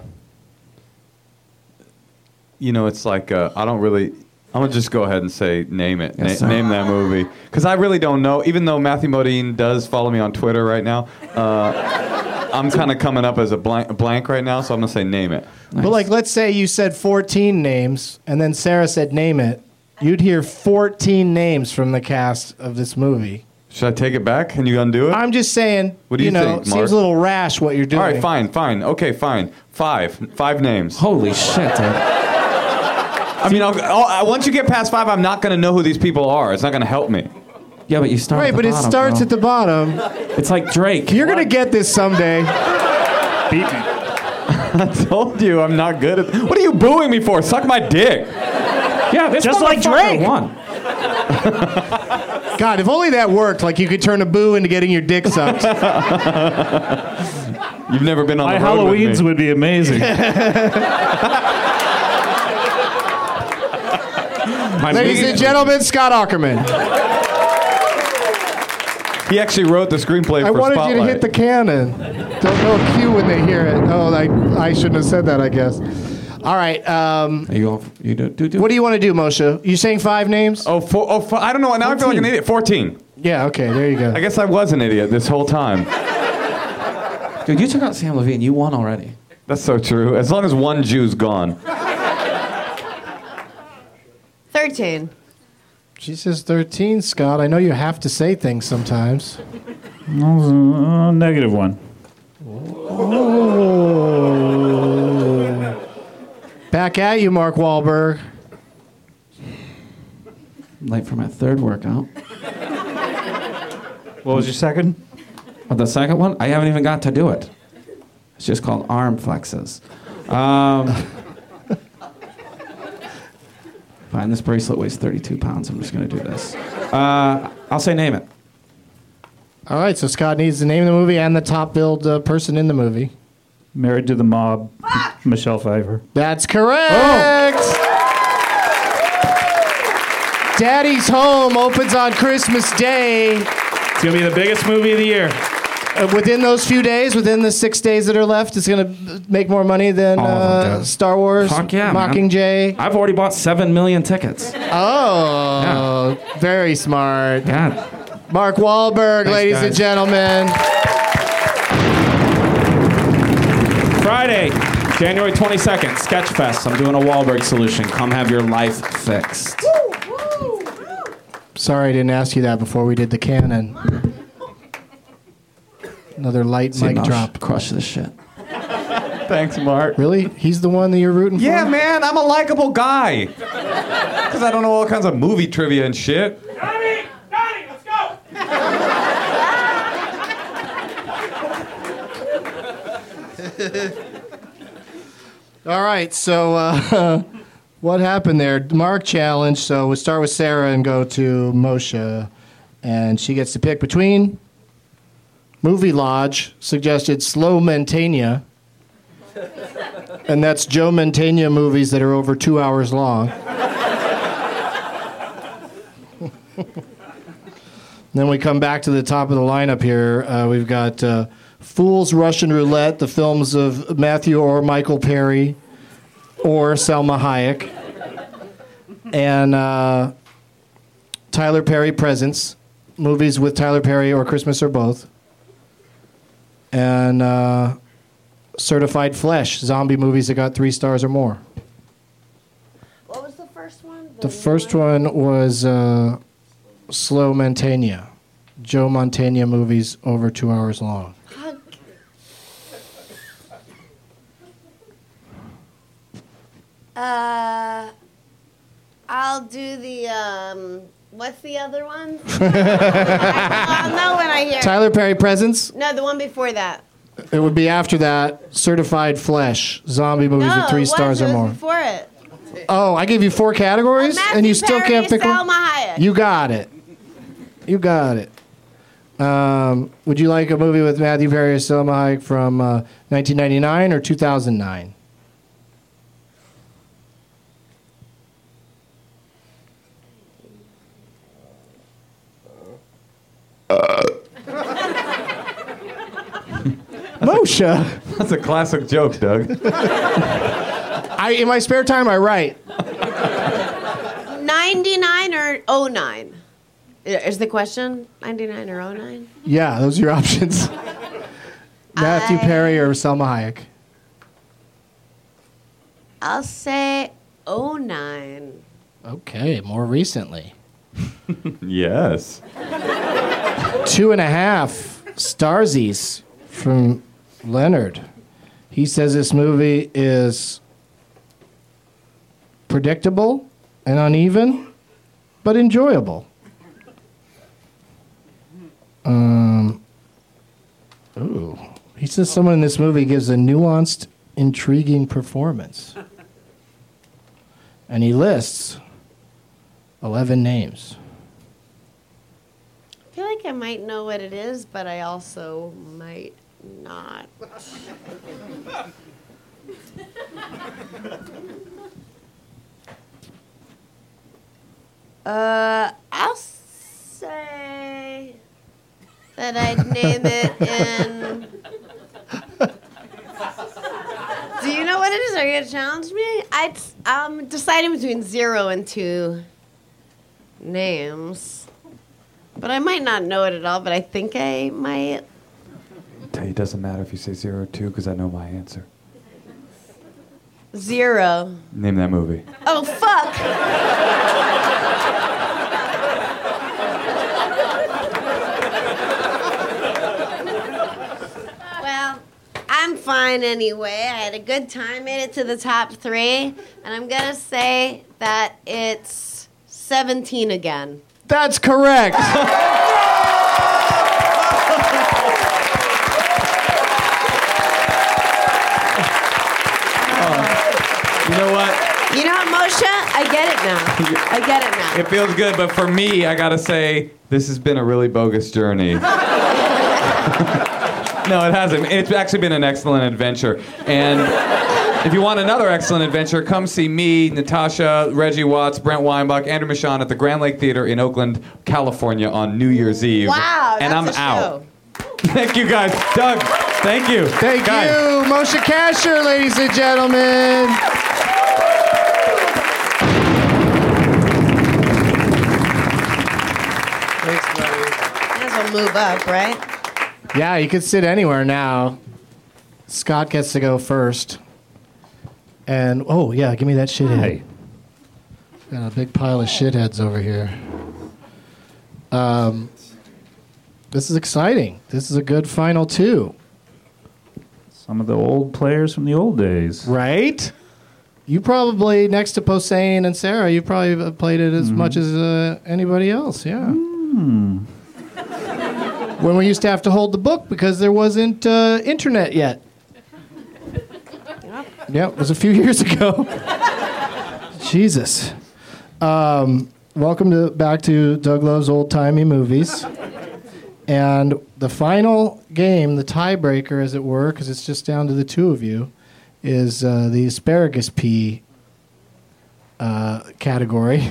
you know, it's like uh, I don't really. I'm gonna just go ahead and say name it. Yes, Na- sir. name that movie because I really don't know. Even though Matthew Modine does follow me on Twitter right now, uh, I'm kind of coming up as a blank, blank right now, so I'm gonna say name it. But like, let's say you said 14 names, and then Sarah said name it. You'd hear 14 names from the cast of this movie. Should I take it back? Can you undo it? I'm just saying. What do you know, think, seems Mark? a little rash what you're doing. All right, fine, fine. Okay, fine. Five, five names. Holy shit, dude. I mean, I'll, I'll, once you get past five, I'm not going to know who these people are. It's not going to help me. Yeah, but you start. Right, but it starts at the bottom. It's like Drake. You're gonna get this someday. Beat I told you I'm not good at. What are you booing me for? Suck my dick. Yeah, this Just like motherfucker Drake. Won. God, if only that worked. Like you could turn a boo into getting your dick sucked. You've never been on My the road with me. Halloweens would be amazing. Ladies and gentlemen, Scott Ackerman. He actually wrote the screenplay I for wanted Spotlight. you to hit the cannon. Don't know cue when they hear it. Oh, I, I shouldn't have said that, I guess. All right. Um, you go. You do, do, What do you want to do, Moshe? You saying five names? Oh, four, oh four, I don't know. Now I feel like an idiot. Fourteen. Yeah. Okay. There you go. I guess I was an idiot this whole time. Dude, you took out Sam Levine. You won already. That's so true. As long as one Jew's gone. 13. She says 13, Scott. I know you have to say things sometimes. Uh, negative one. Oh. Back at you, Mark Wahlberg. Late for my third workout. What was your second? But Oh, the second one, I haven't even got to do it. It's just called arm flexes. Um, fine, this bracelet weighs 32 pounds. I'm just going to do this. Uh, I'll say name it. All right. So Scott needs the name of the movie and the top billed uh, person in the movie. Married to the Mob, Michelle Pfeiffer. That's correct. Oh! Daddy's Home opens on Christmas Day. It's gonna be the biggest movie of the year. within those few days, within the six days that are left, it's gonna b- make more money than uh, Star Wars, Fuck yeah, man. Mockingjay. I've already bought 7 million tickets. Oh, very smart. Mark Wahlberg, Thanks, ladies and guys. gentlemen. Friday, January 22nd, Sketchfest. I'm doing a Wahlberg solution. Come have your life fixed. Sorry I didn't ask you that before we did the canon. Another light See, mic Mosh, drop. Crush this shit. Thanks, Mark. Really? He's the one that you're rooting Yeah, for? man, I'm a likable guy. Because I don't know all kinds of movie trivia and shit. All right, so uh, what happened there? Mark challenge. So we start with Sarah and go to Moshe, and she gets to pick between Movie Lodge suggested Slow Mantegna, and that's Joe Mantegna movies that are over two hours long. Hmm. Then we come back to the top of the lineup here. Uh, we've got uh, Fool's Russian Roulette, the films of Matthew or Michael Perry or Selma Hayek, and uh, Tyler Perry Presents, movies with Tyler Perry or Christmas or both, and uh, Certified Flesh, zombie movies that got three stars or more. What was the first one? The first one was uh, Slow Mantegna, Joe Mantegna movies over two hours long. Uh, I'll do the um. What's the other one? I'll know when I hear. it. Tyler Perry Presents? No, the one before that. It would be after that Certified Flesh, zombie movies no, with three it stars was, or it was more. Before it. Oh, I gave you four categories and you still Perry, can't pick Salma Hayek. one? You got it. You got it. Um, would you like a movie with Matthew Perry or Selma Hayek from uh, 1999 or 2009? Moshe. That's a classic joke, Doug. I, in my spare time, I write. 99 or 09? Is the question 99 or 09? Yeah, those are your options. Matthew Perry or Selma Hayek. I'll say 09. Okay, more recently. yes. Two and a half starsies from Leonard. He says this movie is predictable and uneven, but enjoyable. Um, ooh. He says someone in this movie gives a nuanced, intriguing performance. And he lists 11 names. I feel like I might know what it is, but I also might not. uh, I'll say that I'd name it in. Do you know what it is? Are you gonna challenge me? I am deciding between zero and two names, but I might not know it at all. But I think I might. It doesn't matter if you say zero or two because I know my answer. Zero. Name that movie. Oh fuck! well, I'm fine anyway. I had a good time, made it to the top three, and I'm gonna say that it's 17 again. That's Oh, correct. You know what? You know what, Moshe? I get it now. I get it now. It feels good, but for me, I gotta say, this has been a really bogus journey. no, it hasn't. It's actually been an excellent adventure. And if you want another excellent adventure, come see me, Natasha, Reggie Watts, Brent Weinbach, Andrew Michon at the Grand Lake Theater in Oakland, California on New Year's Eve. Wow, and I'm that's a out. Thank you guys. Doug, thank you. Thank you, Moshe Kasher, ladies and gentlemen. Might as well move up, right? Yeah, you could sit anywhere now. Scott gets to go first. And oh yeah, give me that shithead. Got a big pile of shitheads over here. Um, This is exciting. This is a good final two. Some of the old players from the old days. Right? You probably, next to Posehn and Sarah, you probably have played it as Mm-hmm. much as uh, anybody else, yeah. when we used to have to hold the book because there wasn't uh, internet yet. Yeah, it was a few years ago. Jesus. Um, welcome to back to Doug Love's old timey movies. And the final game, the tiebreaker, as it were, because it's just down to the two of you, is uh, the asparagus pea uh, category.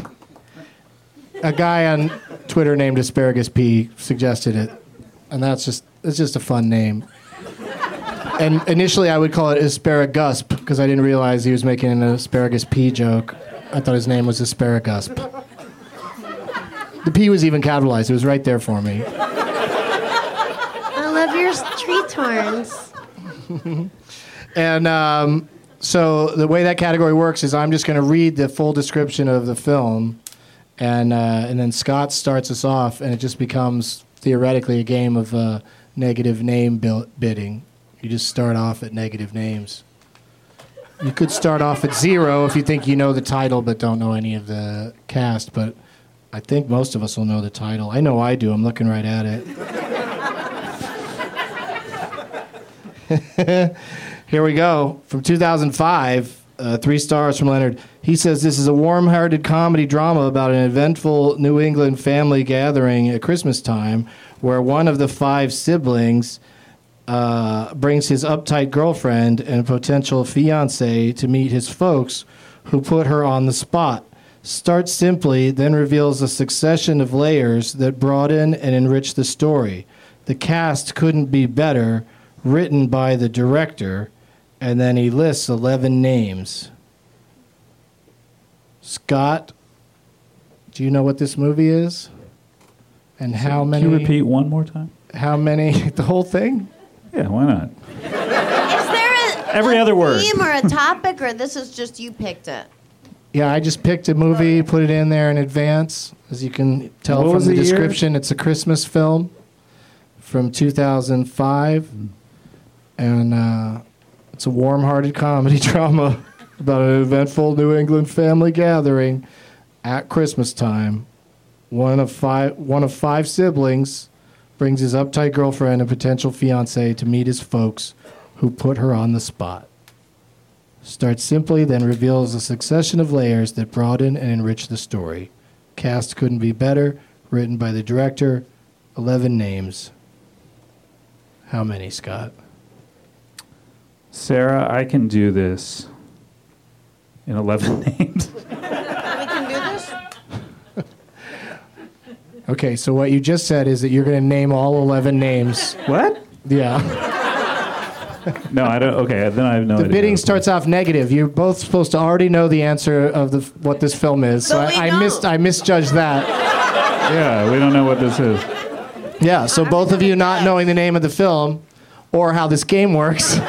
A guy on Twitter named asparagus pea suggested it, and that's just it's just a fun name. And initially, I would call it asparagus because I didn't realize he was making an asparagus pea joke. I thought his name was asparagus. The P was even capitalized. It was right there for me. I love your tree torns. And um, so the way that category works is I'm just going to read the full description of the film, and uh, and then Scott starts us off, and it just becomes theoretically a game of uh, negative name bil- bidding. You just start off at negative names. You could start off at zero if you think you know the title but don't know any of the cast, but I think most of us will know the title. I know I do. I'm looking right at it. Here we go. From 2005, uh, three stars from Leonard. He says this is a warm hearted comedy drama about an eventful New England family gathering at Christmas time where one of the five siblings uh, brings his uptight girlfriend and potential fiance to meet his folks who put her on the spot. Starts simply, then reveals a succession of layers that broaden and enrich the story. The cast couldn't be better, written by the director, and then he lists 11 names. Scott, do you know what this movie is? And how Can many? you repeat one more time? How many? The whole thing? Yeah, why not? Is there a, Every a other word. theme or a topic, or this is just you picked it? Yeah, I just picked a movie, put it in there in advance. As you can tell What from was the, the year? description, it's a Christmas film from 2005. And uh, it's a warm hearted comedy drama about an eventful New England family gathering at Christmas time. One of five, one of five siblings brings his uptight girlfriend and potential fiance to meet his folks who put her on the spot starts simply, then reveals a succession of layers that broaden and enrich the story. Cast couldn't be better, written by the director, 11 names. How many, Scott? Sarah, I can do this in 11 names. We can do this. Okay, so what you just said is that you're going to name all 11 names. What? Yeah. No, I don't. Okay, then I have no The idea. bidding starts off negative. You're both supposed to already know the answer of the, f- what this film is. So I, I, missed, I misjudged that. Yeah, we don't know what this is. Yeah, so both of you not knowing the name of the film or how this game works.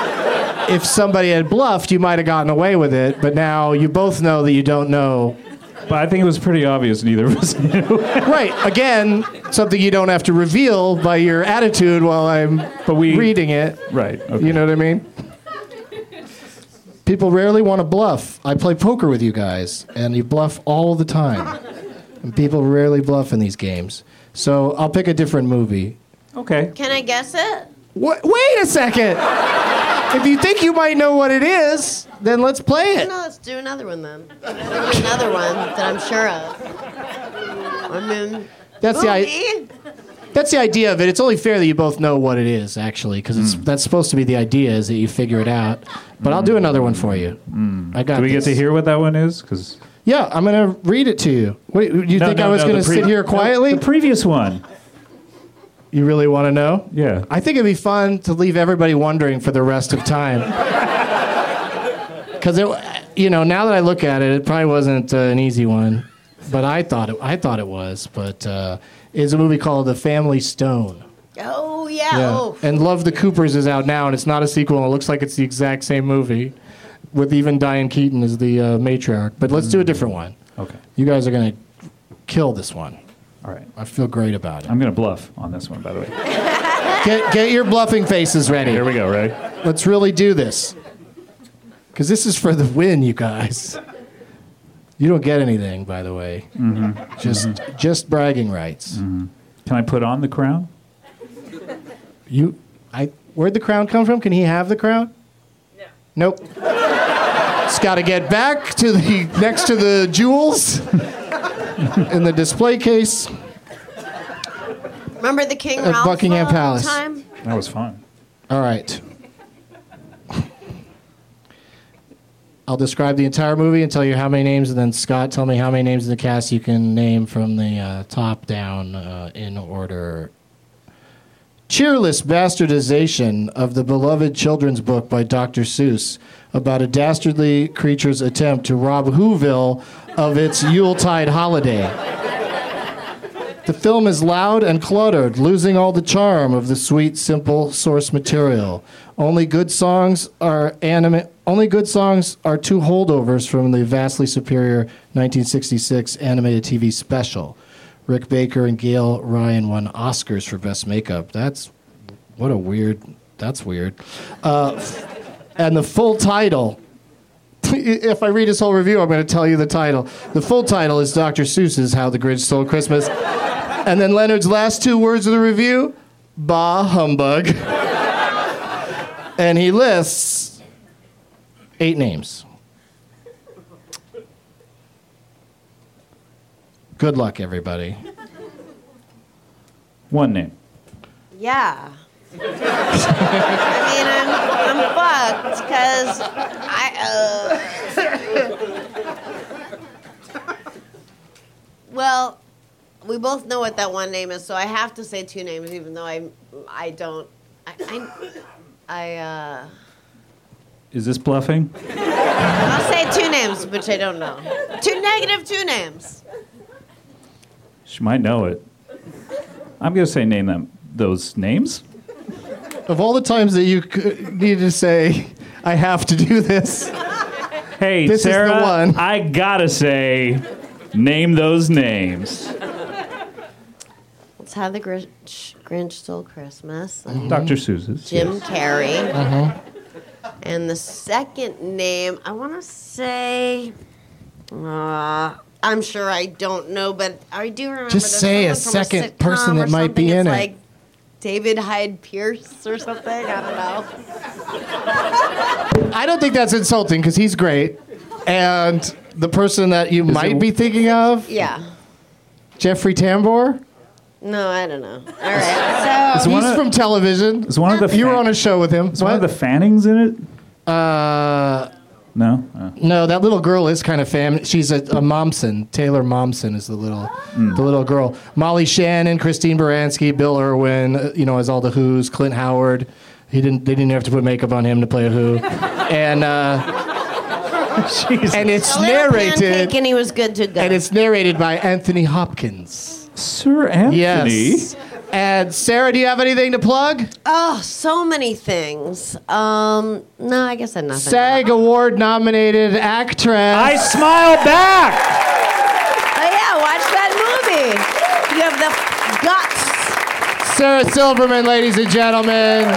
if somebody had bluffed, you might have gotten away with it, but now you both know that you don't know. But I think it was pretty obvious neither of us knew. right, again, something you don't have to reveal by your attitude while I'm reading it. Right. You know what I mean? People rarely want to bluff. I play poker with you guys, and you bluff all the time. And people rarely bluff in these games. So I'll pick a different movie. Okay. Can I guess it? What? Wait a second. if you think you might know what it is, then let's play it. No, let's do another one then. There'll be another one that I'm sure of. I mean, That's the i- movie? that's the idea of it. It's only fair that you both know what it is actually, because it's Hmm. that's supposed to be the idea is that you figure it out. But I'll do another one for you. I got. Hmm. Do we this. get to hear what that one is? Because Yeah, I'm gonna read it to you. Wait, you No, think no, I was no, the gonna pre- sit here no, quietly? the previous one. You really want to know? Yeah. I think it'd be fun to leave everybody wondering for the rest of time. Because it, you know, now that I look at it, it probably wasn't uh, an easy one, but I thought it, I thought it was. But uh, it's a movie called The Family Stone. Oh yeah. Oh. And Love the Coopers is out now, and it's not a sequel, and it looks like it's the exact same movie, with even Diane Keaton as the uh, matriarch. But let's do a different one. Okay. You guys are gonna kill this one. All right. I feel great about it. I'm going to bluff on this one, by the way. Get, get your bluffing faces ready. Here we go, ready? Let's really do this. Because this is for the win, you guys. You don't get anything, by the way. Mhm. Just, just bragging rights. Mm-hmm. Can I put on the crown? You, I. Where'd the crown come from? Can he have the crown? No. Nope. it's got to get back to the next to the jewels in the display case. Remember the King At Ralph Buckingham uh, Palace. time? That was fun. All right. I'll describe the entire movie and tell you how many names, and then Scott, tell me how many names of the cast you can name from the uh, top down uh, in order. Cheerless bastardization of the beloved children's book by Dr. Seuss about a dastardly creature's attempt to rob Whoville of its Yuletide holiday. The film is loud and cluttered, losing all the charm of the sweet, simple source material. Only good songs are anima- Only good songs are two holdovers from the vastly superior 1966 animated TV special. Rick Baker and Gail Ryan won Oscars for Best Makeup. That's what a weird. That's weird. Uh, and the full title if I read his whole review, I'm going to tell you the title. The full title is Dr. Seuss's How the Grinch Stole Christmas. And then Leonard's last two words of the review Bah humbug. and he lists eight names. Good luck, everybody. One name. Yeah. I mean, I'm, I'm fucked uh. because I. Uh... well, we both know what that one name is, so I have to say two names, even though I, I don't. I, I, I uh, Is this bluffing? I'll say two names, which I don't know. Two negative two names. She might know it. I'm going to say name them those names. Of all the times that you could, need to say, I have to do this. Hey, This is the Sarah, one. I gotta say, name those names. Let's have the Grinch, Grinch Stole Christmas. Mm-hmm. Dr. Seuss's, Jim yes. Carrey. Uh-huh. Mm-hmm. And the second name, I want to say, uh, I'm sure I don't know, but I do remember. Just there's say a someone from second sitcom person or that might be something. in It's it. Like David Hyde Pierce or something. I don't know. I don't think that's insulting because he's great. And the person that you might be thinking of, Yeah. Jeffrey Tambor, No, I don't know. All right. So he's from television. Is one of the you were on a show with him. Is one of the Fannings in it? Uh, no. No, that little girl is kind of fam. She's a, a Momsen. Taylor Momsen is the little, Hmm. the little girl. Molly Shannon, Christine Baranski, Bill Irwin. uh, You know, as all the Who's. Clint Howard. He didn't. They didn't have to put makeup on him to play a Who. and uh, and it's A little narrated. pancake and he was good to go. And it's narrated by Anthony Hopkins. Sir Yes. And Sarah, do you have anything to plug? Oh, so many things. Um, no, I guess I nothing. SAG Award nominated actress. I smile back. Oh yeah, watch that movie. You have the guts. Sarah Silverman, ladies and gentlemen.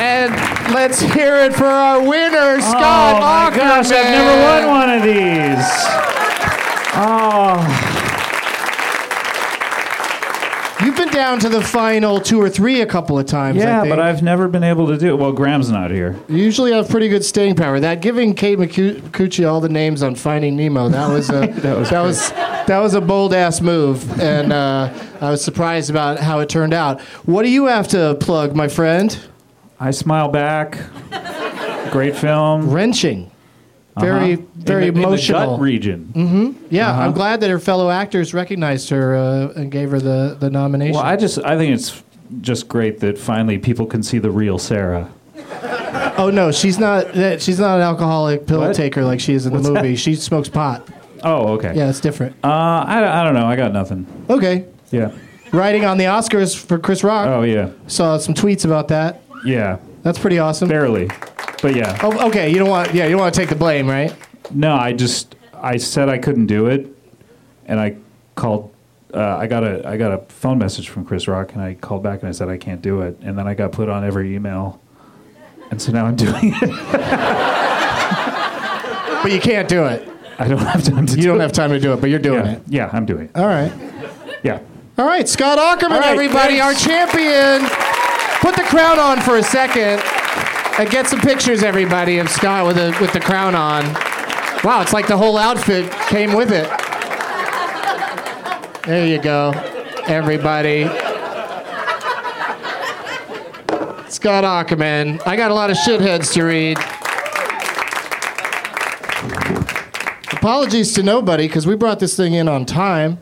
And let's hear it for our winner, Scott oh my Ackerman. gosh, I've never won one of these. Oh, You've been down to the final two or three a couple of times. I yeah, think. but I've never been able to do it. Well, Graham's not here. You usually have pretty good staying power. That giving Kate McCu- McCucci all the names on Finding Nemo, that was a that was that was, a bold ass move, and uh, I was surprised about how it turned out. What do you have to plug, my friend? I smile back. Great film. Wrenching. Very, Uh-huh. very in the, In the emotional. gut region. hmm Yeah, Uh-huh. I'm glad that her fellow actors recognized her uh, and gave her the, the nomination. Well, I just I think it's just great that finally people can see the real Sarah. oh no, she's not. that- She's not an alcoholic pill What? taker like she is in the What's that? movie. She smokes pot. Oh, okay. Yeah, it's different. Uh, I, I don't know. I got nothing. Okay, Yeah. writing on the Oscars for Chris Rock. Oh yeah. Saw some tweets about that. Yeah. That's pretty awesome. Barely, but yeah. Oh, okay, you don't want. Yeah, you don't want to take the blame, right? No, I just I said I couldn't do it, and I called. Uh, I got a I got a phone message from Chris Rock, and I called back and I said I can't do it, and then I got put on every email, and so now I'm doing it. but you can't do it. I don't have time to. You do not have time to do it, but you're doing it. Yeah, I'm doing it. All right. Yeah. All right, Scott Ackerman, All right, everybody, thanks. our champion. Put the crown on for a second. And get some pictures, everybody, of Scott with the with the crown on. Wow, it's like the whole outfit came with it. There you go, everybody. Scott Ackerman. I got a lot of shitheads to read. Apologies to nobody because we brought this thing in on time.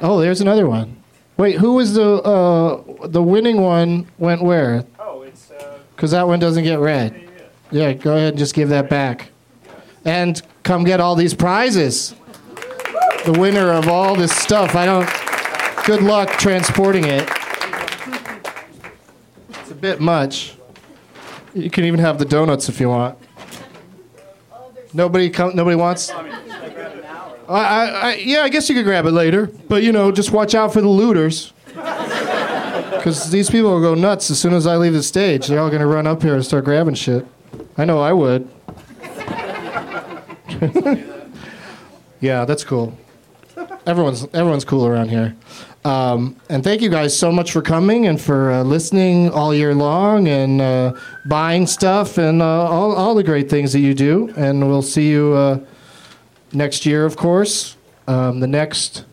Oh, there's another one. Wait, who was the uh, the winning one? Went where? Oh, it's because that one doesn't get read. Yeah, go ahead and just give that back, and come get all these prizes. The winner of all this stuff. I don't. Good luck transporting it. It's a bit much. You can even have the donuts if you want. Nobody come. Nobody wants. I, I, I, yeah, I guess you could grab it later, but you know, just watch out for the looters. Because these people will go nuts as soon as I leave the stage. They're all going to run up here and start grabbing shit. I know I would. yeah, that's cool. Everyone's everyone's cool around here. Um, and thank you guys so much for coming and for uh, listening all year long and uh, buying stuff and uh, all, all the great things that you do. And we'll see you. Uh, next year, of course. Um, the next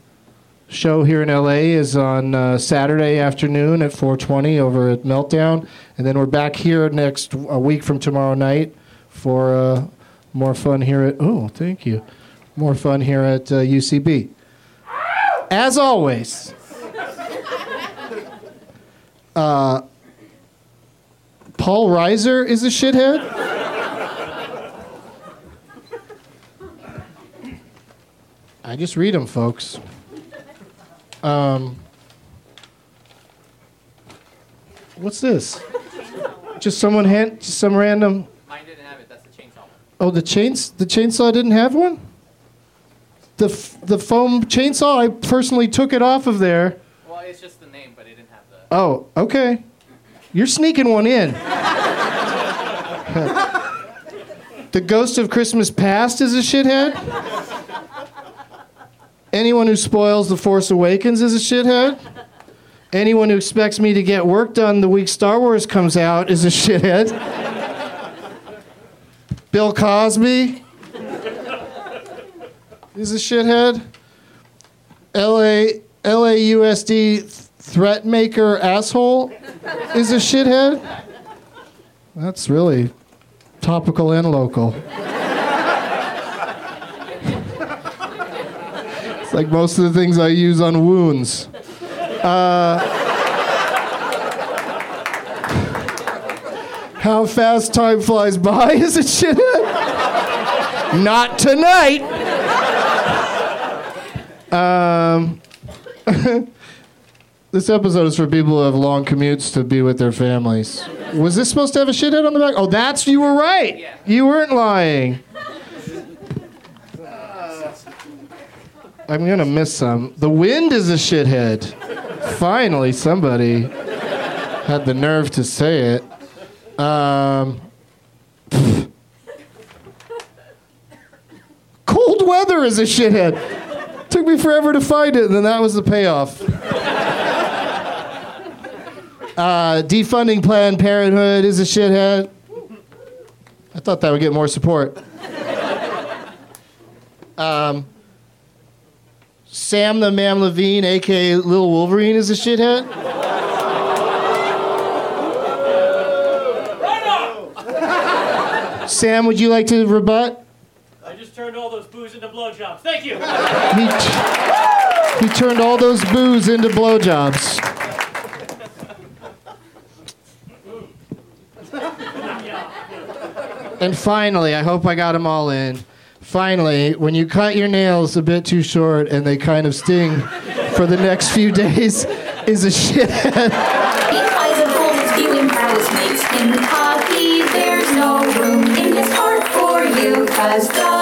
show here in LA is on uh, Saturday afternoon at 4:20 over at Meltdown, and then we're back here next a week from tomorrow night for uh, more fun here at. Oh, thank you. More fun here at uh, UCB. As always. Uh, Paul Reiser is a shithead. I just read them, folks. Um, what's this? Just someone hand, just some random. Mine didn't have it. That's the chainsaw. Oh, the chains, the chainsaw didn't have one. The f- the foam chainsaw. I personally took it off of there. Well, it's just the name, but it didn't have the. Oh, okay. You're sneaking one in. the ghost of Christmas past is a shithead. Anyone who spoils The Force Awakens is a shithead. Anyone who expects me to get work done the week Star Wars comes out is a shithead. Bill Cosby is a shithead. LA, LAUSD threat maker asshole is a shithead. That's really topical and local. It's like most of the things I use on wounds. Uh, how fast time flies by is a shit. Not tonight. Um, this episode is for people who have long commutes to be with their families. Was this supposed to have a shithead on the back? Oh, that's you were right. You weren't lying. I'm gonna miss some. The wind is a shithead. Finally, somebody had the nerve to say it. Um, pff. cold weather is a shithead. Took me forever to find it, and then that was the payoff. Uh, defunding Planned Parenthood is a shithead. I thought that would get more support. Um, Sam the Man Levine, aka Little Wolverine, is a shithead. Sam, would you like to rebut? I just turned all those booze into blowjobs. Thank you. He, he turned all those boos into blowjobs. And finally, I hope I got them all in. Finally, when you cut your nails a bit too short and they kind of sting for the next few days, is a shithead. Because of all his viewing prowess makes him cocky. There's no room in his heart for you. Cause the